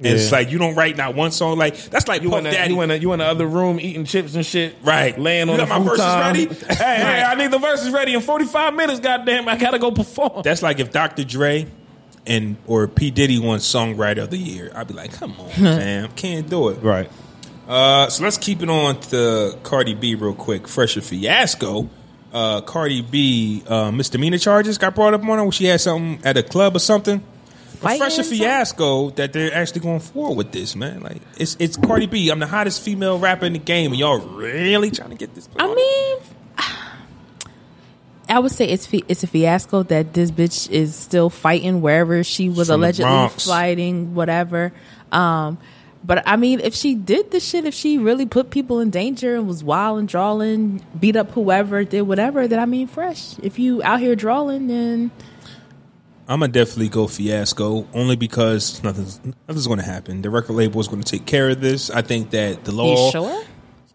S1: and it's
S2: Yeah.
S1: like you don't write not one song, like that's like
S2: You
S1: Puff
S2: in, the,
S1: Daddy.
S2: you, in the, you in the other room eating chips and shit.
S1: Right.
S2: Laying
S1: You
S2: on
S1: got
S2: the
S1: my verses
S2: futon.
S1: ready?
S2: Hey, hey, I need the verses ready in 45 minutes, goddamn. I gotta go perform.
S1: That's like if Dr. Dre and or P Diddy won Songwriter of the Year, I'd be like, come on, fam, can't do it.
S2: right.
S1: Uh, so let's keep it on to Cardi B real quick. Fresher fiasco. Uh, Cardi B uh, misdemeanor charges got brought up on her. when She had something at a club or something. But
S3: Fighting
S1: Fresher
S3: or something?
S1: fiasco that they're actually going forward with this man. Like it's it's Cardi B. I'm the hottest female rapper in the game, and y'all really trying to get this.
S3: I mean, I would say it's fi- it's a fiasco that this bitch is still fighting wherever she was
S1: From the
S3: allegedly
S1: Bronx.
S3: fighting, whatever. Um, but I mean, if she did the shit, if she really put people in danger and was wild and drawling, beat up whoever, did whatever, then I mean, fresh. If you out here drawling, then
S1: I'm gonna definitely go fiasco only because nothing's nothing's gonna happen. The record label is gonna take care of this. I think that the law.
S3: you sure?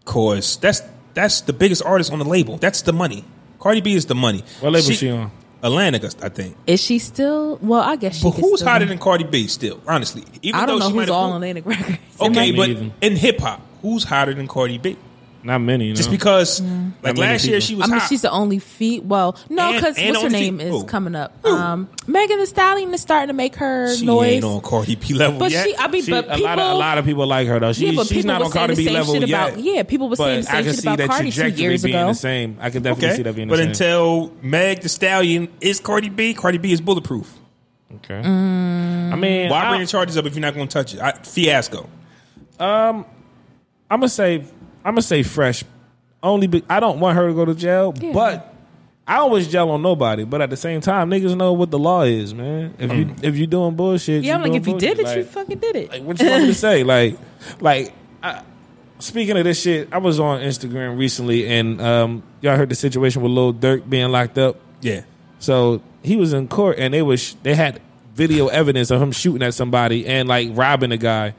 S1: Cause that's that's the biggest artist on the label. That's the money. Cardi B is the money.
S2: What label she on?
S1: Atlantic, I think.
S3: Is she still? Well, I guess she.
S1: But
S3: could
S1: who's
S3: still-
S1: hotter than Cardi B? Still, honestly, even
S3: I don't
S1: though
S3: know
S1: she might
S3: who's
S1: have-
S3: all on Atlantic Records.
S1: Okay,
S2: Me
S1: but
S2: either.
S1: in hip hop, who's hotter than Cardi B?
S2: Not many.
S1: Just because, like
S2: many
S1: last year,
S2: people.
S1: she
S3: I
S1: was
S3: mean,
S1: hot.
S3: she's the only feat. Well, no,
S1: And-
S3: because
S1: and
S3: what's her
S1: only
S3: name
S1: fe-
S3: is
S1: who?
S3: coming up.
S1: Who?
S3: Um, Megan Thee Stallion is starting to make her
S1: She
S3: noise,
S1: ain't on Cardi B level
S3: but
S1: yet.
S3: she. I mean,
S2: She,
S3: but
S2: a
S3: people.
S2: lot of a lot of people like her though. She,
S3: yeah, but
S2: she's
S3: people
S2: not
S3: were
S2: on
S3: saying
S2: Cardi
S3: the
S2: B
S3: same
S2: level
S3: shit
S2: yet.
S3: about. Yeah, people were saying the
S2: but I
S3: same
S2: can
S3: shit
S2: see
S3: about
S2: that
S3: Cardi two
S2: trajectory
S3: years
S2: being
S3: ago.
S2: the same. I can definitely
S1: okay,
S2: see that being
S1: but
S2: the same.
S1: until Meg the Stallion is Cardi B, Cardi B is bulletproof.
S2: okay.
S3: Mm.
S2: I mean,
S1: Why
S2: I-
S1: bring the charges up if you're not going to touch it? I, fiasco.
S2: I'm gonna say I'm gonna say fresh, only be, I don't want her to go to jail,
S3: Yeah.
S2: but I always jail on nobody. But at the same time, niggas know what the law is, man. If you if you doing bullshit,
S3: Yeah, I'm like,
S2: doing
S3: if you did it,
S2: bullshit.
S3: you
S2: Like,
S3: fucking did it.
S2: like, what you want me to say? Like, like I, speaking of this shit, I was on Instagram recently, and um, y'all heard the situation with Lil Durk being locked up.
S1: Yeah.
S2: So he was in court, and they was they had video evidence of him shooting at somebody and like robbing a guy.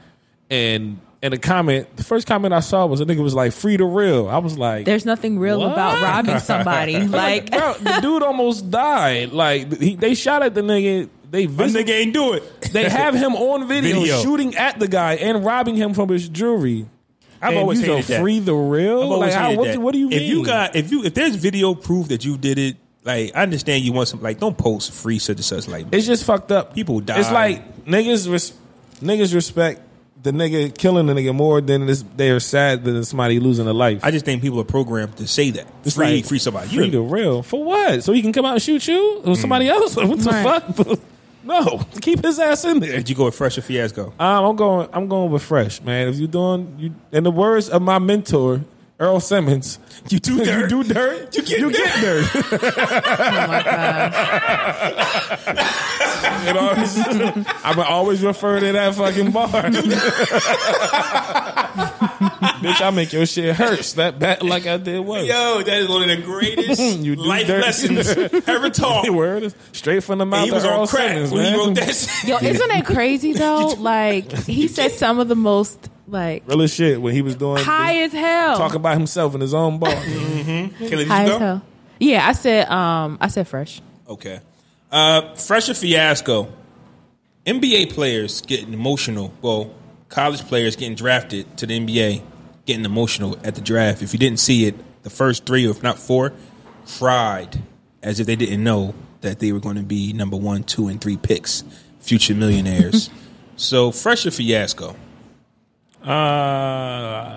S2: And and the comment, the first comment I saw was a nigga was like, "Free the real." I was like,
S3: There's nothing real
S2: What?
S3: about robbing somebody.
S2: like,
S3: like,
S2: bro, the dude almost died. Like he, they shot at the nigga. They
S1: My
S2: vis-
S1: nigga ain't do it.
S2: they have him on video,
S1: Video.
S2: shooting at the guy and robbing him from his jewelry.
S1: I've
S2: And
S1: always
S2: you gonna
S1: hated that.
S2: free the real.
S1: I've always
S2: Like, how-
S1: hated
S2: what,
S1: that.
S2: do- what do you mean?
S1: If you got if you if there's video proof that you did it, like I understand you want some like don't post free such and such like
S2: It's just fucked up.
S1: People die.
S2: It's like niggas res- niggas respect the nigga killing the nigga more than this, they are sad than somebody losing a life.
S1: I just think people are programmed to say that.
S2: It's
S1: free
S2: like,
S1: free somebody.
S2: Free the
S1: You,
S2: real for what? So he can come out and shoot you or somebody else? What the
S3: Right.
S2: fuck? no, keep his ass in there.
S1: did you go with fresh or fiasco?
S2: Um, I'm going. I'm going with fresh man. If you doing you, in the words of my mentor Earl Simmons,
S1: You do
S2: if
S1: dirt.
S2: you do dirt, you get, dirt. Oh It always- I would always refer to that fucking bar. Bitch, I make your shit hurt. Slap back like I did once.
S1: Yo, that is one of the greatest
S2: You do
S1: life
S2: dirt.
S1: lessons ever taught.
S2: Hey,
S1: And
S2: word is straight from the mouth
S1: he was
S2: of Earl
S1: on crack
S2: Simmons,
S1: when
S2: man.
S1: he wrote that. shit.
S3: yo, isn't that crazy though? Like, he said some of the most like
S2: Real as shit when he was doing
S3: high as hell.
S2: talking about himself in his own bar.
S1: Kayla, did you
S3: high as
S1: go?
S3: hell. Yeah, I said. Um, I said fresh.
S1: Okay. Uh, Fresher fiasco. NBA players getting emotional. Well, college players getting drafted to the NBA, getting emotional at the draft. If you didn't see it, the first three, or if not four, cried as if they didn't know that they were going to be number one, two, and three picks, future millionaires. so, fresher fiasco.
S5: Uh,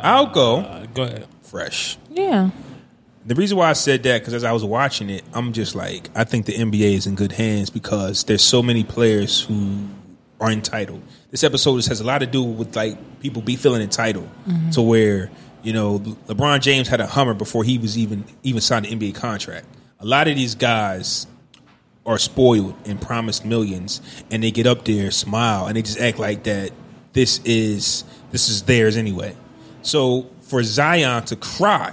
S1: I'll go
S5: uh, go ahead.
S1: fresh.
S3: Yeah.
S1: The reason why I said that because as I was watching it, I'm just like, I think the NBA is in good hands because there's so many players who are entitled. This episode just has a lot to do with like people be feeling entitled to where you know Le- LeBron James had a Hummer before he was even even signed an NBA contract. A lot of these guys are spoiled and promised millions, and they get up there, smile, and they just act like that this is this is theirs anyway. So for Zion to cry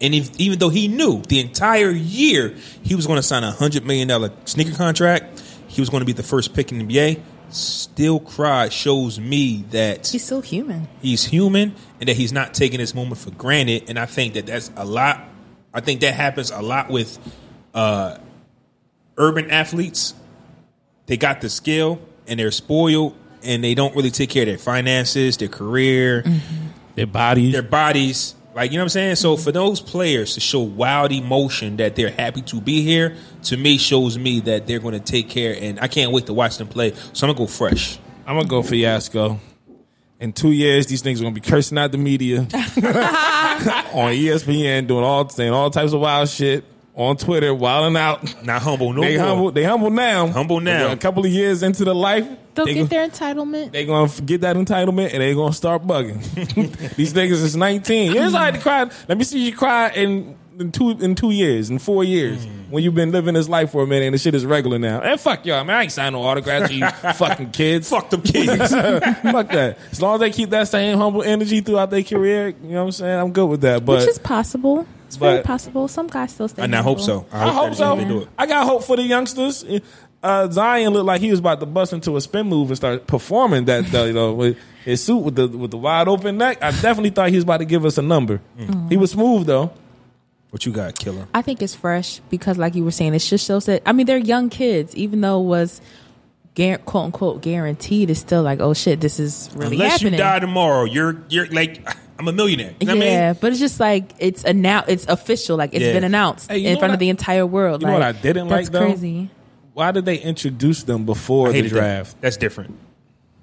S1: and if, even though he knew the entire year he was going to sign a hundred million dollar sneaker contract, he was going to be the first pick in the NBA. Still, cry shows me that
S3: He's still human.
S1: he's human and that he's not taking this moment for granted. And I think that that's a lot. I think that happens a lot with uh, urban athletes. They got the skill and they're spoiled and they don't really take care of their finances, their career,
S5: Their bodies.
S1: their bodies. Like, you know what I'm saying? So for those players to show wild emotion that they're happy to be here, to me shows me that they're going to take care and I can't wait to watch them play. So I'm going to go fresh.
S2: I'm gonna go fiasco. In two years, these niggas are gonna be cursing out the media E on ESPN, doing all saying all types of wild shit on Twitter, wilding out.
S1: Not humble no
S2: They
S1: more.
S2: humble. They humble now.
S1: Humble now.
S2: A couple of years into the life,
S3: They'll
S2: they
S3: get
S2: go-
S3: their entitlement.
S2: they gonna get that entitlement and they gonna start bugging. These niggas is nineteen. Yeah, it's all right to cry. Let me see you cry in, in two in two years, in four years,
S1: Hmm.
S2: when you've been living this life for a minute and the shit is regular now. And fuck y'all, man. I ain't signing no autographs to you fucking kids.
S1: Fuck them kids.
S2: fuck that. As long as they keep that same humble energy throughout their career, you know what I'm saying? I'm good with that. But
S3: Which is possible. It's very
S2: but-
S3: possible. Some guys still stay.
S1: and I hope so.
S2: I hope
S1: that
S2: so.
S1: They do it.
S2: I got hope for the youngsters. Uh, Zion looked like he was about to bust into a spin move and start performing that uh, you know with his suit with the with the wide open neck. I definitely thought he was about to give us a number.
S1: Mm.
S2: He was smooth though.
S1: What you got, killer?
S3: I think it's fresh because, like you were saying, it's just shows that I mean they're young kids, even though it was guar- quote unquote guaranteed. It's still like, oh shit, this is really
S1: Unless
S3: happening.
S1: you die tomorrow, you're you're like I'm a millionaire. You know what I mean?
S3: yeah, but it's just like it's annou- it's official, like it's
S1: Yeah.
S3: been announced
S2: Hey, you
S3: in
S2: know
S3: front
S2: what
S3: of the
S2: I-
S3: entire world.
S2: you know what
S3: Like,
S2: I didn't
S3: that's
S2: like, though?
S3: Crazy.
S2: Why did they introduce them before the
S1: Hated that.
S2: draft?
S1: That's different.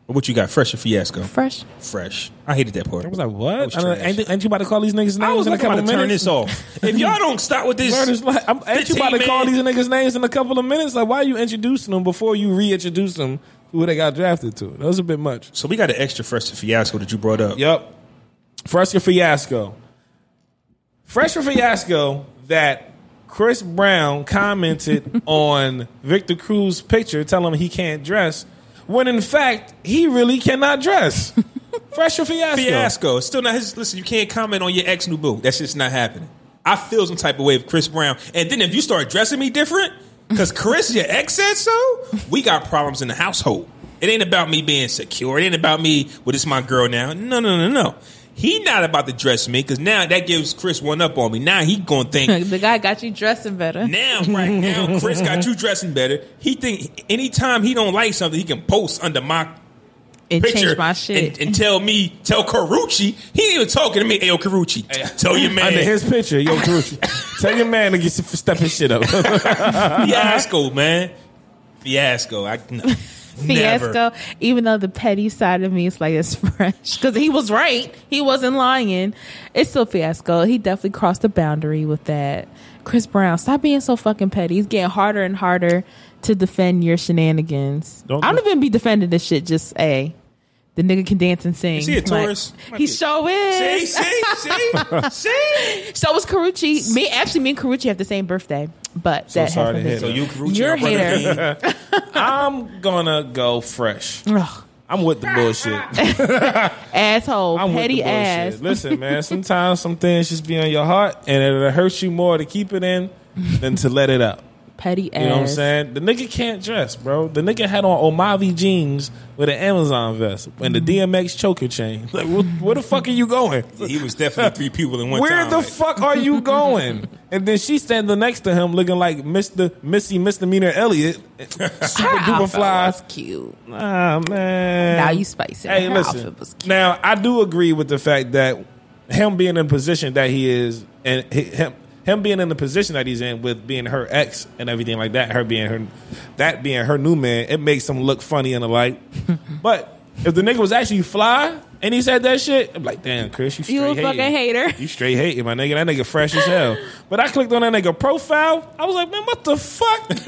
S1: But what you got? Fresh or fiasco?
S3: Fresh.
S1: Fresh. I hated that part.
S2: I was like, what?
S1: was
S2: I don't-
S1: trash.
S2: ain't, ain't you about to call these niggas names
S1: I was
S2: in a
S1: like, I'm
S2: couple
S1: about to
S2: minutes?
S1: turn this off. if y'all don't stop with this,
S2: Burn his life. I'm, ain't you
S1: 15
S2: about to call
S1: man-
S2: these niggas names in a couple of minutes? Like, why are you introducing them before you reintroduce them to who they got drafted to? That was a bit much.
S1: So we got an extra fresh to fiasco that you brought up.
S2: Yep. Fresca fiasco. Fresca fiasco that Chris Brown commented on Victor Cruz's picture, telling him he can't dress, when in fact he really cannot dress. Fresca fiasco.
S1: Fiasco. It's still not his. Listen, you can't comment on your ex new boo. That's just not happening. I feel some type of way of Chris Brown. And then if you start dressing me different, because Chris, your ex said so, we got problems in the household. It ain't about me being secure. It ain't about me, well, this my girl now. No, no, no, no. He not about to dress me because now that gives Chris one up on me. Now he gonna think
S3: the guy got you dressing better.
S1: Now, right now, Chris got you dressing better. He think anytime he don't like something, he can post under my
S3: It
S1: picture
S3: changed my shit.
S1: And, and tell me, tell Carucci. He ain't even talking to me. Ayo, Carucci, tell your man.
S2: Under his picture, yo, Cruz, tell your man to get some step his shit up.
S1: fiasco, man. Fiasco. I no,
S3: fiasco.
S1: Never.
S3: Even though the petty side of me is like it's fresh because he was right, he wasn't lying. It's still fiasco. He definitely crossed the boundary with that. Chris Brown, stop being so fucking petty. He's getting harder and harder to defend your shenanigans.
S5: Don't-
S3: I don't even be defending this shit. Just a. The nigga can dance and sing.
S1: Is he a
S3: Like,
S1: Taurus?
S3: he sure
S1: See,
S3: is.
S1: see, see, see.
S3: So was Karuchi. Me actually, me and Karuchi have the same birthday, but that
S2: sorry to
S3: happened.
S2: hear
S1: So you, Carucci,
S3: You're a
S1: I'm running
S3: hater.
S1: the game.
S2: I'm gonna go fresh.
S3: Ugh.
S2: I'm with the bullshit.
S3: asshole,
S2: I'm with
S3: petty
S2: the bullshit.
S3: ass.
S2: Listen, man, sometimes some things just be on your heart and it'll hurt you more to keep it in than to let it out.
S3: petty ass.
S2: You know what I'm saying? The nigga can't dress, bro. The nigga had on Omavi jeans with an Amazon vest and the
S1: Mm-hmm.
S2: DMX choker chain. Like, wh- where the fuck are you going?
S1: He was definitely three people in one
S2: Where
S1: time.
S2: the
S1: Like,
S2: fuck are you going? And then she's standing next to him looking like Mr. Missy Misdemeanor Elliot. Super duper fly.
S3: was cute.
S2: Ah, man.
S3: Now you spicy.
S2: Hey,
S3: Her
S2: listen.
S3: outfit was cute.
S2: Now I do agree with the fact that him being in the position that he is, and hi- him him being in the position that he's in with being her ex and everything like that, her being her, that being her new man, it makes him look funny and the like. but if the nigga was actually fly and he said that shit, I'm like, damn, Chris, you straight
S3: You a
S2: hating.
S3: fucking hater.
S2: You straight hating, my nigga. That nigga fresh as hell. But I clicked on that nigga profile. I was like, man, what the fuck?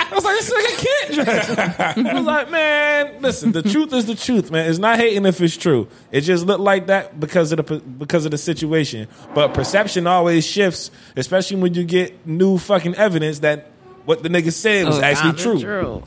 S2: I was like, this nigga can't dress. I was like, man, listen, the truth is the truth, man. It's not hating if it's true. It just looked like that because of the because of the situation. But perception always shifts, especially when you get new fucking evidence that what the nigga said
S1: Oh,
S2: was actually true.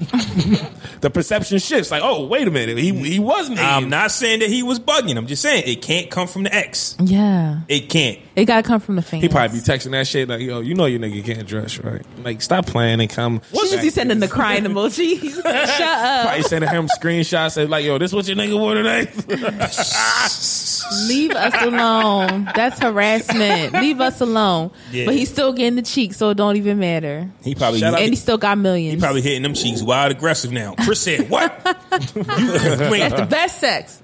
S2: The perception shifts. Like, oh, wait a minute, he he wasn't.
S1: I'm
S2: hating.
S1: not saying that he was bugging. I'm just saying it can't come from the ex.
S3: Yeah,
S1: It can't.
S3: it gotta come from the fans.
S2: He probably be texting that shit like, yo, you know your nigga can't dress right. Like, stop playing and come.
S3: She's
S2: back
S3: usually sending the
S2: here.
S3: crying emoji. Shut up.
S2: Probably sending him screenshots and like, yo, this what your nigga wore today.
S3: Leave us alone. That's harassment. Leave us alone.
S1: Yeah.
S3: But he's still getting the cheek, so it don't even matter.
S1: He probably
S2: Shout out
S3: And he still got
S1: he
S3: millions.
S1: probably hitting them cheeks wild aggressive now. Chris said, "What? you, you ain't-
S3: That's the best sex.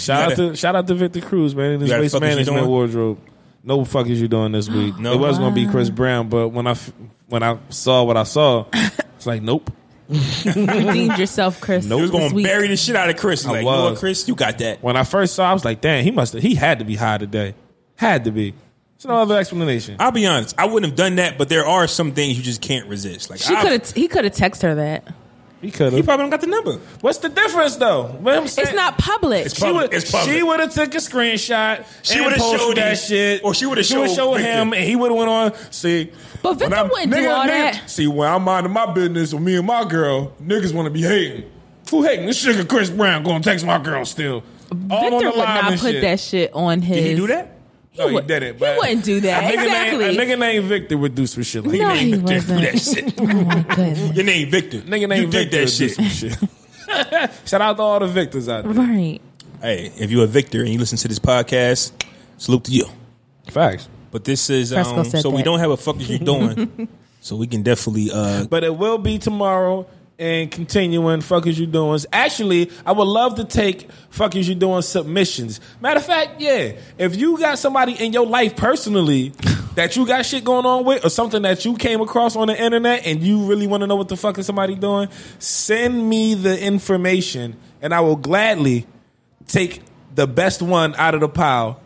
S2: shout out to shout out to Victor Cruz, man, in his
S1: gotta
S2: waste
S1: fuck is you
S2: management
S1: doing?
S2: wardrobe. No fuck is you doing this week?
S1: No.
S2: it was gonna be Chris Brown, but when I f- when I saw what I saw, it's like, nope.
S3: Redeemed yourself, Chris.
S1: You Mm-hmm. was
S3: this
S1: gonna
S3: week.
S1: bury the shit out of Chris. He's
S2: I
S1: like, you know what,
S2: was.
S1: Chris, you got that.
S2: When I first saw, I was like, damn, he must have, he had to be high today, had to be. There's no other explanation.
S1: I'll be honest. I wouldn't have done that, but there are some things you just can't resist. Like
S3: She
S1: I-
S3: could have. He could have texted her that.
S2: He could
S1: He
S2: have.
S1: probably don't got the number.
S2: What's the difference though? What I'm
S3: It's
S2: saying-
S3: not public.
S1: It's
S2: She
S1: public.
S2: would
S1: It's public.
S2: she would have took a screenshot.
S1: She
S2: and
S1: would've
S2: posted
S1: showed
S2: that
S1: him.
S2: shit,
S1: Or she would've
S2: She would've
S1: showed
S2: showed
S1: Victor.
S2: him, and he would have went on. See,
S3: But
S2: when
S3: Victor
S2: I'm-
S3: wouldn't do all that.
S2: See, when I'm minding my business with me and my girl, niggas want to be hating. Who hating? This sugar Chris Brown going to text my girl still. All on
S3: Victor
S2: the
S3: would
S2: line
S3: not
S2: and
S3: put
S2: shit.
S3: that shit on his.
S1: Did he do that?
S3: He
S2: No, he
S3: would-
S2: did it.
S3: he
S2: But
S3: wouldn't do that.
S2: A nigga
S3: Exactly.
S2: Named, a nigga named Victor would do some shit like
S3: No,
S2: that.
S3: he
S1: Victor, do that
S3: wasn't.
S1: shit.
S3: Oh my goodness.
S1: Your name Victor.
S2: Nigga named
S1: you did
S2: Victor
S1: that
S2: would do
S1: shit.
S2: some shit. Shout out to all the victors out there.
S3: Right.
S1: Hey, if you're a Victor and you listen to this podcast, salute to you.
S2: Facts.
S1: But this is
S3: Fresco
S1: um, so
S3: said
S1: we
S3: that.
S1: don't have a fuck is you doing. so we can definitely uh
S2: but it will be tomorrow and continuing fuck is you doing actually i would love to take fuck is you doing submissions matter of fact yeah if you got somebody in your life personally that you got shit going on with or something that you came across on the internet and you really want to know what the fuck is somebody doing send me the information and i will gladly take the best one out of the pile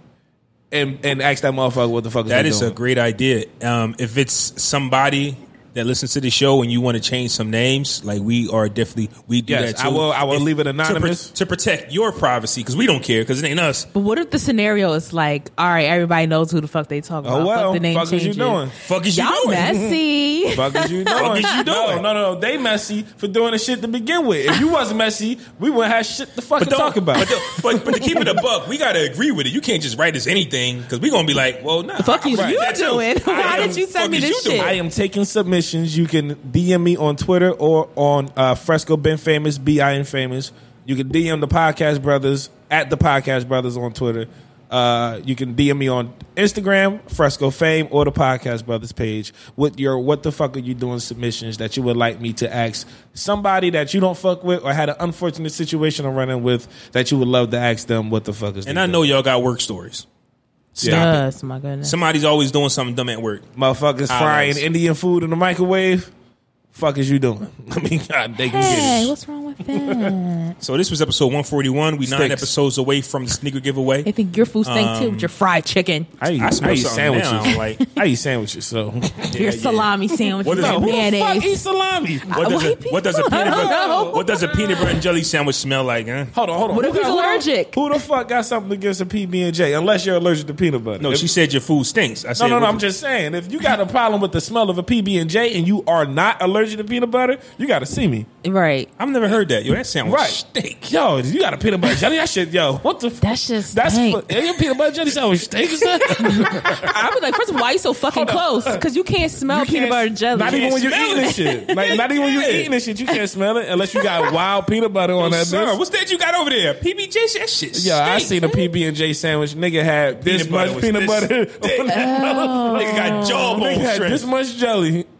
S2: and, and ask that motherfucker what the fuck is
S1: That
S2: they
S1: is
S2: doing.
S1: a great idea. Um, if it's somebody that listens to the show and you want to change some names, like we are definitely we do
S2: Yes,
S1: that. Too.
S2: I will- I will leave it
S1: to pro-
S2: anonymous.
S1: to, protect your privacy because we don't care because it ain't us.
S3: But what if the scenario is like, all right, everybody knows who the fuck they talking about.
S2: oh well
S3: fuck the name
S2: fuck is
S3: changes.
S2: you doing
S1: Fuck is
S3: Y'all
S1: you doing?
S3: messy.
S2: Fuck is you doing?
S1: Fuck is you
S2: No,
S1: doing?
S2: no, no. They messy for doing the shit to begin with. If you wasn't messy, we wouldn't have shit to fucking
S1: But don't-
S2: talk about.
S1: But, don't- but but to keep it a buck, we gotta agree with it. You can't just write us anything because we gonna be like, well, nah.
S3: The fuck is
S1: Right,
S3: you
S1: that too.
S3: doing?
S1: I
S3: Why
S1: am-
S3: did you send
S1: fuck
S3: me
S1: is
S3: this
S1: you doing?
S3: shit?
S2: I am taking submissions. You can DM me on Twitter or on uh, Fresco Ben Famous, B I N Famous. You can DM the Podcast Brothers at the Podcast Brothers on Twitter. Uh, you can DM me on Instagram, Fresco Fame, or the Podcast Brothers page with your "What the fuck are you doing?" submissions that you would like me to ask somebody that you don't fuck with or had an unfortunate situation to run in with that you would love to ask them what the fuck is.
S1: And
S2: they
S1: I
S2: doing.
S1: know y'all got work stories. Stop it.
S3: Yes, my goodness.
S1: Somebody's always doing something dumb at work.
S2: motherfuckers frying
S1: Olives.
S2: Indian food in the microwave. Fuck is you doing? I mean, God, they can
S3: Hey,
S2: get it.
S3: what's wrong with that?
S1: So this was episode 141. We nine
S2: Stinks.
S1: episodes away from the sneaker giveaway.
S3: they think your food stink too with your fried chicken,
S2: I eat,
S1: Um, I smell
S2: eat
S1: something now,
S2: sandwiches.
S1: I don't like.
S2: I eat sandwiches. So
S3: your
S1: yeah.
S3: salami sandwich,
S1: What is it?
S3: your
S1: Who the fuck
S3: mayonnaise.
S2: eat salami.
S1: What
S2: Hold
S1: does,
S3: Why
S1: a, what does a
S3: people-
S1: peanut
S3: I don't
S1: butter,
S3: know.
S1: what does a peanut butter and jelly sandwich smell like? Huh?
S2: on, hold on.
S3: What
S2: Who
S3: if he's
S2: got- who the-
S3: allergic?
S2: Who the fuck got something against a PB and J? Unless you're allergic to peanut butter.
S1: No,
S2: If-
S1: she said your food stinks. I said,
S2: no, no, no.
S1: what
S2: I'm
S1: the-
S2: just saying, if you got a problem with the smell of a PB and J and you are not allergic to peanut butter, you got to see me.
S1: Oh.
S3: Right.
S1: I've never heard that. Yo, that sandwich
S2: Right.
S1: stink.
S2: Yo, you got a peanut butter jelly? That shit, yo, what the? fuck?
S3: That's just
S2: that's
S3: stink.
S2: fu- your peanut butter jelly sandwich steak is that?
S3: I was like, first of all, why you so fucking close? Because you can't smell
S2: You
S3: peanut
S2: can't-
S3: butter and jelly.
S2: Not even when you're
S1: smell
S2: eating this shit. Like not even when you're eating this shit, you can't smell it unless you got wild peanut butter on that
S1: Son,
S2: bitch.
S1: what's that you got over there? PBJ? That shit
S2: Yeah, I
S1: stink.
S2: seen a PB and J sandwich. Nigga had this
S1: Peanut butter
S2: much
S1: was
S2: peanut
S1: this
S2: butter. on that
S1: jawbone
S2: Nigga had
S1: shrimp.
S2: this much jelly.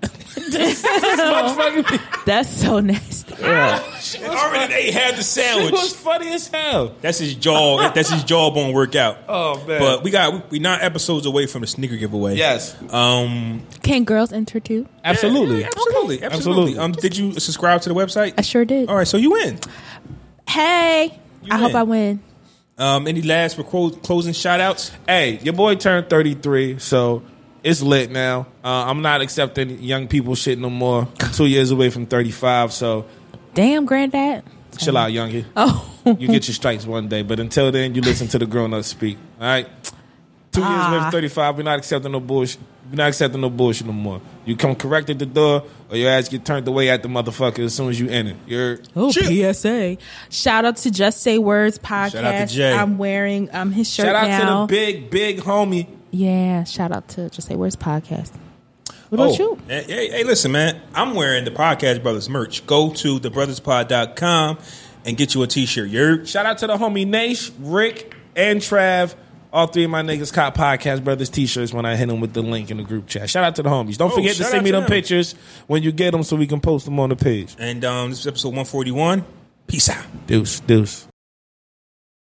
S2: Motherfucking-
S3: That's so nasty.
S1: And Already they had the
S2: it was
S1: sandwich.
S2: funny as hell.
S1: That's his jaw. That's his jawbone workout.
S2: Oh, man.
S1: But we got we nine episodes away from the sneaker giveaway.
S2: Yes. uh,
S1: Um.
S3: Can girls enter too?
S2: Absolutely.
S1: yeah, Absolutely. Absolutely.
S2: Absolutely.
S1: Um. Did you subscribe to the website?
S3: I sure did.
S1: All right. So you win.
S3: Hey, I
S1: win.
S3: hope I win.
S1: Um. Any last for clo- closing shout outs?
S2: Hey, your boy turned 33, so it's lit now. Uh, I'm not accepting young people shit no more. I'm two years away from 35, so
S3: Damn, granddad.
S2: chill out, youngie.
S3: Oh,
S2: You get your stripes one day, but until then, you listen to the grown ups speak. All right? Two years away from 35, we're not accepting no bullshit. We're not accepting no bullshit no more. You come correct at the door, or your ass get turned away at the motherfucker as soon as you enter. You're
S3: oh PSA. Shout out to Just Say Words podcast.
S1: out to Jay.
S3: I'm wearing um his shirt
S2: shout out to the
S3: now.
S2: big, big homie.
S3: yeah, shout out to Just Say Words podcast.
S2: Oh.
S3: What about you?
S1: Oh. Hey, hey, hey, listen, man. I'm wearing the Podcast Brothers merch. Go to thebrotherspod.com and get you a t-shirt. You're
S2: Shout out to the homie Nash, Rick, and Trav. All three of my niggas caught podcast brothers t-shirts when I hit them with the link in the group chat. Shout out to the homies. Don't
S1: Oh,
S2: forget to
S1: shout
S2: send
S1: out
S2: me
S1: to
S2: them
S1: them.
S2: pictures when you get them so we can post them on the page.
S1: and um, this is episode 141. Peace out.
S2: Deuce, deuce.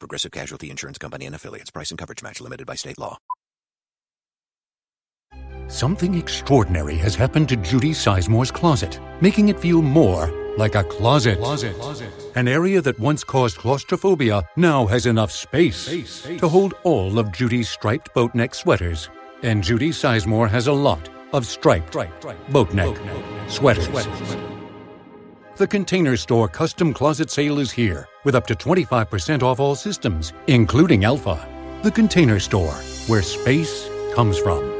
S6: Progressive Casualty Insurance Company and affiliates. Price and coverage match limited by state law.
S7: Something extraordinary has happened to Judy Sizemore's closet, making it feel more like a closet. An area that once caused claustrophobia now has enough space, to hold all of Judy's striped boatneck sweaters. And Judy Sizemore has a lot of striped boatneck sweaters. The Container Store Custom Closet Sale is here with up to 25% off all systems, including Alpha. The Container Store, where space comes from.